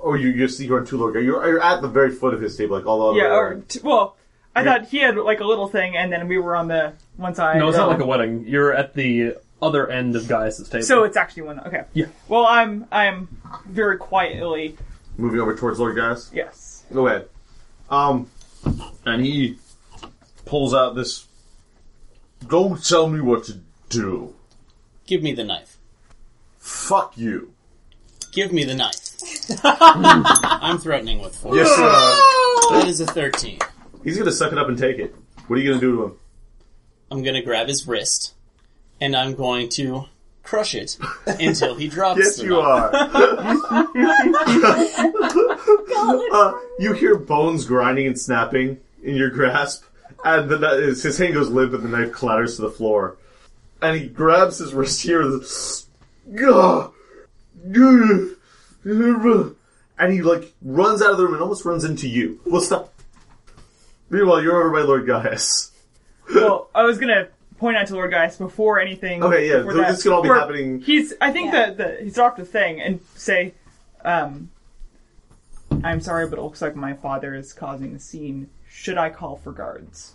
Speaker 3: oh you you're you're on two lord. You're, you're at the very foot of his table, like all the way
Speaker 7: Yeah, or
Speaker 3: around.
Speaker 7: t- well, I thought he had like a little thing, and then we were on the one side.
Speaker 6: No, it's not like a wedding. You're at the other end of Gaius's table.
Speaker 7: So it's actually one. Okay.
Speaker 6: Yeah.
Speaker 7: Well, I'm I'm very quietly.
Speaker 3: moving over towards Lord Gaius.
Speaker 7: Yes.
Speaker 3: Go ahead. Um, and he pulls out this. Don't tell me what to do.
Speaker 8: Give me the knife.
Speaker 3: Fuck you.
Speaker 8: Give me the knife. I'm threatening with four.
Speaker 3: Yes, sir.
Speaker 8: That is a 13.
Speaker 3: He's gonna suck it up and take it. What are you gonna do to him?
Speaker 8: I'm going to grab his wrist, and I'm going to crush it until he drops
Speaker 3: Yes,
Speaker 8: the
Speaker 3: you
Speaker 8: knife.
Speaker 3: are. uh, you hear bones grinding and snapping in your grasp and the kni- his his hand goes limp, and the knife clatters to the floor. And he grabs his wrist here, and Gah! Gah! and he like runs out of the room and almost runs into you. Well, stop. Meanwhile, you're over by Lord Gaius.
Speaker 7: well, I was gonna point out to Lord Geist before anything.
Speaker 3: Okay, yeah,
Speaker 7: before
Speaker 3: th-
Speaker 7: that,
Speaker 3: this could all be
Speaker 7: where
Speaker 3: happening-
Speaker 7: He's. I think
Speaker 1: Yeah.
Speaker 7: that the, he's dropped a thing and say, um, "I'm sorry, but it looks like my father is causing a scene. Should I call for guards?"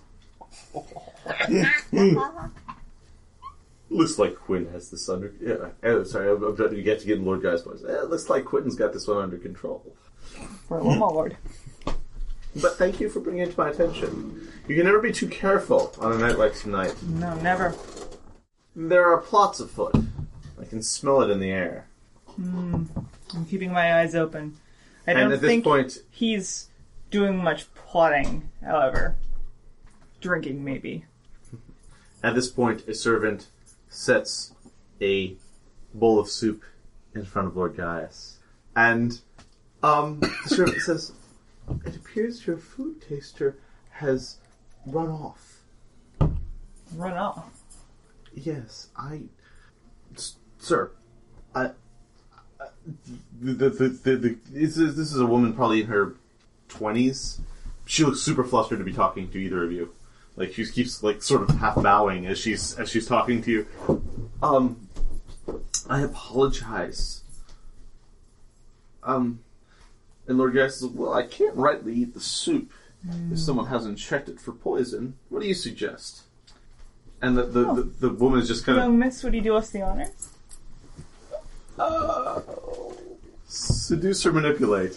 Speaker 3: Looks like Quinn has this under. Yeah, eh, sorry, I'm, I'm trying to get to get in Lord Gaius' voice. Eh, looks like Quentin's got this one under control.
Speaker 7: For my lord.
Speaker 3: But thank you for bringing it to my attention. You can never be too careful on a night like tonight.
Speaker 7: No, never.
Speaker 3: There are plots afoot. I can smell it in the air.
Speaker 7: I'm keeping my eyes open. I don't
Speaker 3: And at this
Speaker 7: think
Speaker 3: point,
Speaker 7: he's doing much plotting. However, drinking maybe.
Speaker 3: at this point, a servant sets a bowl of soup in front of Lord Gaius, and um, the servant says, "It appears your food taster has run off."
Speaker 7: Run off.
Speaker 3: Yes, I, S- sir, I. I- The, the, the, the, the, this, is, this is a woman probably in her twenties. She looks super flustered to be talking to either of you. Like she keeps like sort of half bowing as she's as she's talking to you. Um, I apologize. Um, and Lord Gas says, "Well, I can't rightly eat the soup if someone hasn't checked it for poison. What do you suggest?" And the the, the, the woman is just kind of
Speaker 7: Young miss, would you do us the honor?
Speaker 3: Seduce or manipulate.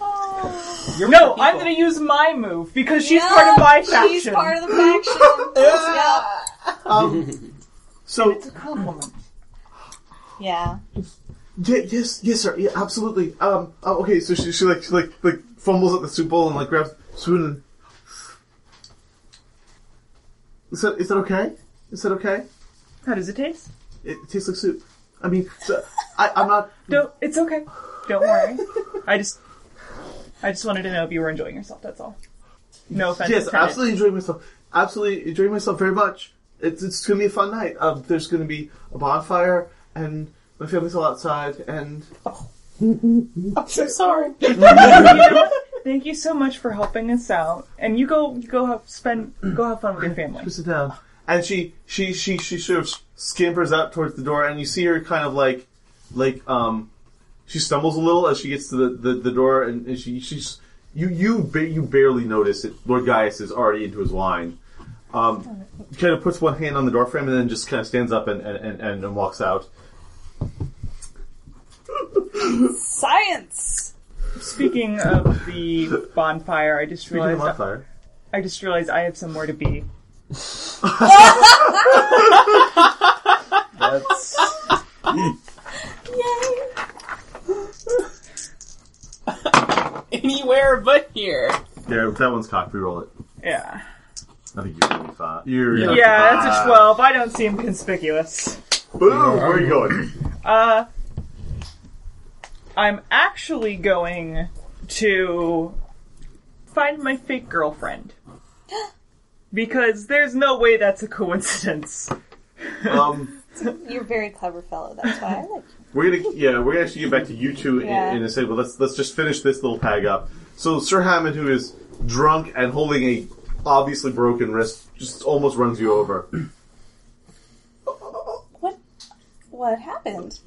Speaker 7: No, I'm gonna use my move because she's part of my faction.
Speaker 1: She's part of the faction. yeah.
Speaker 3: So
Speaker 1: Yeah.
Speaker 3: yeah, yes, yes, sir. Yeah, absolutely. Um. oh, okay. So she, she like she like like fumbles at the soup bowl and like grabs spoon and. Is that is that okay? Is that okay?
Speaker 7: How does it taste?
Speaker 3: It, tastes like soup. I mean, so, I I'm not.
Speaker 7: No, it's okay. Don't worry. I just, I just wanted to know if you were enjoying yourself. That's all. No offense.
Speaker 3: Yes,
Speaker 7: intended.
Speaker 3: absolutely enjoying myself. Absolutely enjoying myself very much. It's it's gonna be a fun night. Um, there's gonna be a bonfire and my family's all outside and
Speaker 7: Thank you so much for helping us out. And you go, you go have spend, go have fun with your family.
Speaker 3: sit down. And she, she, she, she sort of scampers out towards the door, and you see her kind of like, like, um, she stumbles a little as she gets to the, the, the door, and, and she, she's, you, you, ba- you barely notice that Lord Gaius is already into his wine. Um, kind of puts one hand on the doorframe and then just kind of stands up and, and, and, and walks out.
Speaker 1: Science.
Speaker 7: Speaking of the bonfire, I just
Speaker 3: Speaking of
Speaker 7: realized,
Speaker 3: bonfire,
Speaker 7: I just realized I have somewhere to be.
Speaker 3: that's
Speaker 1: Yay.
Speaker 8: Anywhere but here.
Speaker 3: there. That one's cocked. Reroll it.
Speaker 7: Yeah,
Speaker 3: I think you're gonna be fine. You're
Speaker 6: Yeah.
Speaker 7: yeah, that's
Speaker 3: Ah.
Speaker 7: a twelve. I don't seem conspicuous.
Speaker 3: Boom. Where are you going?
Speaker 7: Uh, I'm actually going to find my fake girlfriend. Because there's no way that's a coincidence.
Speaker 3: Um.
Speaker 1: You're a very clever fellow. That's why I like you.
Speaker 3: We're gonna yeah, we're gonna actually get back to you two in,
Speaker 1: Yeah.
Speaker 3: in a second, but let's let's just finish this little tag up. So Sir Hammond, who is drunk and holding a obviously broken wrist, just almost runs you over.
Speaker 1: What? What happened?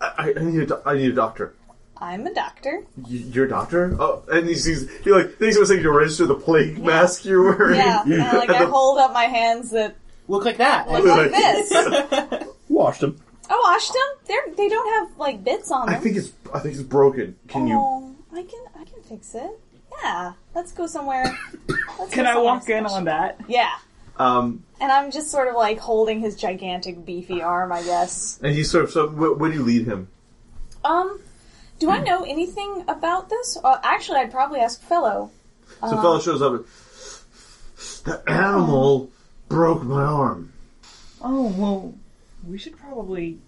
Speaker 3: I, I need a do- I need a doctor.
Speaker 1: I'm a doctor.
Speaker 3: Y- Your doctor? Oh, and he sees he like thinks it was like to register the plague mask you're wearing.
Speaker 1: Yeah. And I, like I
Speaker 3: And the-
Speaker 1: hold up my hands that
Speaker 8: Look like that.
Speaker 1: look like this. I
Speaker 6: Washed him.
Speaker 1: washed them. They're they don't have like bits on
Speaker 3: I
Speaker 1: them.
Speaker 3: think it's I think it's broken. Can you?
Speaker 1: oh, I can I can fix it. Yeah. Let's go somewhere. Let's
Speaker 7: Can
Speaker 1: go
Speaker 7: I
Speaker 1: somewhere
Speaker 7: walk in
Speaker 1: special.
Speaker 7: on that?
Speaker 1: Yeah.
Speaker 3: Um,
Speaker 1: And I'm just sort of like holding his gigantic beefy arm, I guess.
Speaker 3: and he sort of so where, where do you lead him?
Speaker 1: Um, do I know anything about this? Uh, actually, I'd probably ask fellow.
Speaker 3: So
Speaker 1: Uh-huh.
Speaker 3: fellow shows up. The animal broke my arm.
Speaker 7: Oh, well, we should probably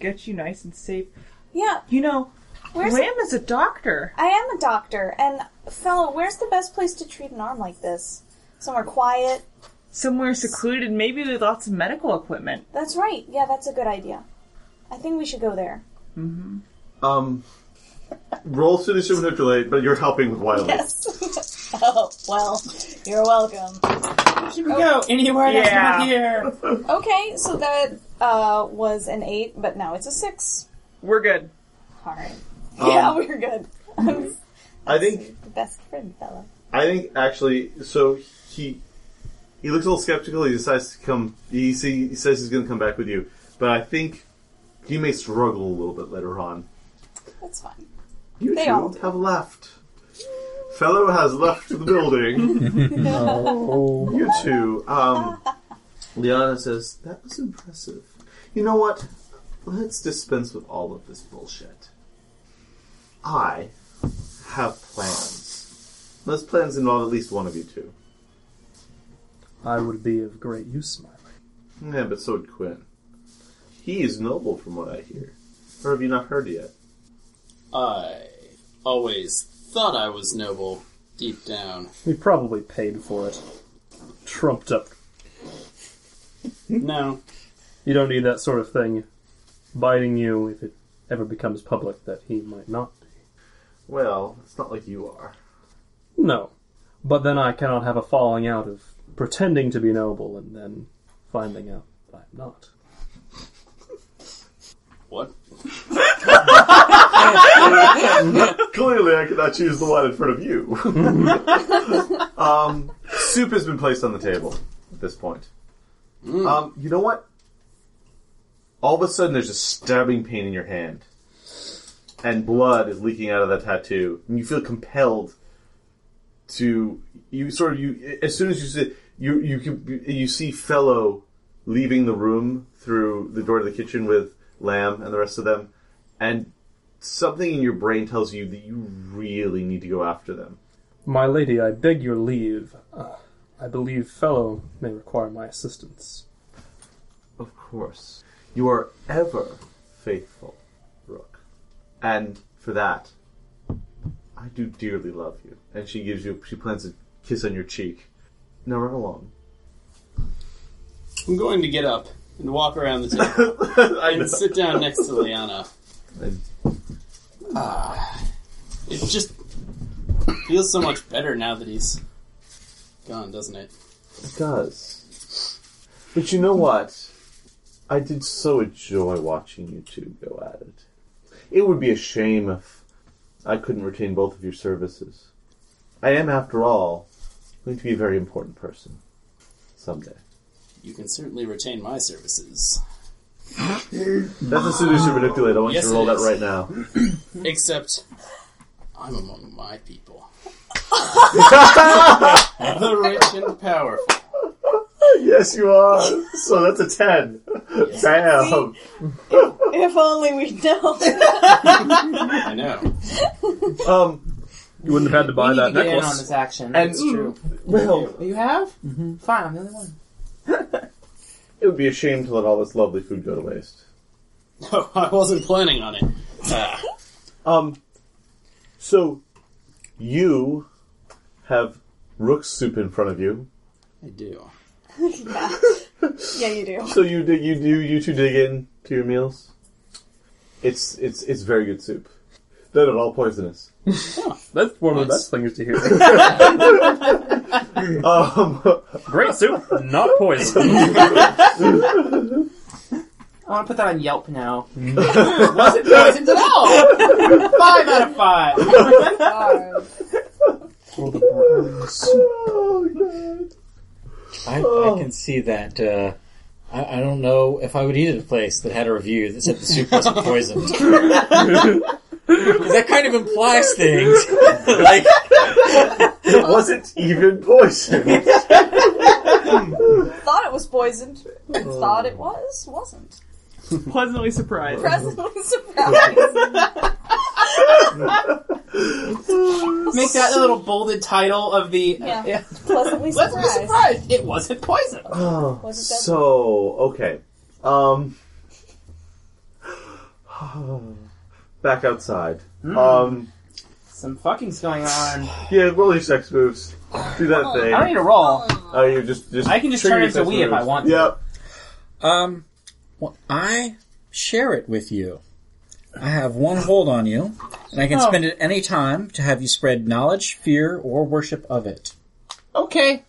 Speaker 7: get you nice and safe.
Speaker 1: Yeah,
Speaker 7: You know,
Speaker 1: where's
Speaker 7: Lamb is a doctor.
Speaker 1: I am a doctor, and fellow, where's the best place to treat an arm like this? somewhere quiet.
Speaker 7: Somewhere secluded, maybe with lots of medical equipment.
Speaker 1: That's right. Yeah, that's a good idea. I think we should go there.
Speaker 3: Um, roll through the manipulate, but you're helping with Wiley.
Speaker 1: Yes. oh well, you're welcome.
Speaker 4: Here we go. Anywhere that's
Speaker 7: Yeah.
Speaker 4: not here.
Speaker 1: Okay, so that uh, was an eight, but now it's a six.
Speaker 7: We're good.
Speaker 1: All right. yeah, we're good. I'm
Speaker 3: I think
Speaker 1: the best friend fella.
Speaker 3: I think actually, so he he looks a little skeptical. He decides to come. He, see, he says he's going to come back with you, but I think he may struggle a little bit later on.
Speaker 1: That's fine.
Speaker 3: You
Speaker 1: They
Speaker 3: two
Speaker 1: all
Speaker 3: have left. Fellow has left the building. You two. Um, Liana says that was impressive. You know what? Let's dispense with all of this bullshit. I have plans. Those plans involve at least one of you two.
Speaker 6: I would be of great use, my lady.
Speaker 3: Yeah, but so would Quinn. He is noble, from what I hear. Or have you not heard yet?
Speaker 8: I always thought I was noble deep down.
Speaker 6: We probably paid for it. Trumped up.
Speaker 8: No.
Speaker 6: You don't need that sort of thing biting you if it ever becomes public that he might not be.
Speaker 3: Well, it's not like you are.
Speaker 6: No. But then I cannot have a falling out of pretending to be noble and then finding out I'm not.
Speaker 8: What?
Speaker 3: Clearly, I cannot choose the one in front of you. um, soup has been placed on the table at this point. Um, you know what? All of a sudden, there's a stabbing pain in your hand, and blood is leaking out of that tattoo, and you feel compelled to. You sort of you as soon as you see you you can- you see fellow leaving the room through the door to the kitchen with Lamb and the rest of them, and something in your brain tells you that you really need to go after them.
Speaker 6: My lady, I beg your leave. Uh, I believe fellow may require my assistance.
Speaker 3: Of course. You are ever faithful, Rook. And for that, I do dearly love you. And she gives you, she plants a kiss on your cheek. Now run along.
Speaker 8: I'm going to get up and walk around the table
Speaker 3: I know.
Speaker 8: and sit down next to Liana.
Speaker 3: And
Speaker 8: It just feels so much better now that he's gone, doesn't it?
Speaker 3: it does.
Speaker 9: But you know what?
Speaker 3: I did so enjoy watching you two go at it.
Speaker 9: It would be a shame if I couldn't retain both of your services. I am, after all, going to be a very important person someday.
Speaker 8: You can certainly retain my services.
Speaker 9: That's a seducer manipulate. I want
Speaker 8: Yes,
Speaker 9: you to roll
Speaker 8: it
Speaker 9: that
Speaker 8: is.
Speaker 9: right now.
Speaker 8: Except I'm among my people. the rich and powerful.
Speaker 9: Yes, you are. So that's a ten. Bam.
Speaker 1: If only we know.
Speaker 8: I know.
Speaker 9: Um,
Speaker 6: You wouldn't have had to buy
Speaker 4: you
Speaker 6: that
Speaker 4: get in on
Speaker 6: necklace.
Speaker 4: this action.
Speaker 9: And-
Speaker 4: it's true.
Speaker 9: well,
Speaker 4: You have? Mm-hmm. Fine, I'm the only one.
Speaker 9: it would be a shame to let all this lovely food go to waste.
Speaker 8: No, I wasn't planning on it. Ah,
Speaker 9: Um, so you have rook soup in front of you.
Speaker 8: I do.
Speaker 1: yeah, you do.
Speaker 9: So you dig, you do you two dig in to your meals. It's it's it's very good soup. Not at all poisonous.
Speaker 6: That's one of the
Speaker 8: Nice.
Speaker 6: best things to hear.
Speaker 9: Um,
Speaker 6: Great soup, not poison.
Speaker 4: I want to put that on Yelp now.
Speaker 3: Mm-hmm.
Speaker 4: Wasn't poisoned at all. five out of five.
Speaker 1: Um,
Speaker 9: oh, God.
Speaker 10: I, I can see that. Uh, I, I don't know if I would eat at a place that had a review that said the soup wasn't poisoned. 'Cause that kind of implies things. like,
Speaker 9: It wasn't even poison.
Speaker 1: thought it was poisoned. Thought it was. Wasn't.
Speaker 7: Pleasantly surprised.
Speaker 4: Mm-hmm.
Speaker 1: Presently surprised.
Speaker 4: Make that the little bolded title of the.
Speaker 1: Yeah.
Speaker 4: yeah.
Speaker 1: Pleasantly
Speaker 4: Let's be
Speaker 1: surprised.
Speaker 4: surprised. It wasn't poison.
Speaker 9: Oh,
Speaker 1: Was it that-
Speaker 9: so okay. Um, back outside. Um,
Speaker 4: Some fucking's going on.
Speaker 3: Yeah, roll your sex moves. Do that
Speaker 4: I
Speaker 3: thing.
Speaker 4: don't need to roll.
Speaker 3: Oh, you just, just
Speaker 4: I can just
Speaker 3: trigger
Speaker 4: turn
Speaker 3: your
Speaker 4: into
Speaker 3: sex
Speaker 4: we if I
Speaker 3: moves.
Speaker 4: want to.
Speaker 3: Yep.
Speaker 5: Um, well, I share it with you. I have one hold on you, and I can
Speaker 4: Oh.
Speaker 5: spend it any time to have you spread knowledge, fear, or worship of it.
Speaker 4: Okay.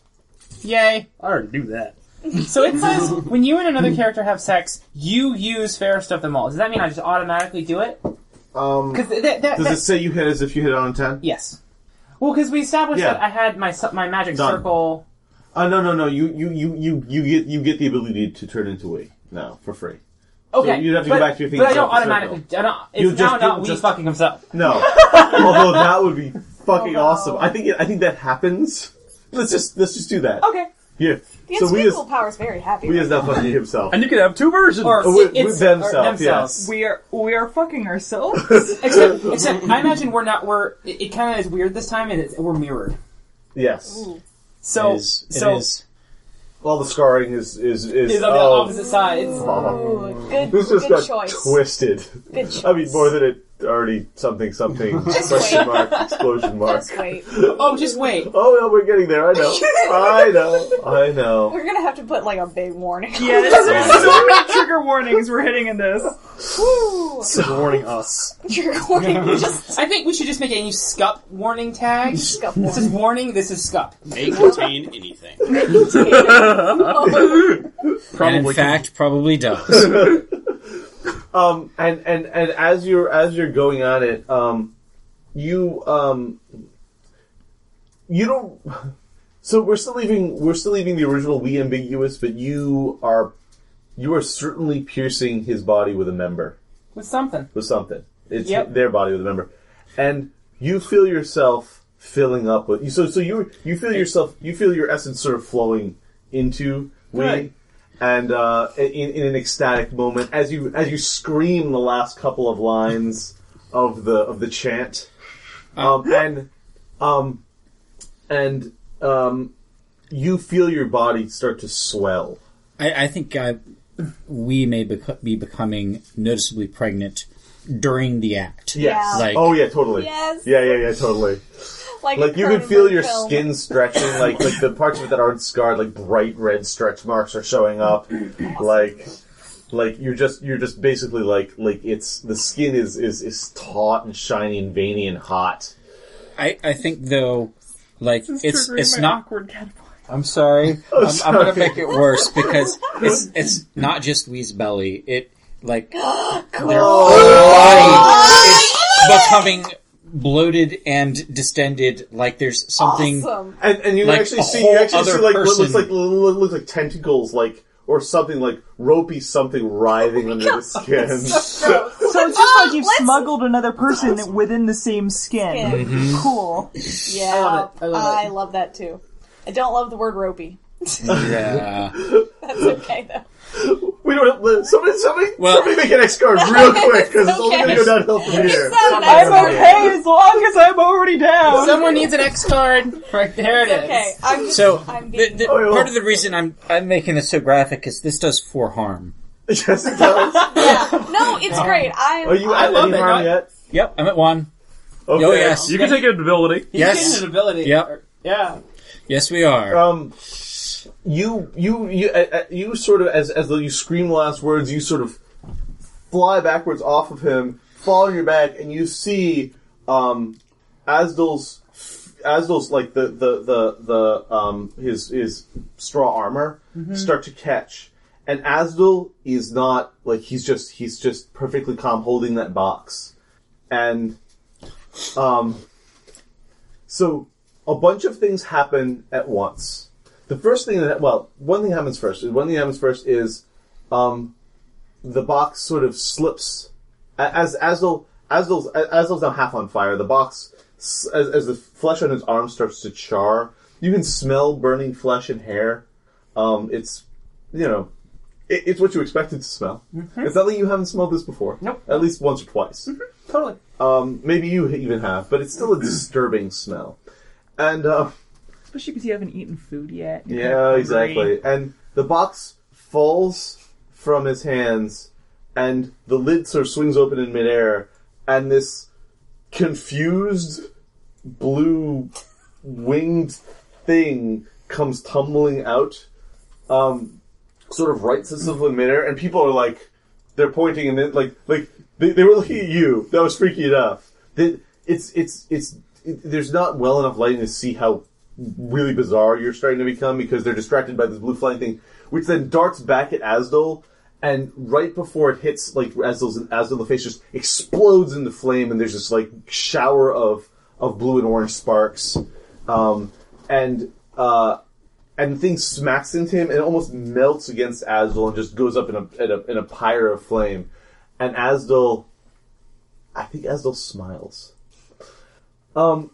Speaker 4: Yay.
Speaker 6: I already do that.
Speaker 4: So it says when you and another character have sex, you use fairest of them all. Does that mean I just automatically do it?
Speaker 3: Um,
Speaker 4: Because th- th- that-
Speaker 3: does
Speaker 4: that-
Speaker 3: it say you hit as if you hit on a 10?
Speaker 4: yes. Well, because we established
Speaker 3: Yeah.
Speaker 4: that I had my su- my magic
Speaker 3: Done.
Speaker 4: circle.
Speaker 3: Oh, no, no, no. You, you, you, you, you get, you get the ability to turn into we now for free.
Speaker 4: Okay,
Speaker 3: you'd have to go
Speaker 4: but-
Speaker 3: back to your thing
Speaker 4: But I
Speaker 3: and
Speaker 4: don't
Speaker 3: set up the
Speaker 4: automatically. I don't, it's
Speaker 3: You'll
Speaker 4: now not
Speaker 3: just- you'll
Speaker 4: we
Speaker 3: just-
Speaker 4: fucking himself.
Speaker 3: No. Although that would be fucking
Speaker 1: Oh, wow.
Speaker 3: awesome. I think, it, I think that happens. Let's just, let's just do that.
Speaker 4: Okay,
Speaker 3: Yeah.
Speaker 1: The
Speaker 3: so we
Speaker 1: unspeakable
Speaker 3: is,
Speaker 1: power is very happy.
Speaker 3: we
Speaker 1: right
Speaker 3: is not fucking himself.
Speaker 6: And you can have two versions.
Speaker 4: or
Speaker 3: Oh, with-
Speaker 4: it's
Speaker 3: with themselves,
Speaker 4: or Uh, themselves.
Speaker 7: We are we are fucking ourselves.
Speaker 4: Except, except I imagine we're not. We're it, it kind of is weird this time, and it's, we're mirrored.
Speaker 3: Yes.
Speaker 1: Ooh.
Speaker 4: So
Speaker 5: it is, it
Speaker 4: so
Speaker 5: is-
Speaker 3: All the scarring is, is, is,
Speaker 4: is on the
Speaker 3: oh,
Speaker 4: opposite side. It's-
Speaker 1: Ooh, good,
Speaker 3: This just
Speaker 1: good
Speaker 3: got
Speaker 1: choice.
Speaker 3: twisted.
Speaker 1: Good choice.
Speaker 3: I mean, more than it already something something question
Speaker 1: wait.
Speaker 3: mark explosion mark.
Speaker 1: Just wait.
Speaker 4: oh, just wait.
Speaker 3: Oh no, we're getting there. I know. I know. I know.
Speaker 1: We're gonna have to put like a big warning.
Speaker 7: yeah, there's, there's so many trigger warnings we're hitting in this.
Speaker 1: Woo!
Speaker 6: warning us.
Speaker 1: Trigger warning. We just
Speaker 4: I think we should just make a new scup warning tag. this
Speaker 1: got
Speaker 4: is warning. This is scup.
Speaker 8: May contain anything.
Speaker 5: and in
Speaker 6: Probably.
Speaker 5: fact, probably does.
Speaker 3: Um, and and and as you're as you're going on it, um, you um, you don't. So we're still leaving. We're still leaving the original we ambiguous, but you are, you are certainly piercing his body with a member.
Speaker 4: With something.
Speaker 3: with something. It's
Speaker 4: Yep.
Speaker 3: their body with a member, and you feel yourself filling up with. So so you you feel yourself you feel your essence sort of flowing into
Speaker 4: Good.
Speaker 3: we, and uh, in, in an ecstatic moment as you as you scream the last couple of lines of the of the chant, um, and um, and um, you feel your body start to swell.
Speaker 5: I, I think I, we may bec- be becoming noticeably pregnant during the act.
Speaker 1: Yes.
Speaker 5: Like,
Speaker 3: Oh yeah, totally.
Speaker 1: Yes.
Speaker 3: Yeah, yeah, yeah, totally.
Speaker 1: like
Speaker 3: Like
Speaker 1: a
Speaker 3: you can
Speaker 1: Cronenberg
Speaker 3: feel your
Speaker 1: film.
Speaker 3: skin stretching, like like the parts of it that aren't scarred, like bright red stretch marks are showing up, like like you're just you're just basically like like it's the skin is is is taut and shiny and veiny and hot.
Speaker 5: I, I think though, like it's
Speaker 7: Triggering
Speaker 5: it's
Speaker 7: my
Speaker 5: not.
Speaker 7: awkward caterpillar.
Speaker 5: I'm sorry. I'm,
Speaker 3: sorry.
Speaker 5: I'm gonna make it worse because it's it's not just Wee's belly. It like their body is becoming bloated and distended. Like there's something.
Speaker 1: Awesome.
Speaker 3: And and you
Speaker 5: Like,
Speaker 3: actually
Speaker 5: a
Speaker 3: see
Speaker 5: whole
Speaker 3: you actually
Speaker 5: other
Speaker 3: see like what
Speaker 5: person.
Speaker 3: looks like lo- looks like tentacles like or something like ropey something writhing under the skin.
Speaker 11: So it's
Speaker 7: Oh,
Speaker 11: just like you've
Speaker 1: Let's-
Speaker 11: smuggled another person within the same skin.
Speaker 1: Yeah.
Speaker 3: Mm-hmm.
Speaker 11: Cool.
Speaker 1: Yeah, I
Speaker 4: love it. I love it.
Speaker 1: love that too. I don't love the word ropey.
Speaker 5: Yeah.
Speaker 1: That's
Speaker 3: Hm.
Speaker 1: okay though.
Speaker 3: we don't have, somebody somebody
Speaker 5: Well-
Speaker 3: somebody make an X card real quick because it's
Speaker 1: okay.
Speaker 3: only gonna go downhill from here.
Speaker 1: Not an
Speaker 11: I'm
Speaker 1: expert.
Speaker 11: okay as long as I'm already down.
Speaker 4: Someone needs an X card. Right there it is.
Speaker 1: Okay, I'm just,
Speaker 5: So
Speaker 1: I'm
Speaker 5: the,
Speaker 1: being
Speaker 5: the,
Speaker 3: Oh, yeah.
Speaker 5: part of the reason I'm I'm making this so graphic is this does for harm.
Speaker 3: Yes, it does.
Speaker 1: yeah. No, it's great. I'm
Speaker 3: Are you
Speaker 4: I
Speaker 3: at
Speaker 4: love
Speaker 3: any
Speaker 4: it.
Speaker 3: harm
Speaker 4: I-
Speaker 3: yet?
Speaker 5: Yep, I'm at one.
Speaker 3: Okay.
Speaker 5: Oh yes,
Speaker 6: You can take an ability.
Speaker 4: He's
Speaker 5: Yes.
Speaker 4: getting an ability.
Speaker 5: Yep.
Speaker 4: Or- Yeah.
Speaker 5: yes we are.
Speaker 3: Um, you you you uh, uh, you sort of as as though you scream the last words, you sort of fly backwards off of him, fall on your back, and you see um, Asdil's Asdil's like the the the the um his his straw armor start to catch. And Asdil is not like he's just he's just perfectly calm holding that box. And um so a bunch of things happen at once. The first thing that well, one thing happens first. One thing happens first is um the box sort of slips A- as Asdil Asdil's Asdil's now half on fire. The box s- as, as the flesh on his arm starts to char, you can smell burning flesh and hair. Um, it's you know, it, it's what you expected to smell. It's not like you haven't smelled this before.
Speaker 4: Nope.
Speaker 3: At least once or twice.
Speaker 4: Totally.
Speaker 3: Um, maybe you even have, but it's still a disturbing smell. And uh,
Speaker 7: Especially because you haven't eaten food yet. You're kind of
Speaker 3: yeah,
Speaker 7: hungry.
Speaker 3: exactly. And the box falls from his hands, and the lid sort of swings open in midair, and this confused, blue winged thing comes tumbling out, um, sort of right itself in midair, and people are like, they're pointing and then like like they, they were looking at you. That was freaky enough. That it's it's it's it, there's not well enough lighting to see how really bizarre you're starting to become because they're distracted by this blue flying thing, which then darts back at Asdol. And right before it hits, like Asdol's Asdol, the face just explodes into flame, and there's this like shower of of blue and orange sparks, um, and uh, and the thing smacks into him and almost melts against Asdol and just goes up in a, in a in a pyre of flame. And Asdol, I think Asdol smiles. Um,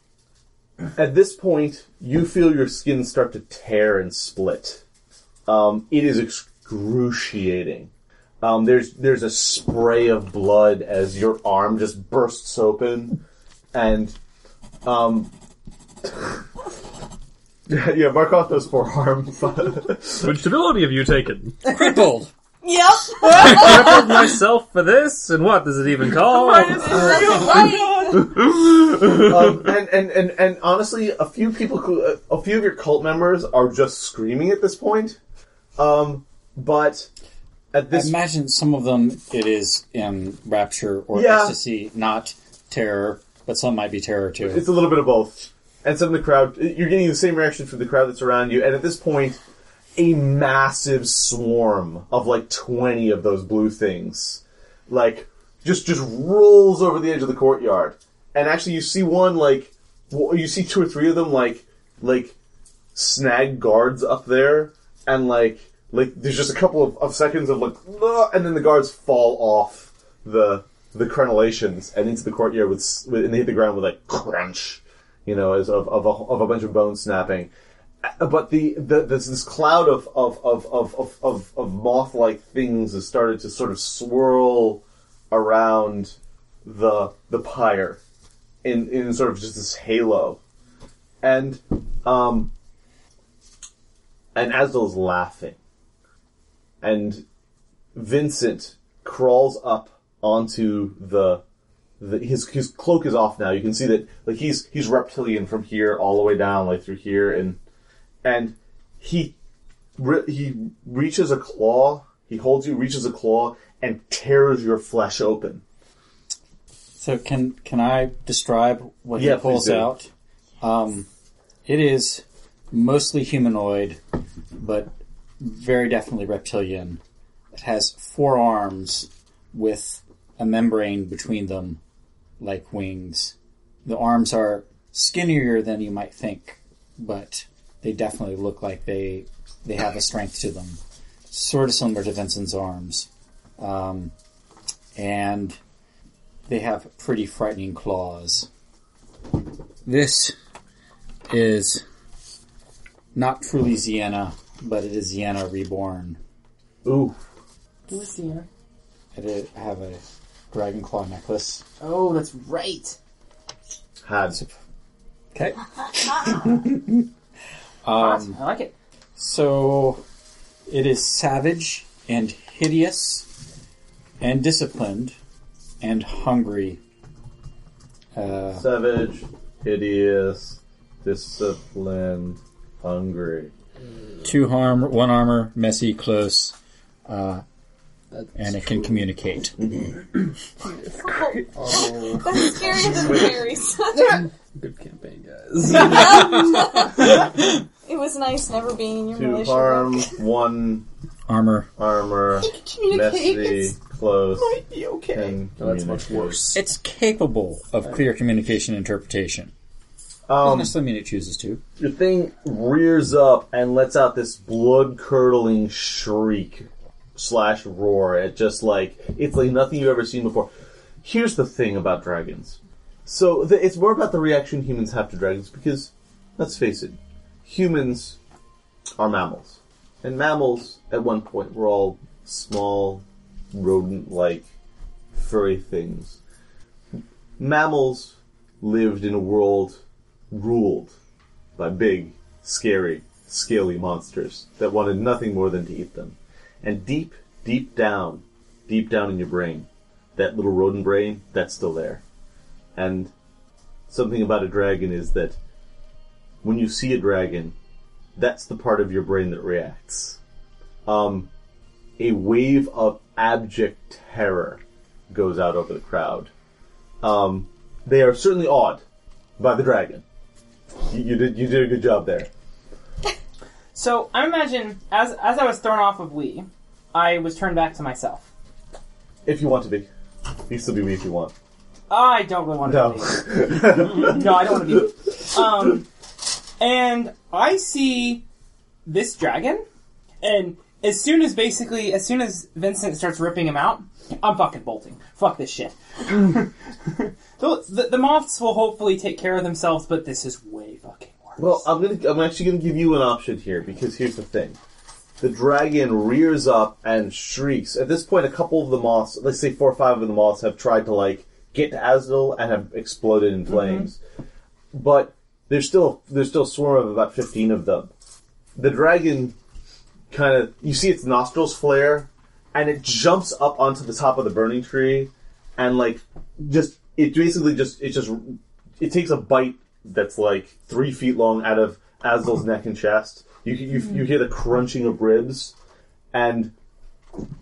Speaker 3: at this point, you feel your skin start to tear and split. Um, it is excruciating. Um, there's there's a spray of blood as your arm just bursts open, and um, yeah, mark off those forearm.
Speaker 6: Which ability have you taken?
Speaker 5: Crippled.
Speaker 1: Yep.
Speaker 6: Crippled myself for this, and what does it even Oh, call?
Speaker 3: um, and, and, and, and honestly, a few people, who- a few of your cult members are just screaming at this point. Um, but at
Speaker 5: I
Speaker 3: this,
Speaker 5: imagine some of them it is in rapture or
Speaker 3: Yeah.
Speaker 5: ecstasy, not terror, but some might be terror too.
Speaker 3: it's a little bit of both. And some of the crowd, you're getting the same reaction from the crowd that's around you. And at this point, a massive swarm of like 20 of those blue things, like, just, just rolls over the edge of the courtyard. And actually, you see one, like, w- you see two or three of them, like, like, snag guards up there, and like like there's just a couple of, of seconds of like, "Ugh," and then the guards fall off the the crenellations and into the courtyard with, s- with and they hit the ground with like crunch, you know, as of of a, of a bunch of bones snapping. Uh, But the, the there's this cloud of of of of of, of, of moth like things has started to sort of swirl around the the pyre in in sort of just this halo, and um, and Asdol's laughing. And Vincent crawls up onto the, the his his cloak is off now. You can see that like he's he's reptilian from here all the way down, like through here, and and he re- he reaches a claw. He holds you, reaches a claw, and tears your flesh open.
Speaker 5: So can can I describe what
Speaker 3: Yeah,
Speaker 5: he
Speaker 3: please
Speaker 5: pulls
Speaker 3: do.
Speaker 5: out? Um, it is mostly humanoid, but very definitely reptilian. It has four arms with a membrane between them, like wings. The arms are skinnier than you might think, but they definitely look like they they have a strength to them, sort of similar to Vincent's arms, um, and they have pretty frightening claws. This is not truly Xena, but it is Xena reborn.
Speaker 3: Ooh,
Speaker 4: Who is Sienna?
Speaker 5: I did have a dragon claw necklace.
Speaker 4: Oh, that's right.
Speaker 3: had
Speaker 5: Okay.
Speaker 4: Awesome. I like it.
Speaker 5: So it is savage and hideous and disciplined and hungry. Uh,
Speaker 3: savage, hideous, disciplined, hungry.
Speaker 5: two harm, one armor, messy, close, uh, and it can communicate.
Speaker 1: That's scarier than Mary's.
Speaker 6: Oh. Good campaign, guys.
Speaker 1: Um, it was nice never being in your
Speaker 3: Two
Speaker 1: militia.
Speaker 3: harm, one
Speaker 5: Armor.
Speaker 3: armor,
Speaker 1: Communicate.
Speaker 3: messy,
Speaker 1: It's-
Speaker 3: close,
Speaker 4: Be okay.
Speaker 3: and
Speaker 6: that's much worse.
Speaker 5: It's capable of clear communication interpretation. Doesn't
Speaker 3: Um,
Speaker 5: necessarily mean it chooses to.
Speaker 3: the thing rears up and lets out this blood curdling shriek slash roar. It just like it's like nothing you've ever seen before. Here's the thing about dragons. So the, it's more about the reaction humans have to dragons because, let's face it, humans are mammals, and mammals at one point were all small, rodent-like, furry things. Mammals lived in a world ruled by big, scary, scaly monsters that wanted nothing more than to eat them. And deep, deep down, deep down in your brain, that little rodent brain, that's still there. And something about a dragon is that when you see a dragon, that's the part of your brain that reacts. Um, a wave of abject terror goes out over the crowd. Um, they are certainly awed by the dragon. You, you did you did a good job there.
Speaker 4: So I imagine as as I was thrown off of Lee, I was turned back to myself.
Speaker 3: If you want to be, you can still be me if you want.
Speaker 4: I don't really want to
Speaker 3: No.
Speaker 4: be. No, I don't want to be. Um, and I see this dragon, and as soon as basically, as soon as Vincent starts ripping him out, I'm fucking bolting. Fuck this shit. the, the, the moths will hopefully take care of themselves, but this is way fucking worse.
Speaker 3: Well, I'm gonna. I'm actually gonna give you an option here because here's the thing: the dragon rears up and shrieks. At this point, a couple of the moths, let's say four or five of the moths, have tried to like get to Azdal and have exploded in flames. But there's still there's still a swarm of about fifteen of them. The dragon kind of you see its nostrils flare, and it jumps up onto the top of the burning tree, and like just it basically just it just it takes a bite that's like three feet long out of Azdal's neck and chest. You you, you hear the crunching of ribs, and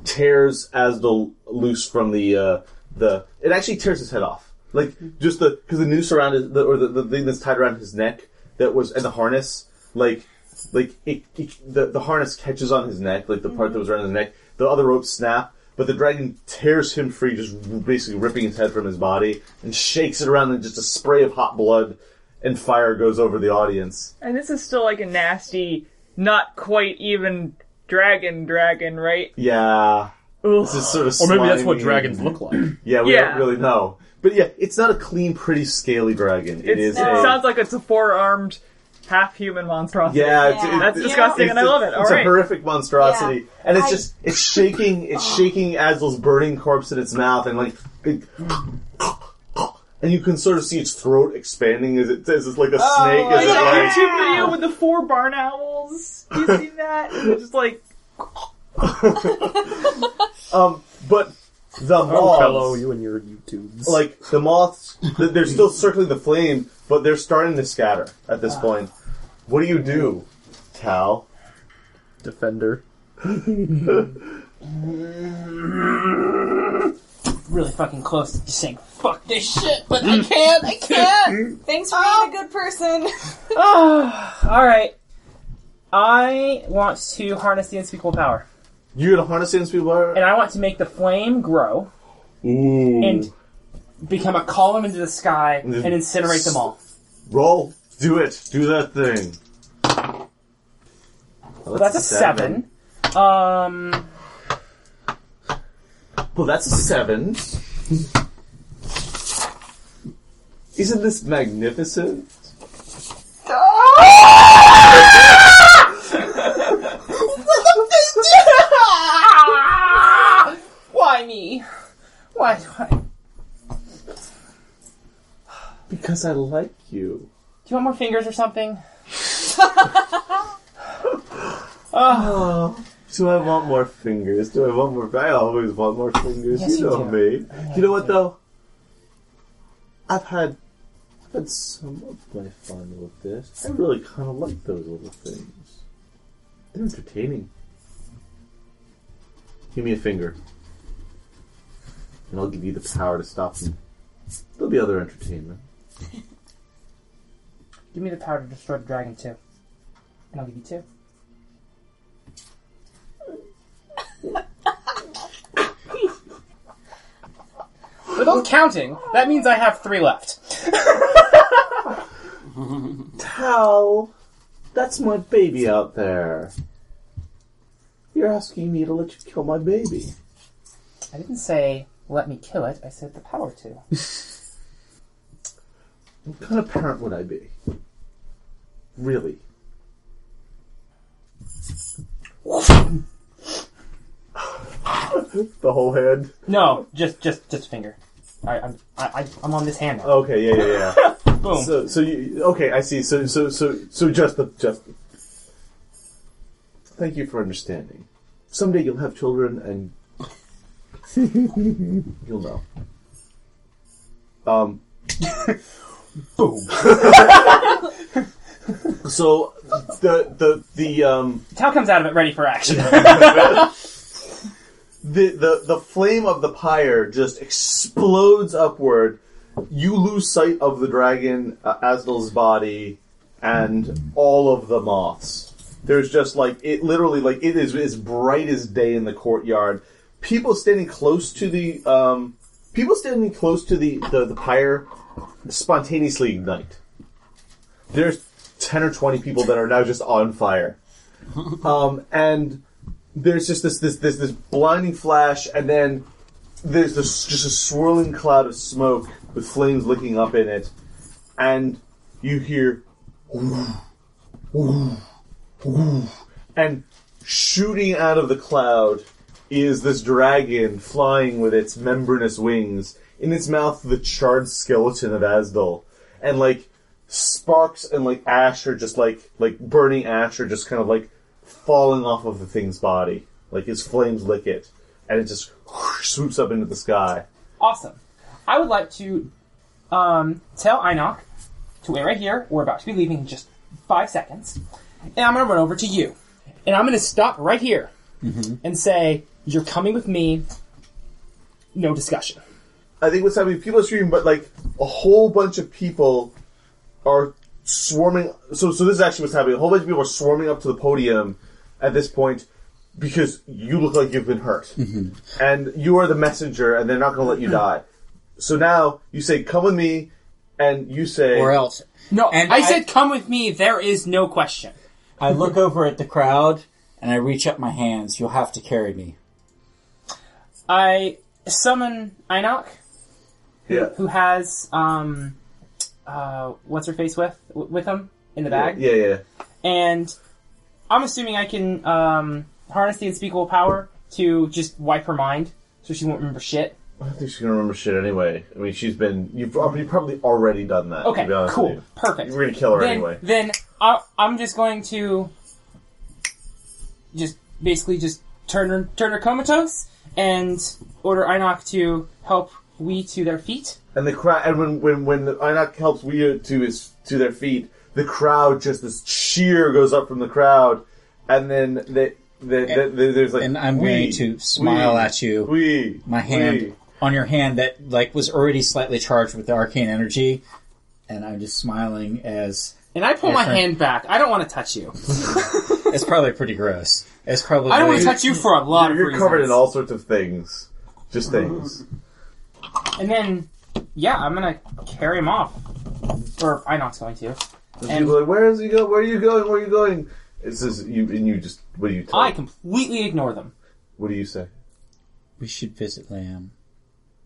Speaker 3: tears Azdal loose from the uh, the. It actually tears his head off, like just the because the noose around his, the, or the, the thing that's tied around his neck that was and the harness like like it, it the, the harness catches on his neck like the part that was around his neck. The other ropes snap, but the dragon tears him free, just basically ripping his head from his body and shakes it around, and just a spray of hot blood and fire goes over the audience.
Speaker 7: And this is still like a nasty, not quite even dragon dragon, right?
Speaker 3: Yeah. This is sort of
Speaker 6: Or maybe that's what
Speaker 3: slimy.
Speaker 6: dragons look like.
Speaker 3: Yeah, we
Speaker 7: Yeah.
Speaker 3: don't really know. But yeah, it's not a clean, pretty, scaly dragon. It
Speaker 7: It's-
Speaker 3: is
Speaker 7: it
Speaker 3: a
Speaker 7: sounds like it's a four-armed, half-human monstrosity.
Speaker 3: yeah, it's,
Speaker 1: Yeah.
Speaker 3: it-
Speaker 7: That's
Speaker 3: it's-
Speaker 7: disgusting,
Speaker 3: it's
Speaker 7: and I
Speaker 3: a-
Speaker 7: love it. All
Speaker 3: it's
Speaker 7: right.
Speaker 3: a horrific monstrosity,
Speaker 1: Yeah.
Speaker 3: and it's
Speaker 1: I-
Speaker 3: just it's shaking, it's shaking Azl's burning corpse in its mouth, and like, it- and you can sort of see its throat expanding as it says it's like a
Speaker 7: Oh,
Speaker 3: snake. As
Speaker 7: Like
Speaker 3: it,
Speaker 7: that
Speaker 3: like,
Speaker 7: YouTube video with the four barn owls. You seen that? And they're just like,
Speaker 3: um, but the
Speaker 6: Oh,
Speaker 3: moths,
Speaker 6: fellow, you and your YouTubes.
Speaker 3: like the moths, th- they're still circling the flame, but they're starting to scatter at this
Speaker 4: Ah.
Speaker 3: point. What do you do, Cal?
Speaker 6: defender.
Speaker 4: Really fucking close to just saying, fuck this shit.
Speaker 11: But I can't. I can't.
Speaker 1: Thanks for
Speaker 6: Oh.
Speaker 1: being a good person.
Speaker 4: Alright. I want to harness the unspeakable power.
Speaker 3: You're gonna harness the unspeakable power?
Speaker 4: And I want to make the flame grow.
Speaker 3: Ooh.
Speaker 4: and become a column into the sky and incinerate them all.
Speaker 3: Roll. Do it. Do that thing. Well,
Speaker 4: That's a seven. Um,
Speaker 3: Well, that's a seven. Isn't this magnificent?
Speaker 4: why me? Why? why? Do
Speaker 3: Because I like you.
Speaker 4: you want more fingers or something?
Speaker 3: Oh. Do I want more fingers? Do I want more? I always want more fingers.
Speaker 4: Yes,
Speaker 3: you
Speaker 4: you
Speaker 3: know
Speaker 4: do.
Speaker 3: me. You know what though? I've had, I've had some of my fun with this. I really kind of like those little things. They're entertaining. Give me a finger, and I'll give you the power to stop them. There'll be other entertainment.
Speaker 4: Give me the power to destroy the dragon too, and I'll give you two. Without counting, that means I have three left.
Speaker 3: How? That's my baby out there. You're asking me to let you kill my baby.
Speaker 4: I didn't say let me kill it. I said the power to.
Speaker 3: What kind of parent would I be? Really? the whole head?
Speaker 4: No, just just just a finger. I, I'm I, I- I'm on this hand. Now.
Speaker 3: Okay, yeah, yeah, yeah.
Speaker 4: Boom.
Speaker 3: so, so you okay? I see. So, so, so, so, just the just. The, thank you for understanding. Someday you'll have children, and you'll know. Um,
Speaker 5: Boom.
Speaker 3: So the the the um
Speaker 4: Tal comes out of it ready for action.
Speaker 3: the, the the flame of the pyre just explodes upward. You lose sight of the dragon uh, Asdal's body and all of the moths. There's just like it literally like it is as bright as day in the courtyard. People standing close to the um people standing close to the the, the pyre spontaneously ignite. There's ten or twenty people that are now just on fire. Um and there's just this this this this blinding flash, and then there's this just a swirling cloud of smoke with flames licking up in it, and you hear, and shooting out of the cloud is this dragon flying with its membranous wings in its mouth the charred skeleton of Asdal, and like sparks and like ash are just like like burning ash are just kind of like falling off of the thing's body. Like his flames lick it, and it just whoosh, swoops up into the sky.
Speaker 4: awesome. I would like to um, tell Einok to wait right here. We're about to be leaving in just five seconds. And I'm going to run over to you. And I'm going to stop right here and say, You're coming with me. No discussion.
Speaker 3: I think what's happening, people are screaming, but like a whole bunch of people are swarming. So, so this is actually what's happening. A whole bunch of people are swarming up to the podium at this point because you look like you've been hurt,
Speaker 5: Mm-hmm.
Speaker 3: and you are the messenger, and they're not going to let you die. So now you say, "Come with me," and you say,
Speaker 5: Or else.
Speaker 4: No,
Speaker 5: And
Speaker 4: I,
Speaker 5: I-
Speaker 4: said, Come with me. There is no question.
Speaker 5: I look over at the crowd and I reach up my hands. You'll have to carry me.
Speaker 4: I summon Einok,
Speaker 3: yeah,
Speaker 4: who has, um, uh, what's her face with? With him in the
Speaker 3: yeah,
Speaker 4: bag.
Speaker 3: yeah, yeah."
Speaker 4: and I'm assuming I can um, harness the unspeakable power to just wipe her mind so she won't remember shit.
Speaker 3: I don't think she's gonna remember shit anyway. I mean, she's been you've probably, probably already done that.
Speaker 4: Okay,
Speaker 3: to be honest
Speaker 4: cool,
Speaker 3: with
Speaker 4: perfect.
Speaker 3: you. You're gonna kill her
Speaker 4: then,
Speaker 3: anyway.
Speaker 4: Then I, I'm just going to just basically just turn her turn her comatose and order Einok to help we to their feet.
Speaker 3: And the crowd, and when when when Einak helps Wea to his to their feet, the crowd just this cheer goes up from the crowd, and then they, they, they, they- there's like
Speaker 5: And I'm
Speaker 3: "We,
Speaker 5: going to smile
Speaker 3: we,
Speaker 5: at you.
Speaker 3: We,
Speaker 5: my hand
Speaker 3: we."
Speaker 5: on your hand that like was already slightly charged with the arcane energy, and I'm just smiling as
Speaker 4: And I pull my
Speaker 5: friend.
Speaker 4: hand back. I don't want to touch you.
Speaker 5: it's probably pretty gross. It's probably
Speaker 4: I don't want to touch you for a lot
Speaker 3: You're,
Speaker 4: of
Speaker 3: you're
Speaker 4: reasons.
Speaker 3: covered in all sorts of things, just things.
Speaker 4: And then, yeah, I'm gonna carry him off. Or Einok's going to.
Speaker 3: And
Speaker 4: And-
Speaker 3: people are like, where is he go? Where are you going? Where are you going? It's just you and you just what do you tell?
Speaker 4: I completely ignore them.
Speaker 3: what do you say?
Speaker 5: We should visit Lamb.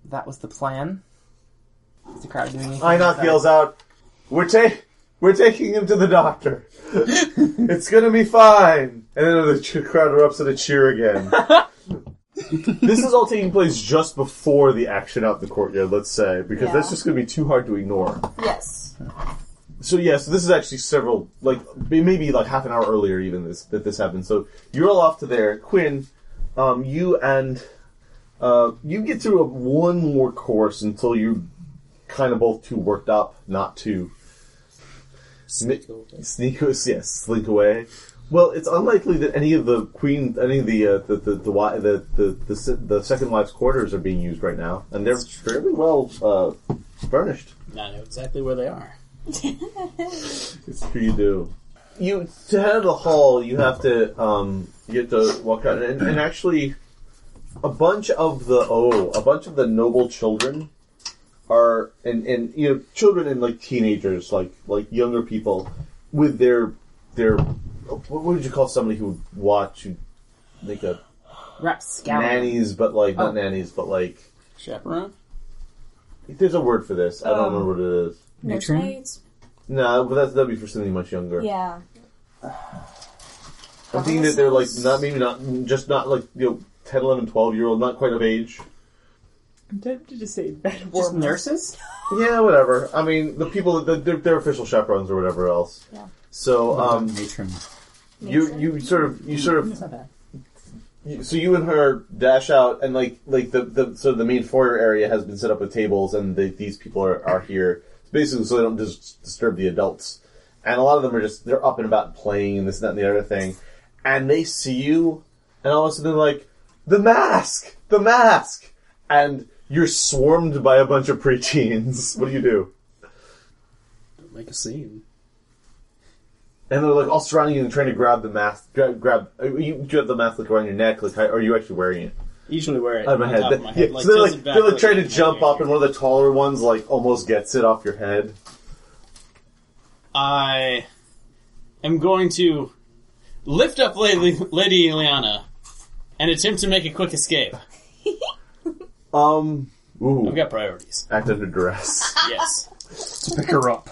Speaker 4: That was the plan. Is the crowd doing anything?
Speaker 3: Einar yells out, "We're ta- we're taking him to the doctor. it's gonna be fine." And then the ch- crowd erupts in a cheer again. this is all taking place just before the action out in the courtyard, let's say, because that's
Speaker 1: Yeah.
Speaker 3: just gonna be too hard to ignore.
Speaker 1: Yes.
Speaker 3: So yes, this is actually several, like maybe like half an hour earlier, even this that this happened. So you're all off to there, Quinn. Um, you and uh, you get through a, one more course until you're kind of both too worked up not to sneak, sneak yes, slink away. Well, it's unlikely that any of the queen, any of the uh, the the the, wi- the, the, the se- the second wife's quarters are being used right now, and they're fairly well uh, furnished.
Speaker 8: I know exactly where they are.
Speaker 3: It's true you do. You to head the hall. You have to um, you have to walk out, and, and actually, a bunch of the oh, a bunch of the noble children are and and you know children and like teenagers, like like younger people with their their what would you call somebody who would watch who make a
Speaker 4: Rapscallion.
Speaker 3: nannies, but like not
Speaker 4: Oh.
Speaker 3: nannies, but like
Speaker 8: Chaperone?
Speaker 3: there's a word for this. I don't
Speaker 1: Um,
Speaker 3: remember what it is.
Speaker 1: Nursemaids?
Speaker 3: No, but that's that'd be for something much younger.
Speaker 1: Yeah.
Speaker 3: I'm thinking that they're like not maybe not just not like you know 10, 11, 12 year old, not quite of age.
Speaker 7: I'm tempted to say bed
Speaker 4: Just
Speaker 7: warmer.
Speaker 4: nurses?
Speaker 3: Yeah, whatever. I mean, the people that they're, they're official chaperones or whatever else.
Speaker 1: Yeah.
Speaker 3: So um,
Speaker 5: matron.
Speaker 3: you you sort of you sort of
Speaker 4: That's not bad.
Speaker 3: you- so you and her dash out and like like the the so the main foyer area has been set up with tables and the, these people are, are here. basically so they don't dis- disturb the adults. And a lot of them are just they're up and about playing and this that and the other thing, and they see you, and all of a sudden they're like, "The mask, the mask," and you're swarmed by a bunch of preteens. What do you do?
Speaker 6: Make a scene.
Speaker 3: And they're like all surrounding you and trying to grab the mask. Grab, grab uh, you, you have the mask like around your neck. Like, how, are you actually wearing it?
Speaker 8: Usually wear it
Speaker 3: Out of my
Speaker 8: on
Speaker 3: head.
Speaker 8: top of my
Speaker 3: Yeah,
Speaker 8: head.
Speaker 3: so they're like
Speaker 8: tilted back
Speaker 3: they're like
Speaker 8: with
Speaker 3: trying
Speaker 8: my
Speaker 3: to
Speaker 8: hand
Speaker 3: jump
Speaker 8: here.
Speaker 3: up, and one of the taller ones like almost gets it off your head.
Speaker 8: I am going to lift up Lady, Lady Ileana and attempt to make a quick escape.
Speaker 3: Um, ooh,
Speaker 8: I've got priorities.
Speaker 3: act under duress.
Speaker 8: Yes.
Speaker 6: Pick her up.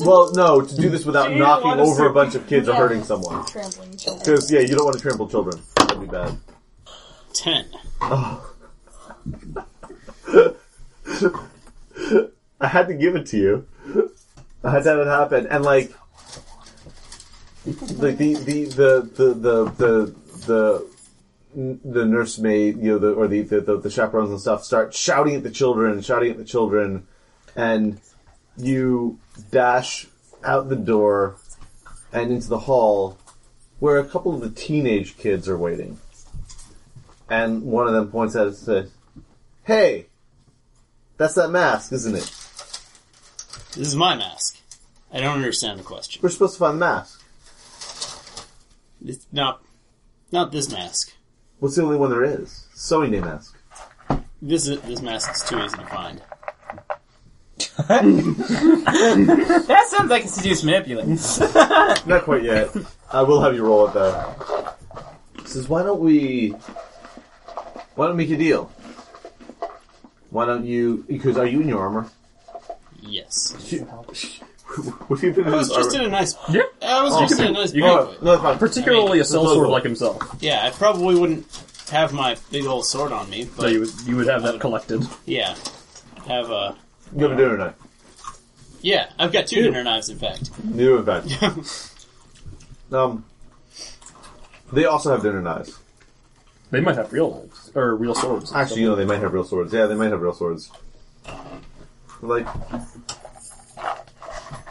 Speaker 3: well, no, to do this without
Speaker 7: Gee,
Speaker 3: knocking
Speaker 7: what a
Speaker 3: over a
Speaker 7: super-
Speaker 3: bunch of kids or
Speaker 1: Yeah.
Speaker 3: hurting someone.
Speaker 1: Trampling children.
Speaker 3: Because yeah, you don't want to trample children. That'd be bad.
Speaker 8: Ten.
Speaker 3: I had to give it to you. I had to have it happen, and like, like the the the the the the the, the nursemaid, you know, the, or the, the the the chaperones and stuff start shouting at the children, shouting at the children, and you dash out the door and into the hall, where a couple of the teenage kids are waiting, and one of them points out and says, "Hey, that's that mask, isn't it?"
Speaker 8: This is my mask. I don't understand the question.
Speaker 3: We're supposed to find the mask.
Speaker 8: It's not, not this mask.
Speaker 3: What's the only one there is? Sewing day mask.
Speaker 8: This is, this mask is too easy to find.
Speaker 4: That sounds like a seduce manipulator.
Speaker 3: Not quite yet. I will have you roll it though. He Says, why don't we? Why don't we make a deal? Why don't you? Because are you in your armor?
Speaker 8: Yes.
Speaker 3: What have you been in
Speaker 8: I was
Speaker 3: this
Speaker 8: just in
Speaker 3: armor?
Speaker 8: a nice.
Speaker 6: Yeah.
Speaker 8: I was just in a nice.
Speaker 6: You
Speaker 8: banquet.
Speaker 3: Oh, no, it's fine.
Speaker 6: Particularly
Speaker 8: I mean,
Speaker 6: a sellsword like himself.
Speaker 8: Yeah, I probably wouldn't have my big old sword on me,
Speaker 6: So
Speaker 8: but
Speaker 6: you would you would have that collected.
Speaker 8: yeah, have a
Speaker 3: You have a dinner night.
Speaker 8: yeah. I've got two dinner knives, in fact.
Speaker 3: New event. Um, they also have dinner knives.
Speaker 6: They might have real knives or real swords. and
Speaker 3: Actually, you know, they might have real swords. Yeah, they might have real swords. Like,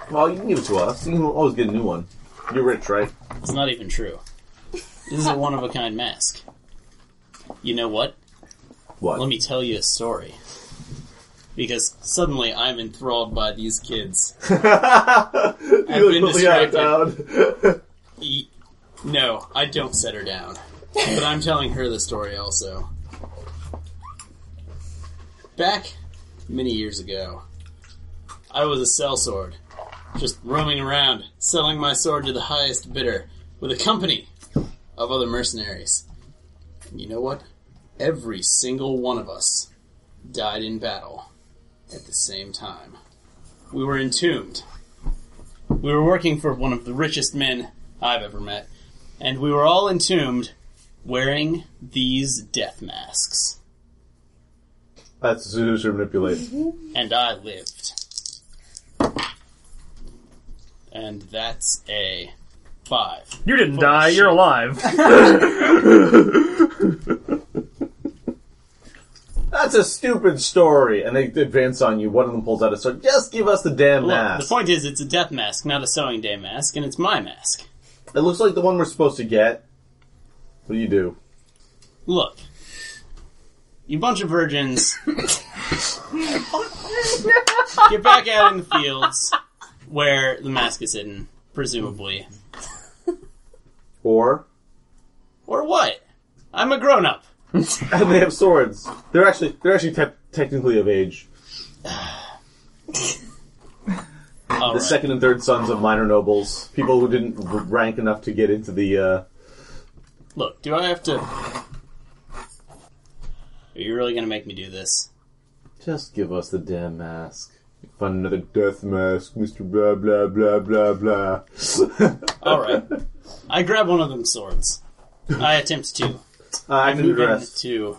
Speaker 3: well, you can give it to us. You can always get a new one. You're rich, right?
Speaker 8: It's not even true. This is a one of a kind mask. You know what?
Speaker 3: What?
Speaker 8: Let me tell you a story. Because suddenly I'm enthralled by these kids.
Speaker 3: I've
Speaker 8: been distracted.
Speaker 3: down.
Speaker 8: E- no, I don't set her down. But I'm telling her the story also. Back many years ago, I was a sellsword, just roaming around, selling my sword to the highest bidder with a company of other mercenaries. And you know what? Every single one of us died in battle at the same time. We were entombed. We were working for one of the richest men I've ever met, and we were all entombed wearing these death masks.
Speaker 3: That's seducer manipulate.
Speaker 8: And I lived. And that's a five.
Speaker 6: stuff. You didn't die. You're alive.
Speaker 3: That's a stupid story. And they advance on you. One of them pulls out a sword. Just give us the damn
Speaker 8: Look,
Speaker 3: mask.
Speaker 8: the point is, it's a death mask, not a sewing day mask, and it's my mask.
Speaker 3: it looks like the one we're supposed to get. What do you do?
Speaker 8: Look, you bunch of virgins, get back out in the fields where the mask is hidden, presumably.
Speaker 3: Or
Speaker 8: Or what? I'm a grown up.
Speaker 3: and they have swords. They're actually they're actually te- technically of age.
Speaker 8: All
Speaker 3: the
Speaker 8: right.
Speaker 3: second and third sons of minor nobles, people who didn't r- rank enough to get into the. Uh,
Speaker 8: Look, do I have to? Are you really gonna make me do this?
Speaker 3: just give us the damn mask. Find another death mask, Mister. Blah blah blah blah Uh, blah.
Speaker 8: All right. I grab one of them swords. I attempt to.
Speaker 3: I
Speaker 8: Move
Speaker 3: can dress.
Speaker 8: into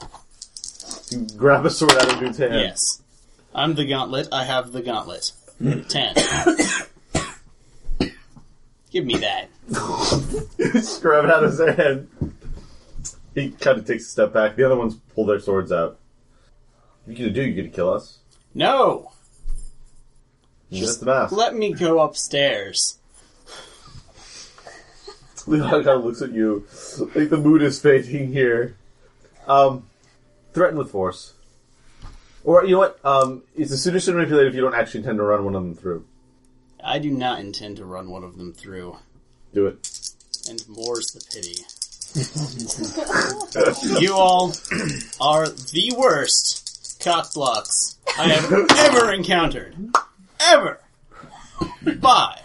Speaker 3: You grab a sword out of dude's hand.
Speaker 8: yes. I'm the gauntlet. I have the gauntlet. Ten. Give me that.
Speaker 3: Just grab it out of his hand. He kind of takes a step back. The other ones pull their swords out. What you gonna do? You gonna kill us?
Speaker 8: No.
Speaker 3: Just the best.
Speaker 8: Let me go upstairs.
Speaker 3: Leon kind of looks at you, like the mood is fading here. Um, threaten with force, or you know what? Um, it's a sinister manipulate if you don't actually intend to run one of them through.
Speaker 8: I do not intend to run one of them through,
Speaker 3: Do it.
Speaker 8: and more's the pity. you all are the worst cock blocks I have ever encountered. Ever! Bye!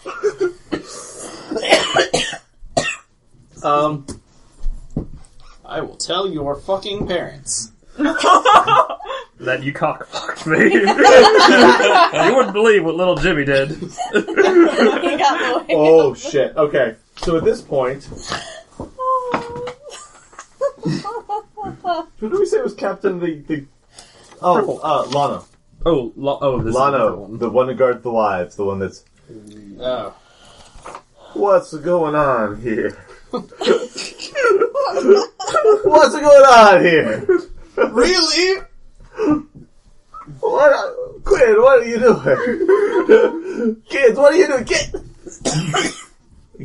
Speaker 3: Um,
Speaker 8: I will tell your fucking parents.
Speaker 6: That you cockfucked me. you wouldn't believe what little Jimmy did.
Speaker 1: He got away.
Speaker 3: oh shit. Okay. So at this point, who do we say was captain? The the oh uh, Lano.
Speaker 6: Oh, lo- oh, this is a different
Speaker 3: Lano,
Speaker 6: one.
Speaker 3: the one who guards the lives, the one that's
Speaker 8: Oh.
Speaker 3: What's going on here? What's going on here?
Speaker 8: Really?
Speaker 3: What, are- Quinn? What are you doing? kids, what are you doing? Get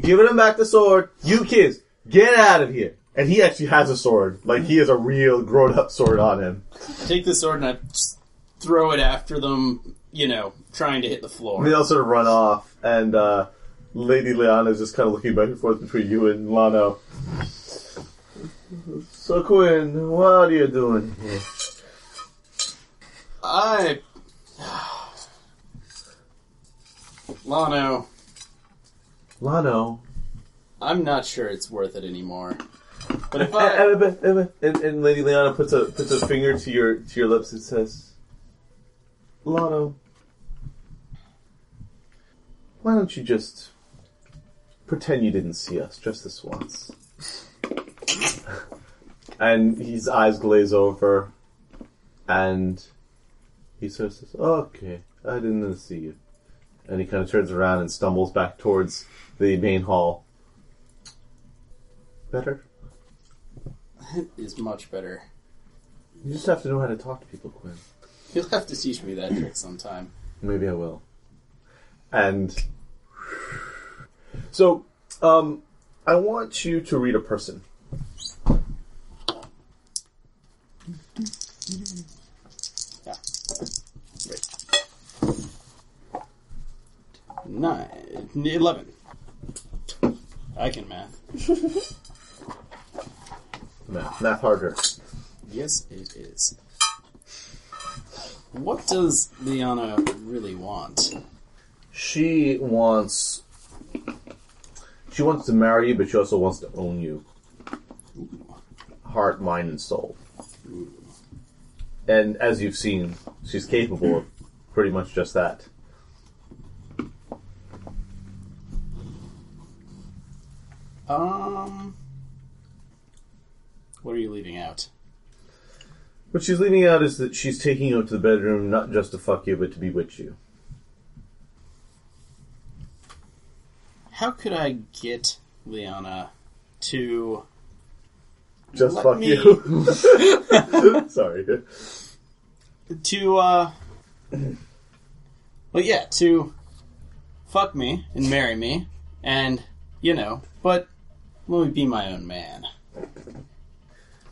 Speaker 3: giving him back the sword. You kids, get out of here. And he actually has a sword. Like he has a real grown-up sword on him.
Speaker 8: I take the sword and I just throw it after them, you know, trying to hit the floor.
Speaker 3: They all sort of run off, and uh, Lady Liana's just kind of looking back and forth between you and Lano. So Quinn, what are you doing here?
Speaker 8: I. Lano,
Speaker 3: Lano,
Speaker 8: I'm not sure it's worth it anymore. But if I.
Speaker 3: and, and- and- and- and Lady Liana puts a puts a finger to your to your lips and says, "Lano, why don't you just pretend you didn't see us just this once?" and his eyes glaze over, and he sort of says, "Okay, I didn't see you." And he kind of turns around and stumbles back towards the main hall. Better.
Speaker 8: is much better.
Speaker 3: You just have to know how to talk to people, Quinn.
Speaker 8: You'll have to teach me that trick sometime.
Speaker 3: Maybe I will. And so, um, I want you to read a person.
Speaker 8: Nine, eleven. I can math.
Speaker 3: Math, math harder.
Speaker 8: Yes, it is. What does Liana really want?
Speaker 3: She wants. She wants to marry you, but she also wants to own you. Heart, mind, and soul. And as you've seen, she's capable of pretty much just that.
Speaker 8: Um, what are you leaving out?
Speaker 3: What she's leaving out is that she's taking you up to the bedroom not just to fuck you, but to bewitch you.
Speaker 8: How could I get Liana to?
Speaker 3: Just
Speaker 8: Let
Speaker 3: fuck
Speaker 8: me-
Speaker 3: you. Sorry.
Speaker 8: to uh well yeah to fuck me and marry me and you know but let me be my own man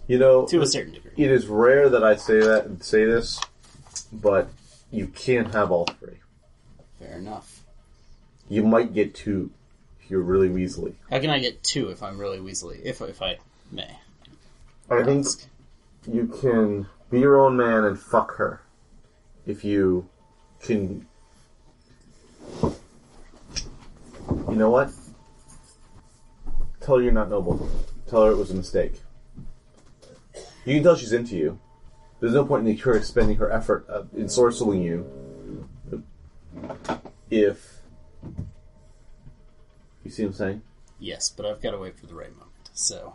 Speaker 3: You know,
Speaker 8: to a certain degree
Speaker 3: it is rare that I say that and say this, but you can't have all three.
Speaker 8: fair enough
Speaker 3: You might get two if you're really weaselly.
Speaker 8: how can i get two if i'm really weaselly if, if i may
Speaker 3: I think you can be your own man and fuck her if you can. You know what? Tell her you're not noble. Tell her it was a mistake. You can tell she's into you. There's no point in her expending her effort uh, in sorceling you if. You see what I'm saying?
Speaker 8: yes but i've got to wait for the right moment so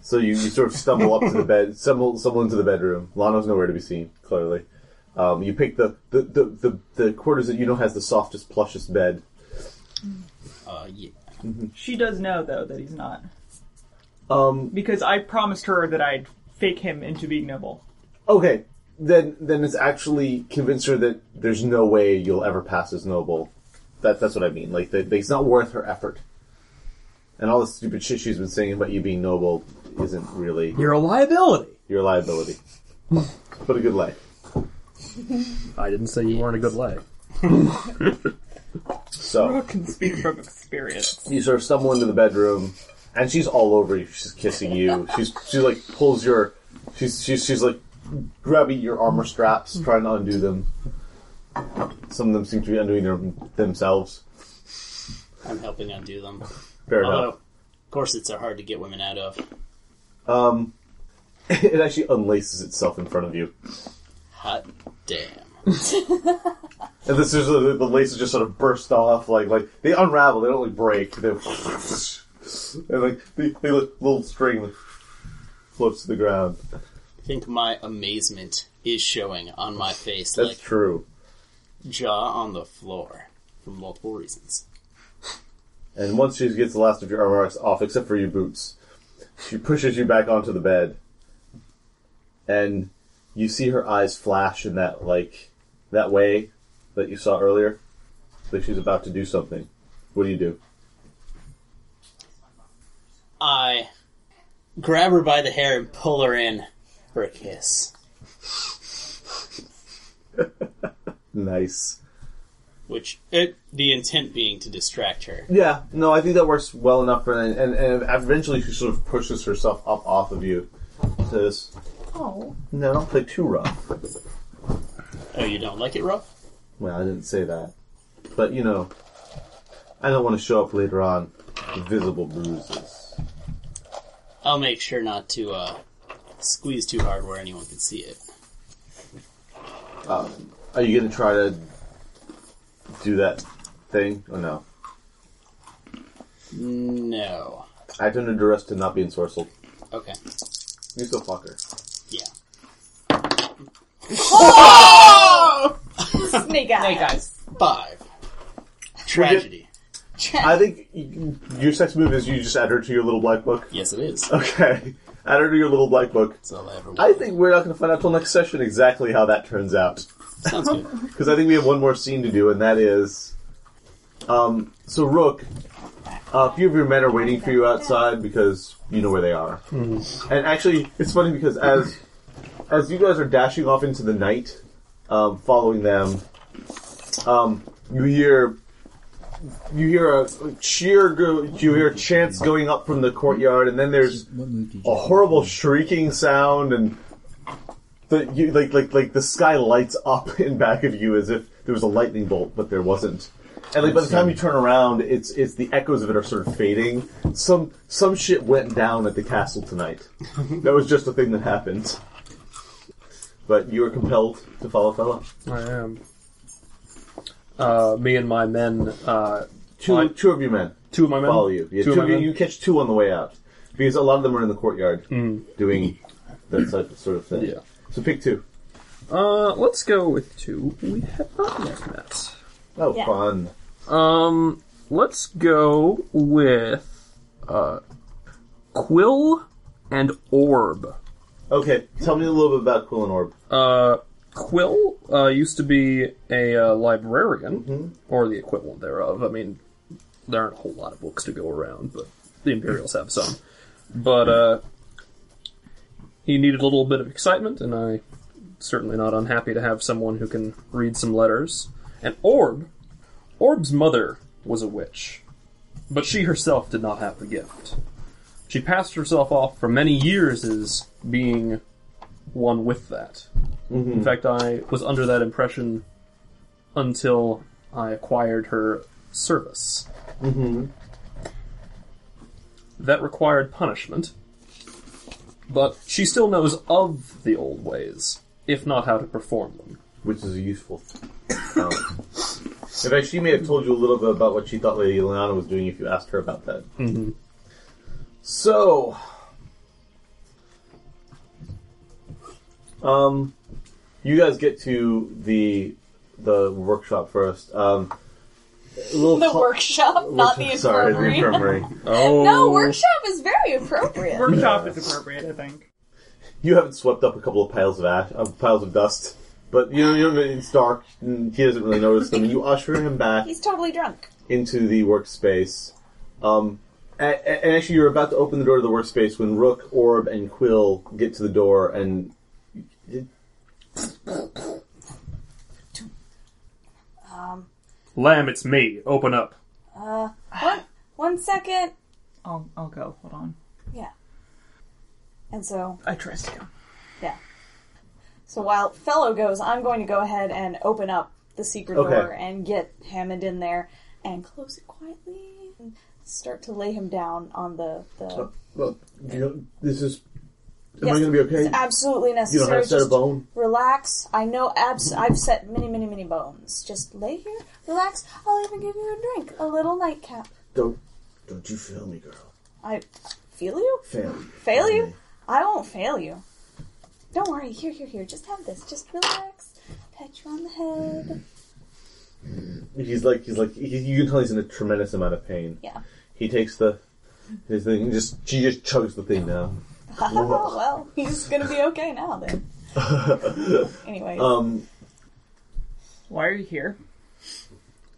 Speaker 3: So you, you sort of stumble up to the bed, stumble, stumble into the bedroom. Lano's nowhere to be seen, clearly. Um, you pick the, the, the, the, the quarters that you know has the softest, plushest bed.
Speaker 8: uh yeah
Speaker 7: She does know though that he's not
Speaker 3: Um,
Speaker 7: because I promised her that I'd fake him into being noble.
Speaker 3: okay, then then it's actually convinced her that there's no way you'll ever pass as noble. That that's what I mean. Like that, that it's not worth her effort. And all the stupid shit she's been saying about you being noble isn't really
Speaker 6: You're a liability.
Speaker 3: your liability. but a good lie.
Speaker 6: I didn't say you weren't a good lay.
Speaker 3: So
Speaker 7: Brooke can speak from experience.
Speaker 3: you sort of stumble into the bedroom, and she's all over you. She's kissing you. She's she like pulls your, she's she's she's like grabbing your armor straps, trying to undo them. Some of them seem to be undoing them themselves.
Speaker 8: I'm helping undo them.
Speaker 3: Fair
Speaker 8: Although,
Speaker 3: enough.
Speaker 8: of course, it's hard to get women out of.
Speaker 3: Um, it actually unlaces itself in front of you,
Speaker 8: Hot damn.
Speaker 3: and this is uh, the, the laces just sort of burst off. Like like they unravel. They don't like break. They and like the, the little string floats to the ground.
Speaker 8: I think my amazement is showing on my face,
Speaker 3: That's
Speaker 8: like
Speaker 3: true.
Speaker 8: jaw on the floor, for multiple reasons.
Speaker 3: And once she gets the last of your armor off, except for your boots, she pushes you back onto the bed. And you see her eyes flash in that, like, that way that you saw earlier. Like she's about to do something. What do you do?
Speaker 8: I grab her by the hair and pull her in for a kiss,
Speaker 3: Nice.
Speaker 8: which it, the intent being to distract her.
Speaker 3: Yeah, no, I think that works well enough for and, and, and eventually she sort of pushes herself up off of you. Says,
Speaker 1: Oh.
Speaker 3: no, don't play too rough.
Speaker 8: Oh, you don't like it rough?
Speaker 3: Well, I didn't say that. But, you know, I don't want to show up later on with visible bruises.
Speaker 8: I'll make sure not to uh, squeeze too hard where anyone can see it.
Speaker 3: Are you gonna try to do that thing or no?
Speaker 8: No.
Speaker 3: Act under duress to not be ensorcelled.
Speaker 8: Okay.
Speaker 3: You still fuck her.
Speaker 8: Yeah.
Speaker 1: Snake eye.
Speaker 4: Hey guys,
Speaker 8: Five. Tragedy.
Speaker 3: I think y- your sex move is you just add her to your little black book.
Speaker 8: Yes, it is.
Speaker 3: Okay, add her to your little black book.
Speaker 8: That's all I ever
Speaker 3: I
Speaker 8: wanted.
Speaker 3: think we're not gonna find out till next session exactly how that turns out
Speaker 8: Sounds good.
Speaker 3: because I think we have one more scene to do, and that is, um, so Rook, a few of your men are waiting for you outside because you know where they are. And actually, it's funny because as as you guys are dashing off into the night, um, following them, um, you hear you hear a cheer, go, you hear chants going up from the courtyard, and then there's a horrible shrieking sound, and the you, like like like the sky lights up in back of you as if there was a lightning bolt, but there wasn't. And like by the time you turn around, it's it's the echoes of it are sort of fading. Some some shit went down at the castle tonight. that was just a thing that happened. But you were compelled to follow Fella.
Speaker 6: Oh, I am. Uh, me and my men, uh,
Speaker 3: Two
Speaker 6: I-
Speaker 3: two of you men
Speaker 6: two of my men.
Speaker 3: follow you. Yeah,
Speaker 6: two,
Speaker 3: two
Speaker 6: of my
Speaker 3: you,
Speaker 6: men.
Speaker 3: you catch two on the way out because a lot of them are in the courtyard doing that type of sort of thing.
Speaker 6: Mm. Yeah.
Speaker 3: So pick two.
Speaker 6: Uh, let's go with two. We have not yet met.
Speaker 3: Oh,
Speaker 1: Yeah.
Speaker 3: fun.
Speaker 6: Um, let's go with uh, Quill and Orb.
Speaker 3: Okay, tell me a little bit about Quill and Orb.
Speaker 6: Uh, Quill uh, used to be a uh, librarian, or the equivalent thereof. I mean, there aren't a whole lot of books to go around, but the Imperials have some. But uh, he needed a little bit of excitement, and I certainly not unhappy to have someone who can read some letters. And Orb, Orb's mother was a witch, but she herself did not have the gift. She passed herself off for many years as being one with that. In fact, I was under that impression until I acquired her service. Mm-hmm. That required punishment, but she still knows of the old ways, if not how to perform them.
Speaker 3: which is useful. Um, in fact, she may have told you a little bit about what she thought Lady Eliana was doing if you asked her about that. Mm-hmm. So, um, you guys get to the the workshop first. Um, a little
Speaker 1: The
Speaker 3: cl-
Speaker 1: workshop, not the
Speaker 3: Sorry, the
Speaker 1: infirmary.
Speaker 3: infirmary.
Speaker 6: Oh,
Speaker 1: no, workshop is very appropriate.
Speaker 7: Workshop is appropriate, I think.
Speaker 3: You haven't swept up a couple of piles of ash, uh, piles of dust, but you know, you know it's dark. And he doesn't really notice them. You usher him back
Speaker 1: He's totally drunk.
Speaker 3: into the workspace. Um, a- a- and actually, you're about to open the door to the workspace when Rook, Orb, and Quill get to the door, and
Speaker 6: Lamb, it's me. Open up.
Speaker 1: One, one second.
Speaker 7: I'll, I'll go. Hold on.
Speaker 1: And so,
Speaker 7: I trust you.
Speaker 1: so while Fellow goes, I'm going to go ahead and open up the secret
Speaker 3: Okay.
Speaker 1: door and get Hammond in there and close it quietly and start to lay him down on the. the
Speaker 3: uh, look, you, this is. Am
Speaker 1: Yes,
Speaker 3: I going to be okay?
Speaker 1: It's absolutely
Speaker 3: You
Speaker 1: necessary.
Speaker 3: don't have to set a
Speaker 1: Just
Speaker 3: bone.
Speaker 1: relax. I know abs- I've set many, many, many bones. Just lay here, relax. I'll even give you a drink, a little nightcap.
Speaker 3: Don't, don't you fail me, girl.
Speaker 1: I feel you.
Speaker 3: Fail me.
Speaker 1: Fail you? I won't fail you. Don't worry. Here, here, here. Just have this. Just relax. Pat you on the head.
Speaker 3: He's like he's like he, you can tell he's in a tremendous amount of pain.
Speaker 1: Yeah.
Speaker 3: He takes the his thing and just she just chugs the thing now.
Speaker 1: Oh, well, he's gonna be okay now then. Anyway,
Speaker 3: Um,
Speaker 7: Why are you here?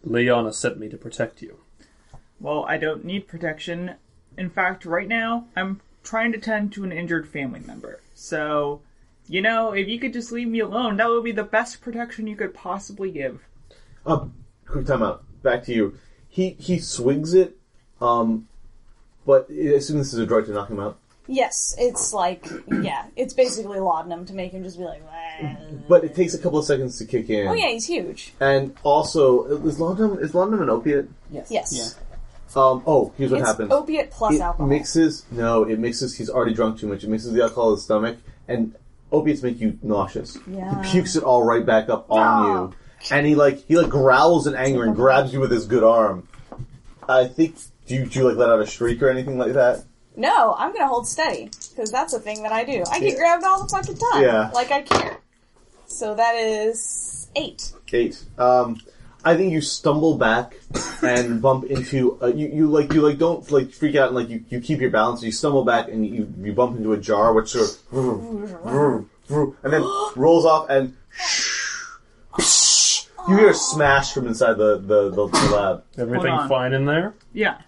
Speaker 6: Leona sent me to protect you.
Speaker 7: Well, I don't need protection. In fact, right now, I'm trying to tend to an injured family member. So, you know, if you could just leave me alone, that would be the best protection you could possibly give.
Speaker 3: up, quick time out. Back to you. He he swings it, um, but I assume this is a drug to knock him out.
Speaker 1: yes, it's like yeah, it's basically laudanum to make him just be like. "Bleh."
Speaker 3: But it takes a couple of seconds to kick in.
Speaker 1: Oh yeah, he's huge.
Speaker 3: And also, is laudanum is laudanum an opiate?
Speaker 4: Yes.
Speaker 1: Yes,
Speaker 3: Um, oh, here's what
Speaker 1: it's
Speaker 3: happens.
Speaker 1: opiate plus
Speaker 3: it
Speaker 1: alcohol.
Speaker 3: mixes. No, it mixes. He's already drunk too much. It mixes the alcohol in his stomach, and opiates make you nauseous.
Speaker 1: Yeah.
Speaker 3: He pukes it all right back up on
Speaker 1: No.
Speaker 3: you, and he like he like growls in anger and grabs you with his good arm. I think do you, do you like let out a shriek or anything like that?
Speaker 1: No, I'm gonna hold steady because that's a thing that I do. I get grabbed all the fucking time.
Speaker 3: Yeah.
Speaker 1: like I care. So that is eight.
Speaker 3: Eight. Um, I think you stumble back and bump into uh, you. You like you like don't like freak out and like you, you keep your balance. You stumble back and you you bump into a jar which sort of vroom, vroom, and then rolls off and you hear a smash from inside the the, the, the lab.
Speaker 6: Everything
Speaker 7: Hold on.
Speaker 6: fine in there?
Speaker 7: Yeah.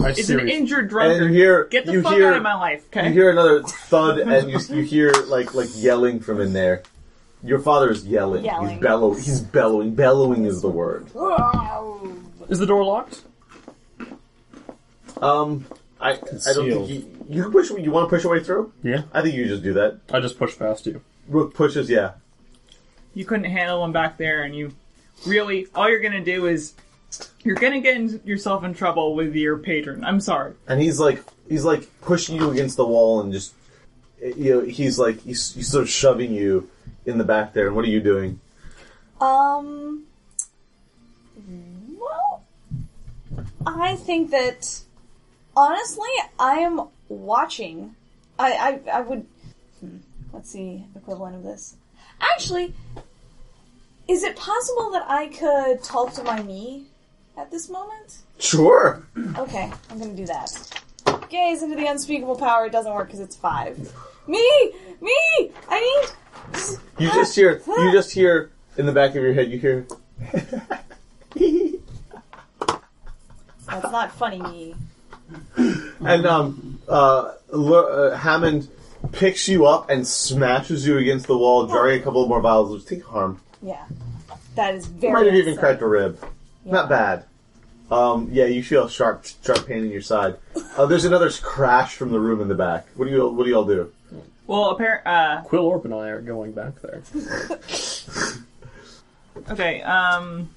Speaker 6: I
Speaker 7: It's an
Speaker 6: seriously.
Speaker 7: injured
Speaker 3: And
Speaker 7: drunkard.
Speaker 3: you hear
Speaker 7: Get the
Speaker 3: you
Speaker 7: fuck
Speaker 3: hear
Speaker 7: out of my life, okay?
Speaker 3: you hear another thud and you you hear like like yelling from in there. Your father is yelling.
Speaker 1: Yelling.
Speaker 3: He's bellow. He's bellowing. Bellowing is the word.
Speaker 6: Is the door locked?
Speaker 3: Um, I I don't think
Speaker 5: Concealed.
Speaker 3: you, you can push. You want to push your way through?
Speaker 6: Yeah.
Speaker 3: I think you just do that.
Speaker 6: I just pushed past you.
Speaker 3: Rook pushes. Yeah.
Speaker 7: you couldn't handle him back there, and you really, all you're gonna do is. You're gonna get in, yourself in trouble with your patron. I'm sorry.
Speaker 3: and he's like he's like pushing you against the wall and just you know he's like he's, he's sort of shoving you in the back there and what are you doing
Speaker 1: Um. Well, I think that honestly, I am watching. I I, I would. hmm, What's the equivalent of this? Actually, is it possible that I could talk to my knee at this moment?
Speaker 3: sure
Speaker 1: Okay, I'm gonna do that. Gaze into the unspeakable power. It doesn't work because it's five. Me, me. I need.
Speaker 3: you just hear you just hear in the back of your head you hear
Speaker 1: That's not funny, me.
Speaker 3: and um uh, L- uh hammond picks you up and smashes you against the wall jarring a couple more vials which take harm
Speaker 1: Yeah, that is very.
Speaker 3: might have even
Speaker 1: upsetting.
Speaker 3: cracked a rib not bad um, yeah, you feel sharp, sharp pain in your side. Uh, there's another crash from the room in the back. What do you, what do y'all do?
Speaker 7: Well, apparent. Uh,
Speaker 6: Quill Orb and I are going back there.
Speaker 7: okay. Um,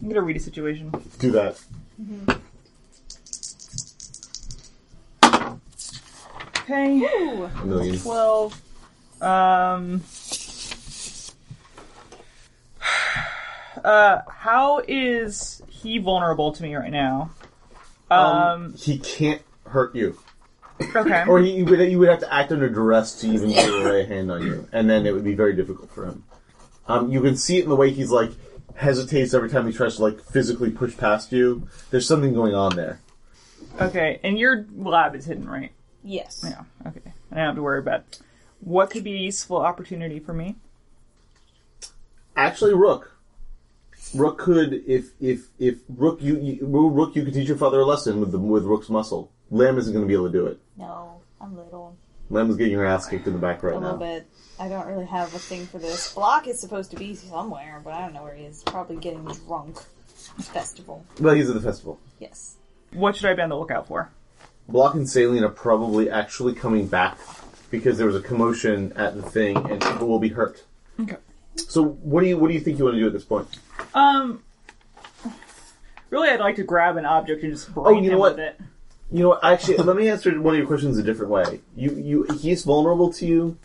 Speaker 7: I'm gonna read a situation.
Speaker 3: Do that.
Speaker 7: Okay.
Speaker 3: A million.
Speaker 7: Well, um, uh, how is he vulnerable to me right now? Um,
Speaker 3: he can't hurt you,
Speaker 7: okay.
Speaker 3: or he would you would have to act under duress to even get lay a hand on you, and then it would be very difficult for him. Um, you can see it in the way he's like hesitates every time he tries to like physically push past you. There's something going on there.
Speaker 7: Okay, and your lab is hidden, right?
Speaker 1: Yes.
Speaker 7: Yeah. Okay. I don't have to worry about what could be a useful opportunity for me.
Speaker 3: Actually, Rook. Rook could if if if Rook you, you Rook you could teach your father a lesson with the with Rook's muscle. Lamb isn't going to be able to do it.
Speaker 1: No, I'm little.
Speaker 3: Lamb is getting her ass kicked in the back right
Speaker 1: A
Speaker 3: now.
Speaker 1: little bit. I don't really have a thing for this. Block is supposed to be somewhere, but I don't know where he is. Probably getting drunk. Festival.
Speaker 3: Well, he's at the festival.
Speaker 1: Yes.
Speaker 7: What should I be on the lookout for?
Speaker 3: Block and Saline are probably actually coming back because there was a commotion at the thing, and people will be hurt.
Speaker 7: Okay.
Speaker 3: So, what do you what do you think you want to do at this point?
Speaker 7: Um. Really, I'd like to grab an object and just brain
Speaker 3: Oh, you know
Speaker 7: him
Speaker 3: what?
Speaker 7: with it.
Speaker 3: You know, what, actually, let me answer one of your questions a different way. You, you, he's vulnerable to you,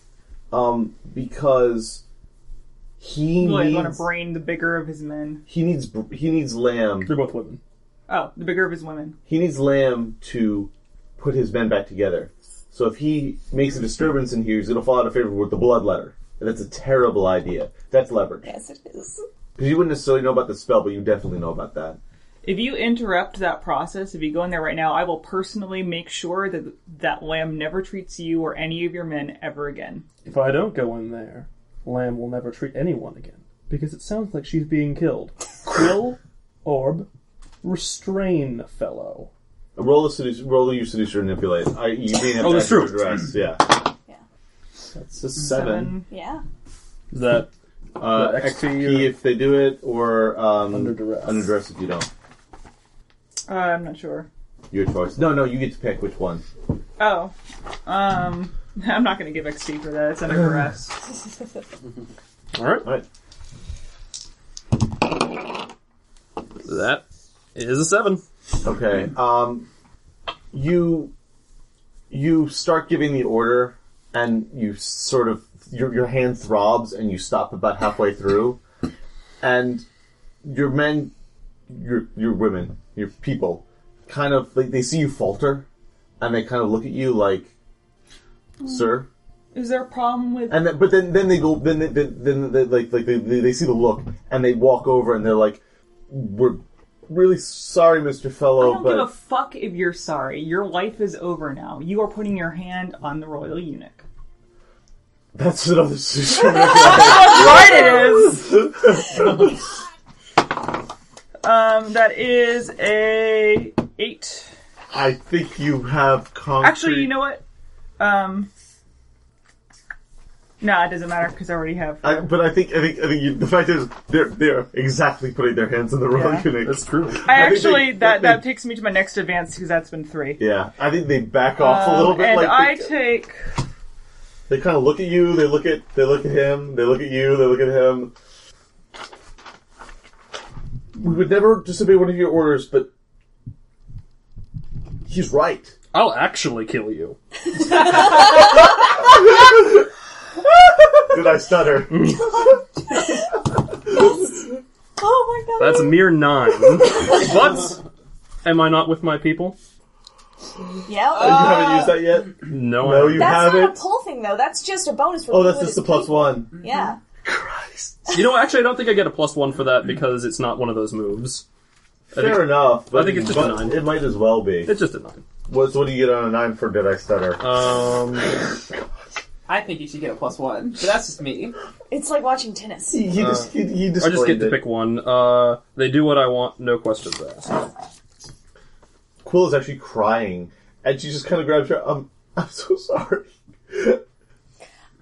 Speaker 3: um, because he
Speaker 7: Really, I want
Speaker 3: needs
Speaker 7: to brain the bigger of his men.
Speaker 3: he needs br- he needs lamb
Speaker 6: They're both women.
Speaker 7: Oh, the bigger of his women.
Speaker 3: he needs lamb to put his men back together. So if he makes a disturbance in here, he's going to fall out of favor with the bloodletter. And that's a terrible idea. That's leverage.
Speaker 1: Yes, it is.
Speaker 3: Because you wouldn't necessarily know about the spell, but you definitely know about that.
Speaker 7: If you interrupt that process, if you go in there right now, I will personally make sure that that lamb never treats you or any of your men ever again.
Speaker 6: If I don't go in there, Lamb will never treat anyone again because it sounds like she's being killed. Quill, orb, restrain fellow.
Speaker 3: Roll a seduce, roll your seducer and manipulate. I, you may have
Speaker 6: Oh,
Speaker 3: to
Speaker 6: that's
Speaker 3: actually
Speaker 6: true.
Speaker 3: address, Yeah.
Speaker 1: Yeah.
Speaker 3: That's a seven.
Speaker 1: Yeah.
Speaker 6: Is that
Speaker 3: Uh,
Speaker 6: Yeah, XP
Speaker 3: XP
Speaker 6: or-
Speaker 3: if they do it, or um,
Speaker 6: Under duress.
Speaker 3: Under duress if you don't.
Speaker 7: Uh, I'm not sure.
Speaker 3: Your choice. No, no, you get to pick which one.
Speaker 7: Oh, um, I'm not going to give XP for that. It's under duress.
Speaker 1: Oh
Speaker 6: all right?
Speaker 3: All right.
Speaker 6: That is a seven.
Speaker 3: Okay. Um, you you start giving the order, and you sort of your your hand throbs, and you stop about halfway through, and your men, your your women, your people, kind of like they see you falter, and they kind of look at you like, "Sir."
Speaker 7: Is there a problem with?
Speaker 3: And then, but then, then they go, then, they, then, then they, like, like they, they they see the look, and they walk over, and they're like, "We're really sorry, Mister
Speaker 7: I
Speaker 3: Fellow,
Speaker 7: don't
Speaker 3: but
Speaker 7: give a fuck if you're sorry. Your life is over now. You are putting your hand on the royal eunuch.
Speaker 3: That's another sushi.
Speaker 7: Right, it is. um, that is a eight.
Speaker 3: I think you have concrete.
Speaker 7: Actually, you know what? Um, nah, it doesn't matter because I already have.
Speaker 3: I, but I think I think I think you, the fact is they're they're exactly putting their hands on the wrong
Speaker 7: Yeah.
Speaker 3: eunuch.
Speaker 6: That's true.
Speaker 7: I
Speaker 3: I think
Speaker 7: actually
Speaker 3: they-
Speaker 7: that
Speaker 3: they-
Speaker 7: that takes me to my next advance because that's been three.
Speaker 3: Yeah, I think they back off a little
Speaker 7: Um,
Speaker 3: bit.
Speaker 7: and
Speaker 3: like
Speaker 7: I
Speaker 3: they,
Speaker 7: take
Speaker 3: they kind of look at you. They look at they look at him. They look at you. They look at him. We would never disobey one of your orders, but he's right.
Speaker 6: I'll actually kill you.
Speaker 3: Did I stutter?
Speaker 1: Oh my god.
Speaker 6: That's a mere nine. what? Am I not with my people?
Speaker 1: Yeah.
Speaker 3: you haven't
Speaker 7: Uh,
Speaker 3: used that yet.
Speaker 6: No,
Speaker 3: No,
Speaker 6: I
Speaker 1: That's
Speaker 3: you
Speaker 1: not a
Speaker 3: haven't.
Speaker 1: pull thing though. That's just a bonus for
Speaker 3: Oh,
Speaker 1: people
Speaker 3: that's
Speaker 1: with
Speaker 3: just the
Speaker 1: his
Speaker 3: plus
Speaker 1: people.
Speaker 3: one.
Speaker 1: Yeah.
Speaker 6: You know, actually, I don't think I get a plus one for that because it's not one of those moves. I
Speaker 3: Fair
Speaker 6: think-
Speaker 3: enough. But
Speaker 6: I think it's just a
Speaker 3: but
Speaker 6: nine.
Speaker 3: It might as well be.
Speaker 6: It's just a nine.
Speaker 3: What's what do you get on a nine for? Did I stutter?
Speaker 6: Um,
Speaker 4: I think you should get a plus one, but that's just me.
Speaker 1: It's like watching tennis.
Speaker 3: He, he, just, he, he
Speaker 6: uh, I just get
Speaker 3: explained
Speaker 6: to
Speaker 3: it.
Speaker 6: pick one. Uh, they do what I want, no questions asked.
Speaker 3: Quill is actually crying, and she just kind of grabs her. Um, I'm so sorry.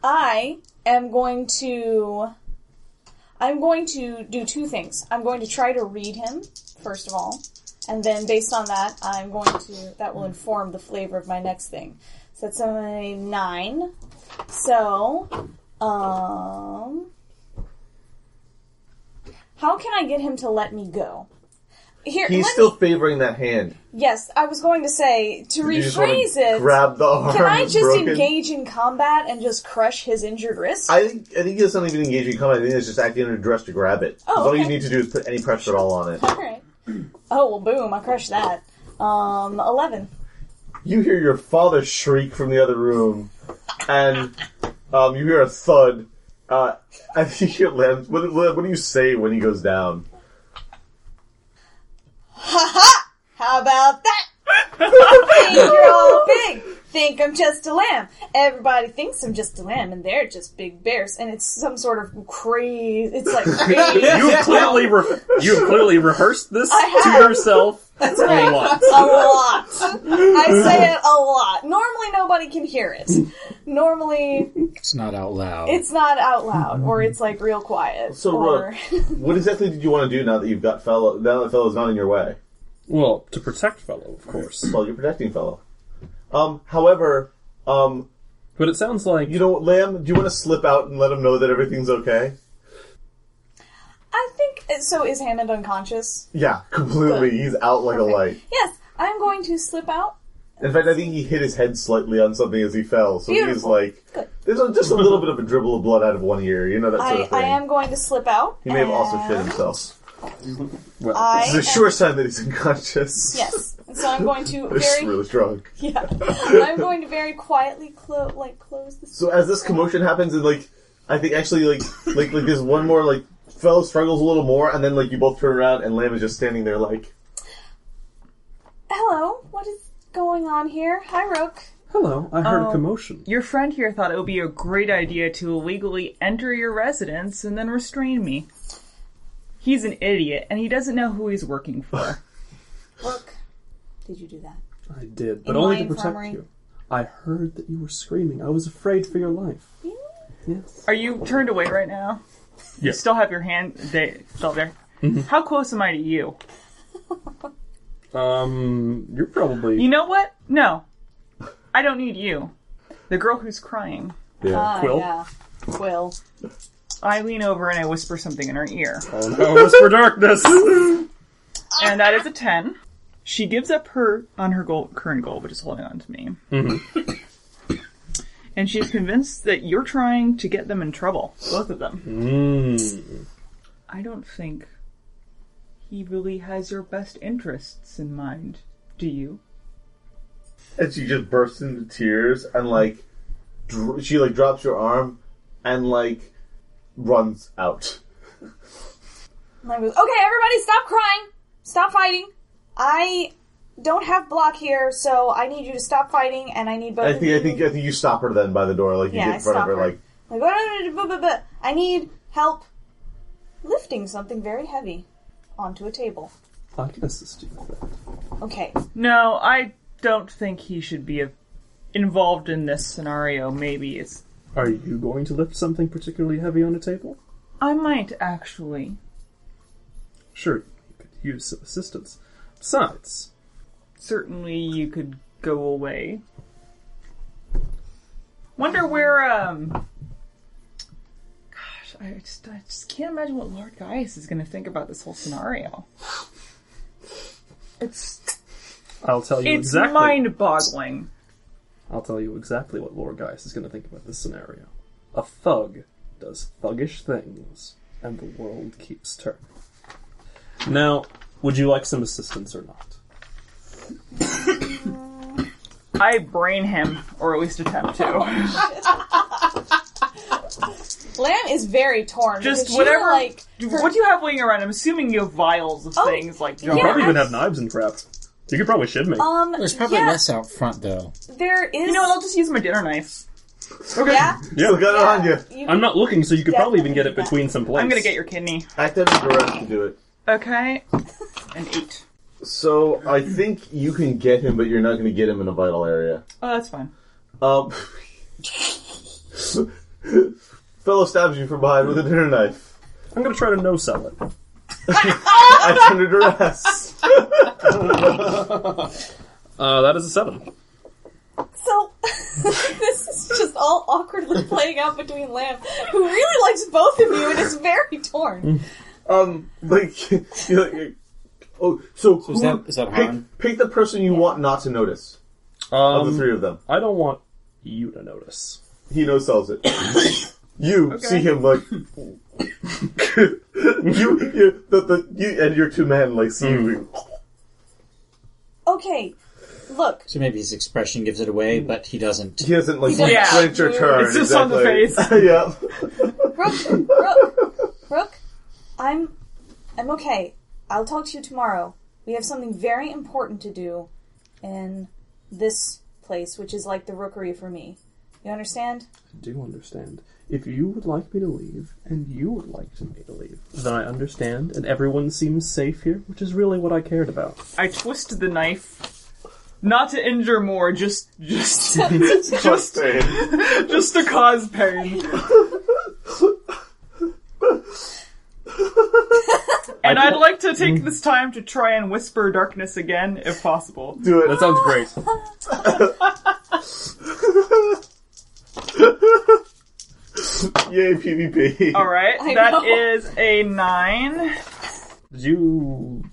Speaker 1: I am going to. I'm going to do two things. I'm going to try to read him, first of all, and then based on that, I'm going to. That will inform the flavor of my next thing. So that's a nine. So, um. How can I get him to let me go? Here,
Speaker 3: He's
Speaker 1: let
Speaker 3: still favoring that hand.
Speaker 1: me, yes, I was going to say to
Speaker 3: You just wanna
Speaker 1: rephrase it.
Speaker 3: Grab the arm.
Speaker 1: Can I just
Speaker 3: broken.
Speaker 1: engage in combat and just crush his injured wrist?
Speaker 3: I think I think that's not even engaging in combat. I think it's just acting under duress to grab it. 'Cause All you
Speaker 1: Oh, okay.
Speaker 3: need to do is put any pressure at all on it.
Speaker 1: Alright. Oh, well, boom, I crushed that. Um, 11.
Speaker 3: You hear your father shriek from the other room, and um, you hear a thud. Uh, and you hear Lambs. What, what do you say when he goes down?
Speaker 1: How about that? Think you're all big. think I'm just a lamb. Everybody thinks I'm just a lamb, and they're just big bears. And it's some sort of crazy. It's like crazy.
Speaker 6: You have clearly re- you have clearly rehearsed this
Speaker 1: I
Speaker 6: to
Speaker 1: have.
Speaker 6: yourself a lot.
Speaker 1: a lot. I say it a lot. Normally, nobody can hear it. Normally,
Speaker 5: It's not out loud.
Speaker 1: it's not out loud, or it's like real quiet.
Speaker 3: So,
Speaker 1: or...
Speaker 3: What exactly did you want to do now that you've got fellow? Now that fellow's not in your way.
Speaker 6: Well, to protect fellow, of course.
Speaker 3: Well, you're protecting fellow. Um, however, um,
Speaker 6: But it sounds like
Speaker 3: you know, what, Lamb, do you want to slip out and let him know that everything's okay?
Speaker 1: I think so. Is Hammond unconscious?
Speaker 3: Yeah, completely. He's out like a light.
Speaker 1: Yes, I'm going to slip out.
Speaker 3: In fact, I think he hit his head slightly on something as he fell, so he's
Speaker 1: Beautiful.
Speaker 3: like,
Speaker 1: Good.
Speaker 3: there's a, just a little bit of a dribble of blood out of one ear, you know that sort
Speaker 1: I,
Speaker 3: of thing.
Speaker 1: I am going to slip out.
Speaker 3: he may have also
Speaker 1: and
Speaker 3: shit himself.
Speaker 6: well,
Speaker 1: I
Speaker 3: This is a
Speaker 1: am-
Speaker 3: sure sign that he's unconscious.
Speaker 1: Yes, and so I'm going to
Speaker 3: He's just
Speaker 1: very
Speaker 3: really drunk.
Speaker 1: yeah. I'm going to very quietly close like close this.
Speaker 3: So as this commotion happens, and like, I think actually like like like there's one more like fellow struggles a little more, and then like you both turn around, and Lamb is just standing there like,
Speaker 1: Hello, what is going on here? Hi, Rook.
Speaker 6: hello, I heard
Speaker 7: Oh.
Speaker 6: a commotion.
Speaker 7: Your friend here thought it would be a great idea to illegally enter your residence and then restrain me. He's an idiot, and he doesn't know who he's working for.
Speaker 1: Rook, did you do that?
Speaker 6: I did, but
Speaker 1: In
Speaker 6: only
Speaker 1: my
Speaker 6: to protect
Speaker 1: infirmary.
Speaker 6: you. I heard that you were screaming. I was afraid for your life. Yes.
Speaker 7: Are you turned away right now? You
Speaker 6: Yes.
Speaker 7: still have your hand they, still there. How close am I to you?
Speaker 6: Um, you're probably
Speaker 7: You know what? No. I don't need you. The girl who's crying.
Speaker 3: yeah.
Speaker 1: Ah,
Speaker 6: Quill?
Speaker 1: yeah. Quill.
Speaker 7: I lean over and I whisper something in her ear.
Speaker 6: Oh no, whisper darkness.
Speaker 7: and that is a 10. She gives up her on her goal, current goal, which is holding on to me. and she's convinced that you're trying to get them in trouble, both of them.
Speaker 6: Hmm.
Speaker 7: I don't think he really has your best interests in mind. Do you?
Speaker 3: and she just bursts into tears and like dr- she like drops your arm and like runs out
Speaker 1: And I was okay. Everybody, stop crying. Stop fighting. I don't have block here, so I need you to stop fighting, and I need both.
Speaker 3: i
Speaker 1: of
Speaker 3: think
Speaker 1: you.
Speaker 3: i think i think you stop her then by the door like you
Speaker 1: Yeah,
Speaker 3: get
Speaker 1: I
Speaker 3: in front of
Speaker 1: stop
Speaker 3: her,
Speaker 1: her.
Speaker 3: like
Speaker 1: Like, "Blah, blah, blah, blah, blah, blah. I need help lifting something very heavy onto a table.
Speaker 6: I can assist you with that.
Speaker 1: Okay.
Speaker 7: No, I don't think he should be a- involved in this scenario. Maybe it's.
Speaker 6: Are you going to lift something particularly heavy on a table?
Speaker 7: I might actually.
Speaker 6: Sure, you could use some assistance. Besides,
Speaker 7: certainly you could go away. Wonder where, um. Gosh, I just, I just can't imagine what Lord Gaius is going to think about this whole scenario. It's
Speaker 6: I'll tell you
Speaker 7: it's
Speaker 6: exactly.
Speaker 7: mind-boggling.
Speaker 6: I'll tell you exactly what Lord Gaius is going to think about this scenario. A thug does thuggish things, and the world keeps turning. Now, would you like some assistance or not?
Speaker 7: I brain him, or at least attempt to.
Speaker 1: Lamb is very torn. because
Speaker 7: Oh. Just
Speaker 1: she,
Speaker 7: whatever.
Speaker 1: Like,
Speaker 7: what do you have laying around? I'm assuming you have vials of things like
Speaker 6: You
Speaker 1: Yeah,
Speaker 6: probably even
Speaker 1: I-
Speaker 6: have knives and crap. You could probably shit me.
Speaker 1: um,
Speaker 5: There's probably
Speaker 1: yeah,
Speaker 5: less out front though.
Speaker 1: There is.
Speaker 7: You know what? I'll just use my dinner knife.
Speaker 1: yeah,
Speaker 6: yeah.
Speaker 3: still got it on you
Speaker 1: you
Speaker 6: I'm not looking, so you could probably even get it
Speaker 1: Definitely not.
Speaker 6: between some plates.
Speaker 7: I'm gonna get your kidney.
Speaker 3: actively direct to do it
Speaker 7: Okay, an eight.
Speaker 3: so i think you can get him but you're not going to get him in a vital area
Speaker 7: Oh, that's fine.
Speaker 3: um fellow stabs you from behind with a dinner knife
Speaker 6: I'm gonna try to no sell it.
Speaker 3: i turned her to rest
Speaker 6: Uh, that is a seven.
Speaker 1: So this is just all awkwardly playing out between Lamb, who really likes both of you and is very
Speaker 7: Mm.
Speaker 1: torn.
Speaker 3: um like, you're like oh so,
Speaker 5: Is
Speaker 3: who-
Speaker 5: that is that
Speaker 3: pick,
Speaker 5: Harmon?
Speaker 3: pick the person you want not to notice of the
Speaker 6: Um,
Speaker 3: three of them.
Speaker 6: I don't want you to notice.
Speaker 3: He no sells it. you see him like you, you, the, the, you and your two men like see
Speaker 5: Hmm.
Speaker 3: you.
Speaker 1: Okay, look,
Speaker 5: So maybe his expression gives it away, but he doesn't.
Speaker 3: He doesn't like
Speaker 1: doesn't-
Speaker 7: Yeah.
Speaker 3: flinch or turn.
Speaker 7: It's just on the
Speaker 3: exactly. yeah.
Speaker 1: Brooke, Brooke, Brooke, I'm, I'm okay. I'll talk to you tomorrow. We have something very important to do in this place, which is like the rookery for me. You understand?
Speaker 6: I do understand. If you would like me to leave, and you would like me to leave, then I understand, and everyone seems safe here, which is really what I cared about.
Speaker 7: I twisted the knife, not to injure more, just just just just to cause pain. and I'd like to take this time to try and whisper darkness again, if possible.
Speaker 3: Do it.
Speaker 12: That sounds great.
Speaker 3: Yay, PvP.
Speaker 7: All right,
Speaker 1: I know.
Speaker 7: that is a nine.
Speaker 6: Did you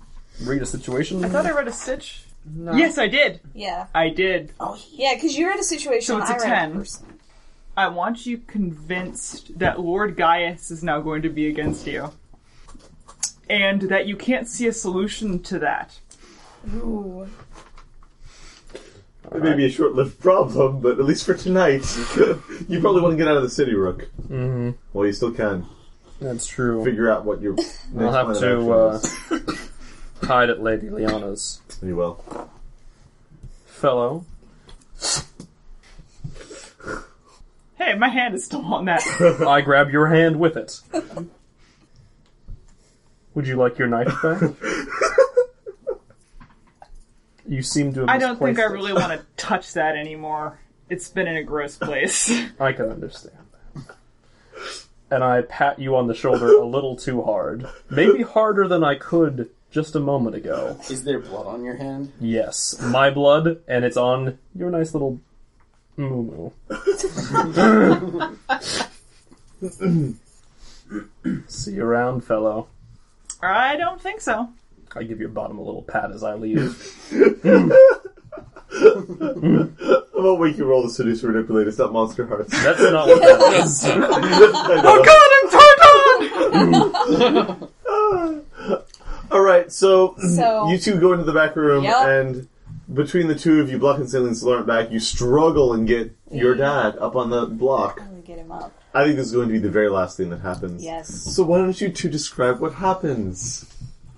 Speaker 6: read a situation?
Speaker 7: I thought I read a stitch.
Speaker 4: No.
Speaker 7: Yes, I did.
Speaker 1: Yeah.
Speaker 7: I did.
Speaker 1: Yeah, because you're in a situation.
Speaker 7: So it's
Speaker 1: a
Speaker 7: a 10. I want you convinced that Lord Gaius is now going to be against you. And that you can't see a solution to that.
Speaker 1: Ooh.
Speaker 3: It may be a short-lived problem, but at least for tonight, you probably want to get out of the city, Rook.
Speaker 6: Mm-hmm.
Speaker 3: Well, you still can
Speaker 6: That's true.
Speaker 3: figure out what your next
Speaker 6: I'll have
Speaker 3: plan of
Speaker 6: to
Speaker 3: action
Speaker 6: uh,
Speaker 3: is.
Speaker 6: hide at Lady Liana's.
Speaker 3: You will.
Speaker 6: Fellow,
Speaker 7: Hey, my hand is still on that.
Speaker 6: I grab your hand with it. Would you like your knife back? you seem to have
Speaker 7: I don't think
Speaker 6: misplaced
Speaker 7: I
Speaker 6: it.
Speaker 7: really want to touch that anymore. It's been in a gross place.
Speaker 6: I can understand that. And I pat you on the shoulder a little too hard. Maybe harder than I could just a moment ago.
Speaker 8: Is there blood on your hand?
Speaker 6: Yes, my blood, and it's on your nice little moo See you around, fellow.
Speaker 7: I don't think so.
Speaker 6: I give your bottom a little pat as I leave.
Speaker 3: I'm gonna make you roll the cities to manipulate. It's not Monster Hearts.
Speaker 6: That's not what that is.
Speaker 7: Oh god, I'm turned on!
Speaker 3: All right, so,
Speaker 1: So-
Speaker 3: you two go into the back room,
Speaker 1: Yep.
Speaker 3: and between the two of you, Block and Saline still aren't back. You struggle and get your dad up on the block.
Speaker 1: I'm gonna get him up.
Speaker 3: I think this is going to be the very last thing that happens.
Speaker 1: Yes.
Speaker 3: So why don't you two describe what happens?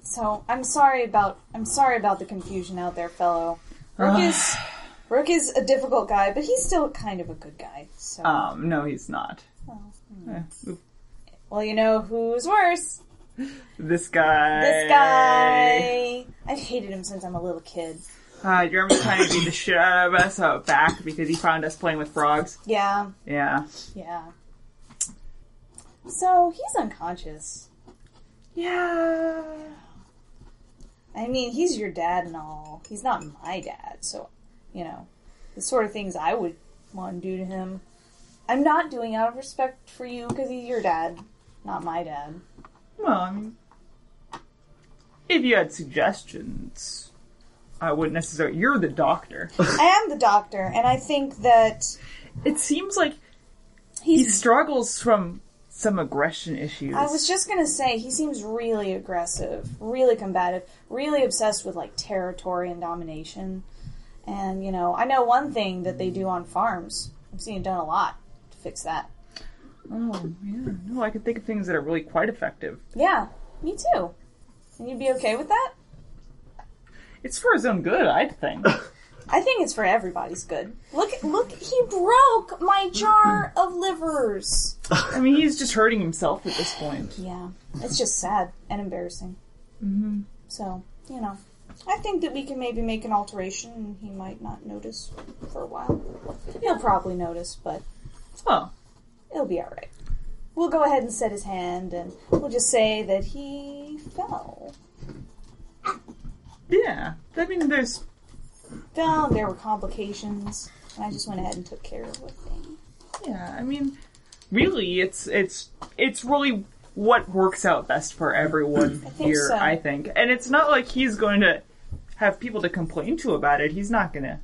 Speaker 1: So I'm sorry about I'm sorry about the confusion out there, fellow. Rook is Rook is a difficult guy, but he's still kind of a good guy. So
Speaker 7: Um, no, he's not.
Speaker 1: Hmm. well, you know who's worse?
Speaker 7: This guy.
Speaker 1: This guy. I've hated him since I'm a little kid.
Speaker 7: Uh, Jeremy trying to beat the shit out of us out back because he found us playing with frogs.
Speaker 1: Yeah,
Speaker 7: Yeah.
Speaker 1: yeah. So he's unconscious.
Speaker 7: Yeah.
Speaker 1: I mean, he's your dad and all. He's not my dad, so you know the sort of things I would want to do to him. I'm not doing out of respect for you because he's your dad, not my dad.
Speaker 7: Well, I mean, if you had suggestions, I wouldn't necessarily. You're the doctor.
Speaker 1: I am the doctor, and I think that
Speaker 7: it seems like he
Speaker 1: he's.
Speaker 7: struggles from some aggression issues.
Speaker 1: I was just gonna say he seems really aggressive, really combative, really obsessed with like territory and domination. And you know, I know one thing that they do on farms. I've seen it done a lot to fix that.
Speaker 7: Oh, yeah. No, I can think of things that are really quite effective.
Speaker 1: Yeah, me too. And you'd be okay with that?
Speaker 7: It's for his own good, I'd think.
Speaker 1: I think it's for everybody's good. Look, look, he broke my jar of livers.
Speaker 7: I mean, he's just hurting himself at this point.
Speaker 1: Yeah, it's just sad and embarrassing. Mm-hmm. So, you know, I think that we can maybe make an alteration and he might not notice for a while. He'll probably notice, but
Speaker 7: Well,
Speaker 1: it'll be alright. We'll go ahead and set his hand and we'll just say that he fell.
Speaker 7: yeah. I mean, there's
Speaker 1: Fell, there were complications, and I just went ahead and took care of the thing.
Speaker 7: Yeah, I mean, really, it's it's it's really what works out best for everyone
Speaker 1: think
Speaker 7: here,
Speaker 1: so.
Speaker 7: I think. And it's not like he's going to have people to complain to about it. He's not gonna.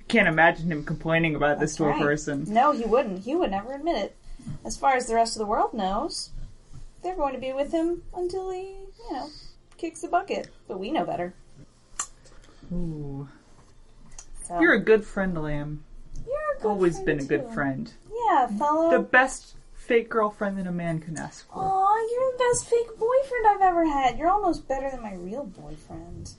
Speaker 7: I Can't imagine him complaining about this to
Speaker 1: Right.
Speaker 7: a person.
Speaker 1: No, he wouldn't. He would never admit it. As far as the rest of the world knows, they're going to be with him until he, you know, kicks the bucket. But we know better.
Speaker 7: Ooh.
Speaker 1: So.
Speaker 7: You're a good friend, Lamb.
Speaker 1: You're a good
Speaker 7: Always
Speaker 1: friend,
Speaker 7: been a good
Speaker 1: too.
Speaker 7: friend.
Speaker 1: Yeah, fellow.
Speaker 7: The best fake girlfriend that a man can ask for.
Speaker 1: Aw, you're the best fake boyfriend I've ever had. You're almost better than my real boyfriend.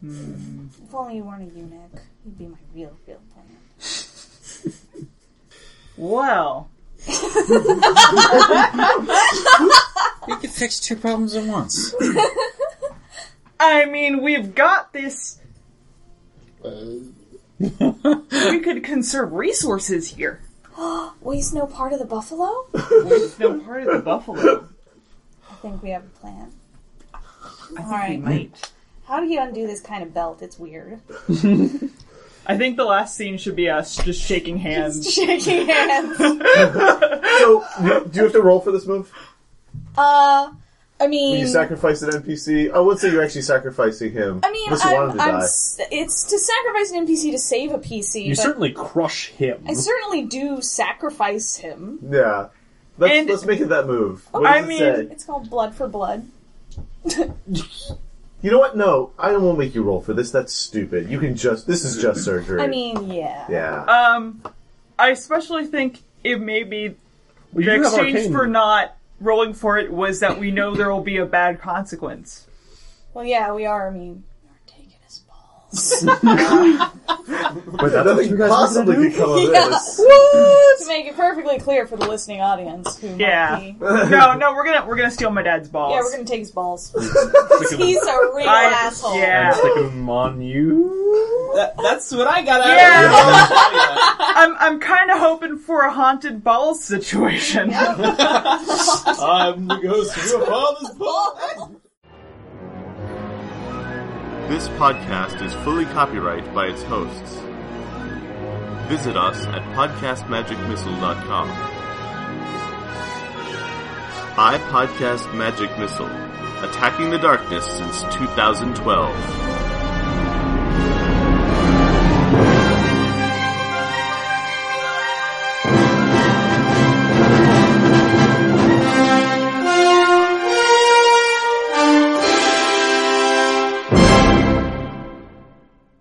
Speaker 7: Hmm.
Speaker 1: If only you weren't a eunuch, you'd be my real, real plan.
Speaker 7: Well,
Speaker 5: We can fix two problems at once.
Speaker 7: I mean, we've got this. we could conserve resources here.
Speaker 1: Waste no part of the buffalo?
Speaker 7: No part of the buffalo.
Speaker 1: I think we have a plan.
Speaker 7: I
Speaker 1: Alright.
Speaker 7: might.
Speaker 1: How do you undo this kind of belt? It's weird.
Speaker 7: I think the last scene should be us just shaking hands.
Speaker 1: Shaking hands.
Speaker 3: So, do do you have to roll for this move?
Speaker 1: Uh, I
Speaker 3: Will
Speaker 1: mean.
Speaker 3: you sacrifice an NPC? Oh, let's say you're actually sacrificing him.
Speaker 1: I mean,
Speaker 3: Unless you want him
Speaker 1: I'm,
Speaker 3: to
Speaker 1: I'm,
Speaker 3: die.
Speaker 1: s- it's to sacrifice an NPC to save a PC,
Speaker 6: You
Speaker 1: but
Speaker 6: certainly crush him.
Speaker 1: I certainly do sacrifice him.
Speaker 3: Yeah. Let's,
Speaker 7: And-
Speaker 3: let's make it that move. What does
Speaker 7: I
Speaker 3: it
Speaker 7: mean-
Speaker 3: say?
Speaker 1: It's called blood for blood.
Speaker 3: You know what? No, I won't make you roll for this. That's stupid. You can just. This is just surgery.
Speaker 1: I mean, uh, yeah.
Speaker 3: Yeah.
Speaker 7: Um, I especially think it may be
Speaker 6: Well, you
Speaker 7: the
Speaker 6: do have
Speaker 7: exchange
Speaker 6: arcane.
Speaker 7: for not rolling for it was that we know there will be a bad consequence.
Speaker 1: Well, yeah, we are immune. You're taking his balls.
Speaker 3: but nothing possibly could come of this.
Speaker 1: to make it perfectly clear for the listening audience who
Speaker 7: Yeah.
Speaker 1: might be.
Speaker 7: no, no, we're gonna we're gonna steal my dad's balls.
Speaker 1: Yeah, we're gonna take his balls. He's a real
Speaker 7: I-
Speaker 1: asshole.
Speaker 7: Yeah.
Speaker 6: Stick him on you.
Speaker 4: That, that's what I got out
Speaker 7: Yeah.
Speaker 4: of it.
Speaker 7: I'm I'm kind of hoping for a haunted balls situation.
Speaker 8: I'm the ghost of your father's
Speaker 2: This podcast is fully copyrighted by its hosts. Visit us at podcastmagicmissile.com. I Podcast Magic Missile, attacking the darkness since 2012.